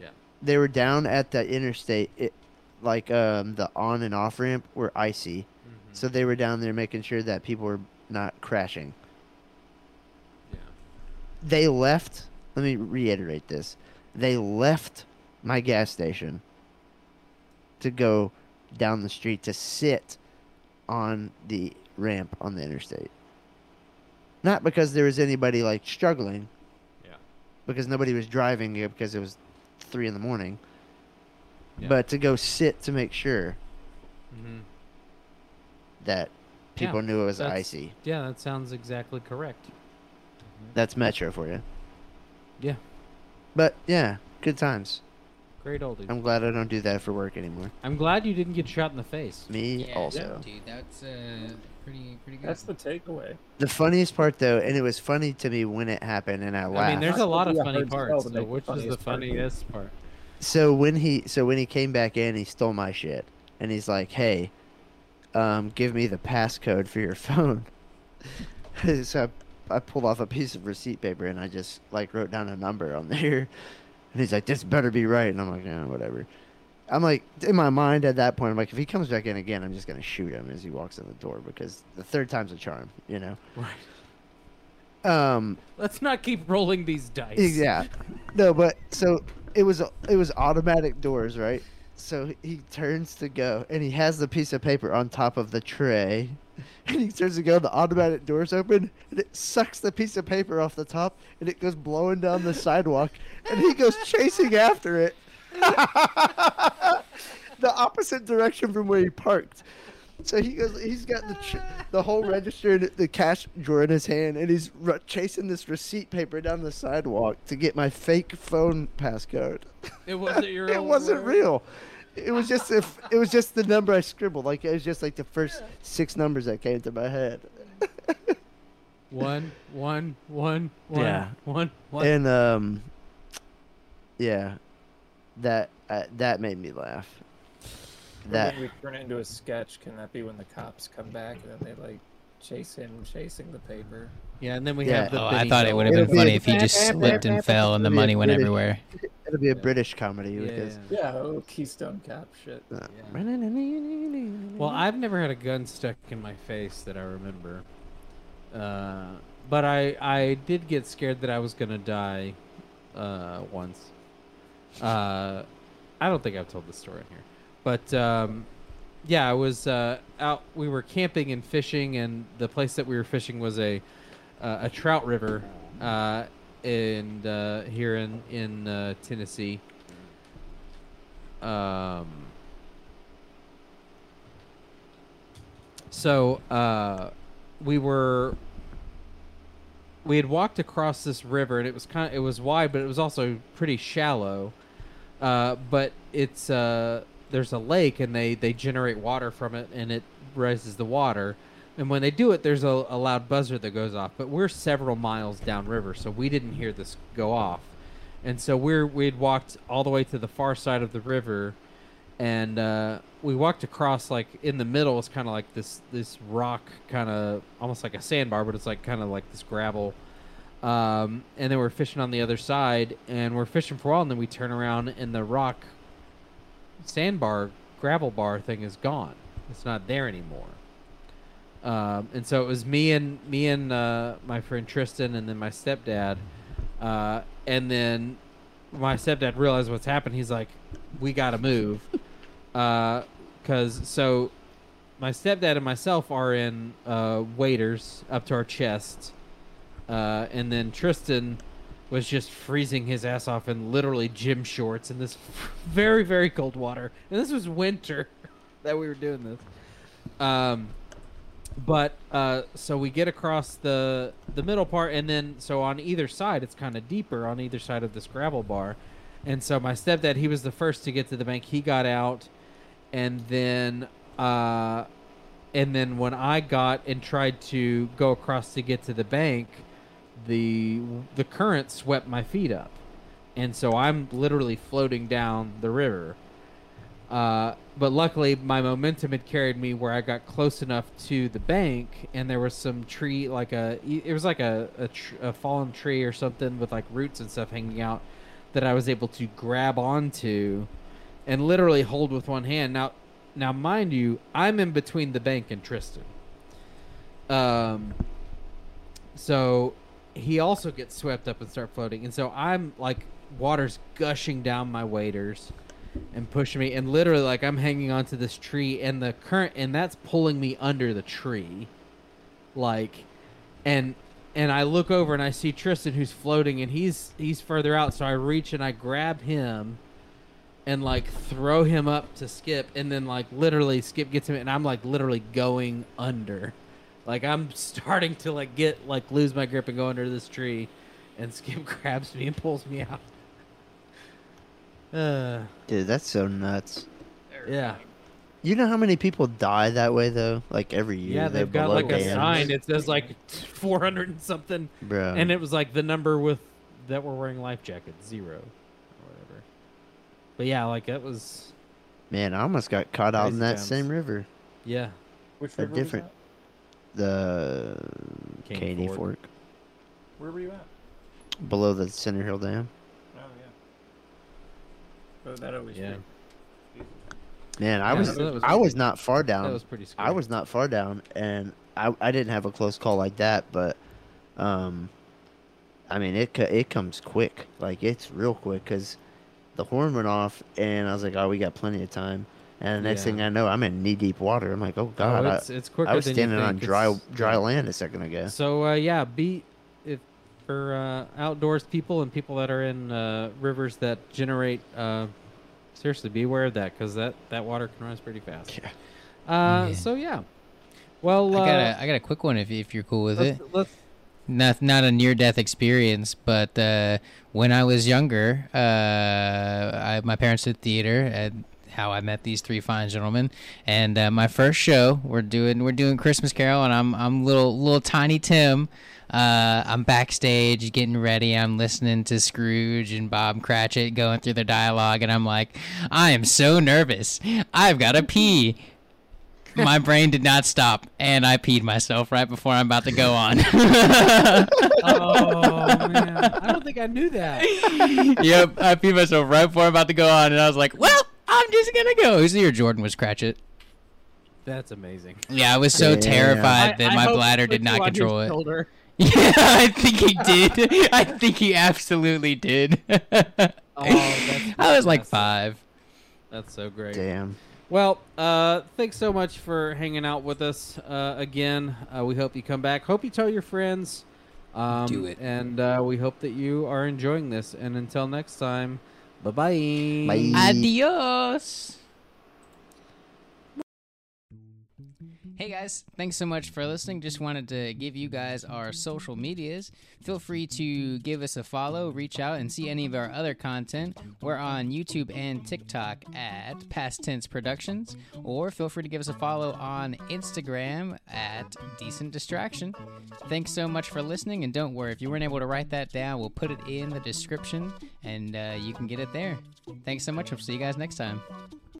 Yeah.
They were down at the interstate, it, like um, the on and off ramp were icy, so they were down there making sure that people were not crashing. They left. Let me reiterate this. They left my gas station to go down the street to sit on the ramp on the interstate. Not because there was anybody like struggling.
Yeah.
Because nobody was driving it because it was three in the morning.
Yeah. Mm-hmm.
But to go sit to make sure that people knew it was
that's-
icy.
Yeah, that sounds exactly correct.
That's Metro for you.
Yeah.
But yeah, good times.
Great oldie.
I'm glad I don't do that for work anymore.
I'm glad you didn't get shot in the face.
Me also.
Dude, that's uh, pretty, pretty good.
That's the takeaway.
The funniest part though, and it was funny to me when it happened, and I laughed.
I mean, there's a lot of
Yeah,
funny
hard to tell,
parts.
but
So
that's the
which is the
funniest
funniest
part.
part?
So when he so when he came back in, he stole my shit, and he's like, "Hey, um, give me the passcode for your phone. so I, I pulled off a piece of receipt paper and I just like wrote down a number on there. And he's like, this better be right. And I'm like, no, whatever. I'm like, in my mind at that point, I'm like, if he comes back in again, I'm just going to shoot him as he walks in the door because the third time's a charm, you know? Right. Um,
Let's not keep rolling these dice.
yeah. No, but so it was it was automatic doors, right? So he turns to go, and he has the piece of paper on top of the tray. And he turns to go, the automatic doors open, and it sucks the piece of paper off the top, and it goes blowing down the sidewalk, and he goes chasing after it. the opposite direction from where he parked. So he goes. He's got the tr- the whole register, and the cash drawer in his hand, and he's r- chasing this receipt paper down the sidewalk to get my fake phone passcode.
It wasn't your
it
own
wasn't
word?
real. It was just if it was just the number I scribbled. Like it was just like the first six numbers that came to my head.
One, one, one, one,
Yeah.
one, one.
And um, yeah, that uh, that made me laugh. That
Maybe we turn it into a sketch. Can that be when the cops come back and then they like chase him, chasing the paper?
yeah, and then we
Yeah.
have the.
Oh, I
Benny
thought it
Hill.
would have been funny if he just slipped and fell and the
It'll be a
money went
British-
everywhere.
It'll be a British comedy
Yeah,
because
Yeah, oh, Keystone Cap shit.
Well, I've never had a gun stuck in my face that I remember. Uh, but I I did get scared that I was gonna die uh, once. Uh, I don't think I've told this story in here, but um, yeah, I was uh, out. We were camping and fishing, and the place that we were fishing was a uh, a trout river, uh, and uh, here in in uh, Tennessee. Um, So uh, we were we had walked across this river, and it was kind of, it was wide, but it was also pretty shallow. Uh, but it's uh, there's a lake, and they they generate water from it, and it raises the water. And when they do it, there's a, a loud buzzer that goes off. But we're several miles downriver, so we didn't hear this go off. And so we're we'd walked all the way to the far side of the river, and uh, we walked across like in the middle is kind of like this this rock kind of almost like a sandbar but it's like kind of like this gravel um, and then we're fishing on the other side and we're fishing for a while and then we turn around and the rock sandbar gravel bar thing is gone it's not there anymore um, and so it was me and me and uh, my friend Tristan, and then my stepdad. Uh, and then my stepdad realized what's happened. He's like, "We gotta move," because so my stepdad and myself are in uh, waders up to our chest, uh, and then Tristan was just freezing his ass off in literally gym shorts in this very very cold water. And this was winter that we were doing this. Um, but uh, so we get across the the middle part, and then so on either side, it's kind of deeper on either side of this gravel bar. And so my stepdad, he was the first to get to the bank. He got out, and then uh, and then when I got and tried to go across to get to the bank, the the current swept my feet up, and so I'm literally floating down the river. Uh, but luckily, my momentum had carried me where I got close enough to the bank, and there was some tree, like a, e, it was like a a, tr- a fallen tree or something with like roots and stuff hanging out, that I was able to grab onto, and literally hold with one hand. Now, now, mind you, I'm in between the bank and Tristan. Um, so he also gets swept up and start floating, and so I'm like water's gushing down my waders and pushing me and literally like i'm hanging onto this tree and the current and that's pulling me under the tree like and and i look over and i see tristan who's floating and he's he's further out so i reach and i grab him and like throw him up to skip and then like literally skip gets him and i'm like literally going under like i'm starting to like get like lose my grip and go under this tree and skip grabs me and pulls me out uh
dude, that's so nuts.
yeah
You know how many people die that way though? Like every year.
Yeah,
they're
they've got
below
like a
dams.
sign. It says like 400 and something.
Bruh.
And it was like the number with that were wearing life jackets, zero or whatever. But yeah, like that was,
Man, I almost got caught out in
Crazy
that
times.
same river.
yeah.
Which
a
river was
different. The
King
Katy
Fork.
Fork.
Where were you at?
below the Center Hill Dam.
Oh yeah. Oh, that always.
Yeah.
Man, I
Yeah,
was,
that was
I
pretty-
was not far down.
that was pretty
Um, I
scary.
was not far down, and I I didn't have a close call like that, but um, I mean it co- it comes quick, like it's real quick because the horn went off, and I was like, oh, we got plenty of time. And the next
Yeah.
thing I know, I'm in knee deep water. I'm like, oh god,
it's-
I,
it's
I
quicker
was
than you
standing on
think.
dry
It's-
dry land a second ago.
So uh, yeah, be if for uh, outdoors people and people that are in uh, rivers that generate. Uh, seriously, be aware of that because that that water can rise pretty fast. Uh,
Oh, Yeah.
So yeah. Well,
I got
uh, Oh,
a I got a quick one if if you're cool with
let's-
it.
let's-
Not not a near death experience, but uh, when I was younger, uh, I, my parents did theater. At how I met these three fine gentlemen, and uh, my first show we're doing we're doing Christmas Carol, and I'm I'm little little tiny Tim. Uh, I'm backstage getting ready. I'm listening to Scrooge and Bob Cratchit going through their dialogue, and I'm like, I am so nervous. I've got to pee my brain did not stop, and I peed myself right before I'm about to go on.
oh man, I don't think I knew that.
yep, I peed myself right before I'm about to go on, and I was like, "Well, I'm just gonna go." Who's the year Jordan was Cratchit?
That's amazing.
Yeah, I was so
Yeah.
terrified
I-
that
I
my
hope
bladder
he
did
put
not
you on his
control it.
shoulder.
Yeah, I think he did. I think he absolutely did. I was like five.
Oh, That's so great.
Damn.
Well, uh, thanks so much for hanging out with us uh, again. Uh, we hope you come back. Hope you tell your friends. Um,
Do it.
And uh, we hope that you are enjoying this. And until next time, bye-bye.
Bye.
Adios. Hey guys, thanks so much for listening. Just wanted to give you guys our social medias. Feel free to give us a follow, reach out, and see any of our other content. We're on YouTube and TikTok at Past Tense Productions, or feel free to give us a follow on Instagram at Decent Distraction. Thanks so much for listening, and don't worry, if you weren't able to write that down, we'll put it in the description and uh, you can get it there. Thanks so much, we'll see you guys next time.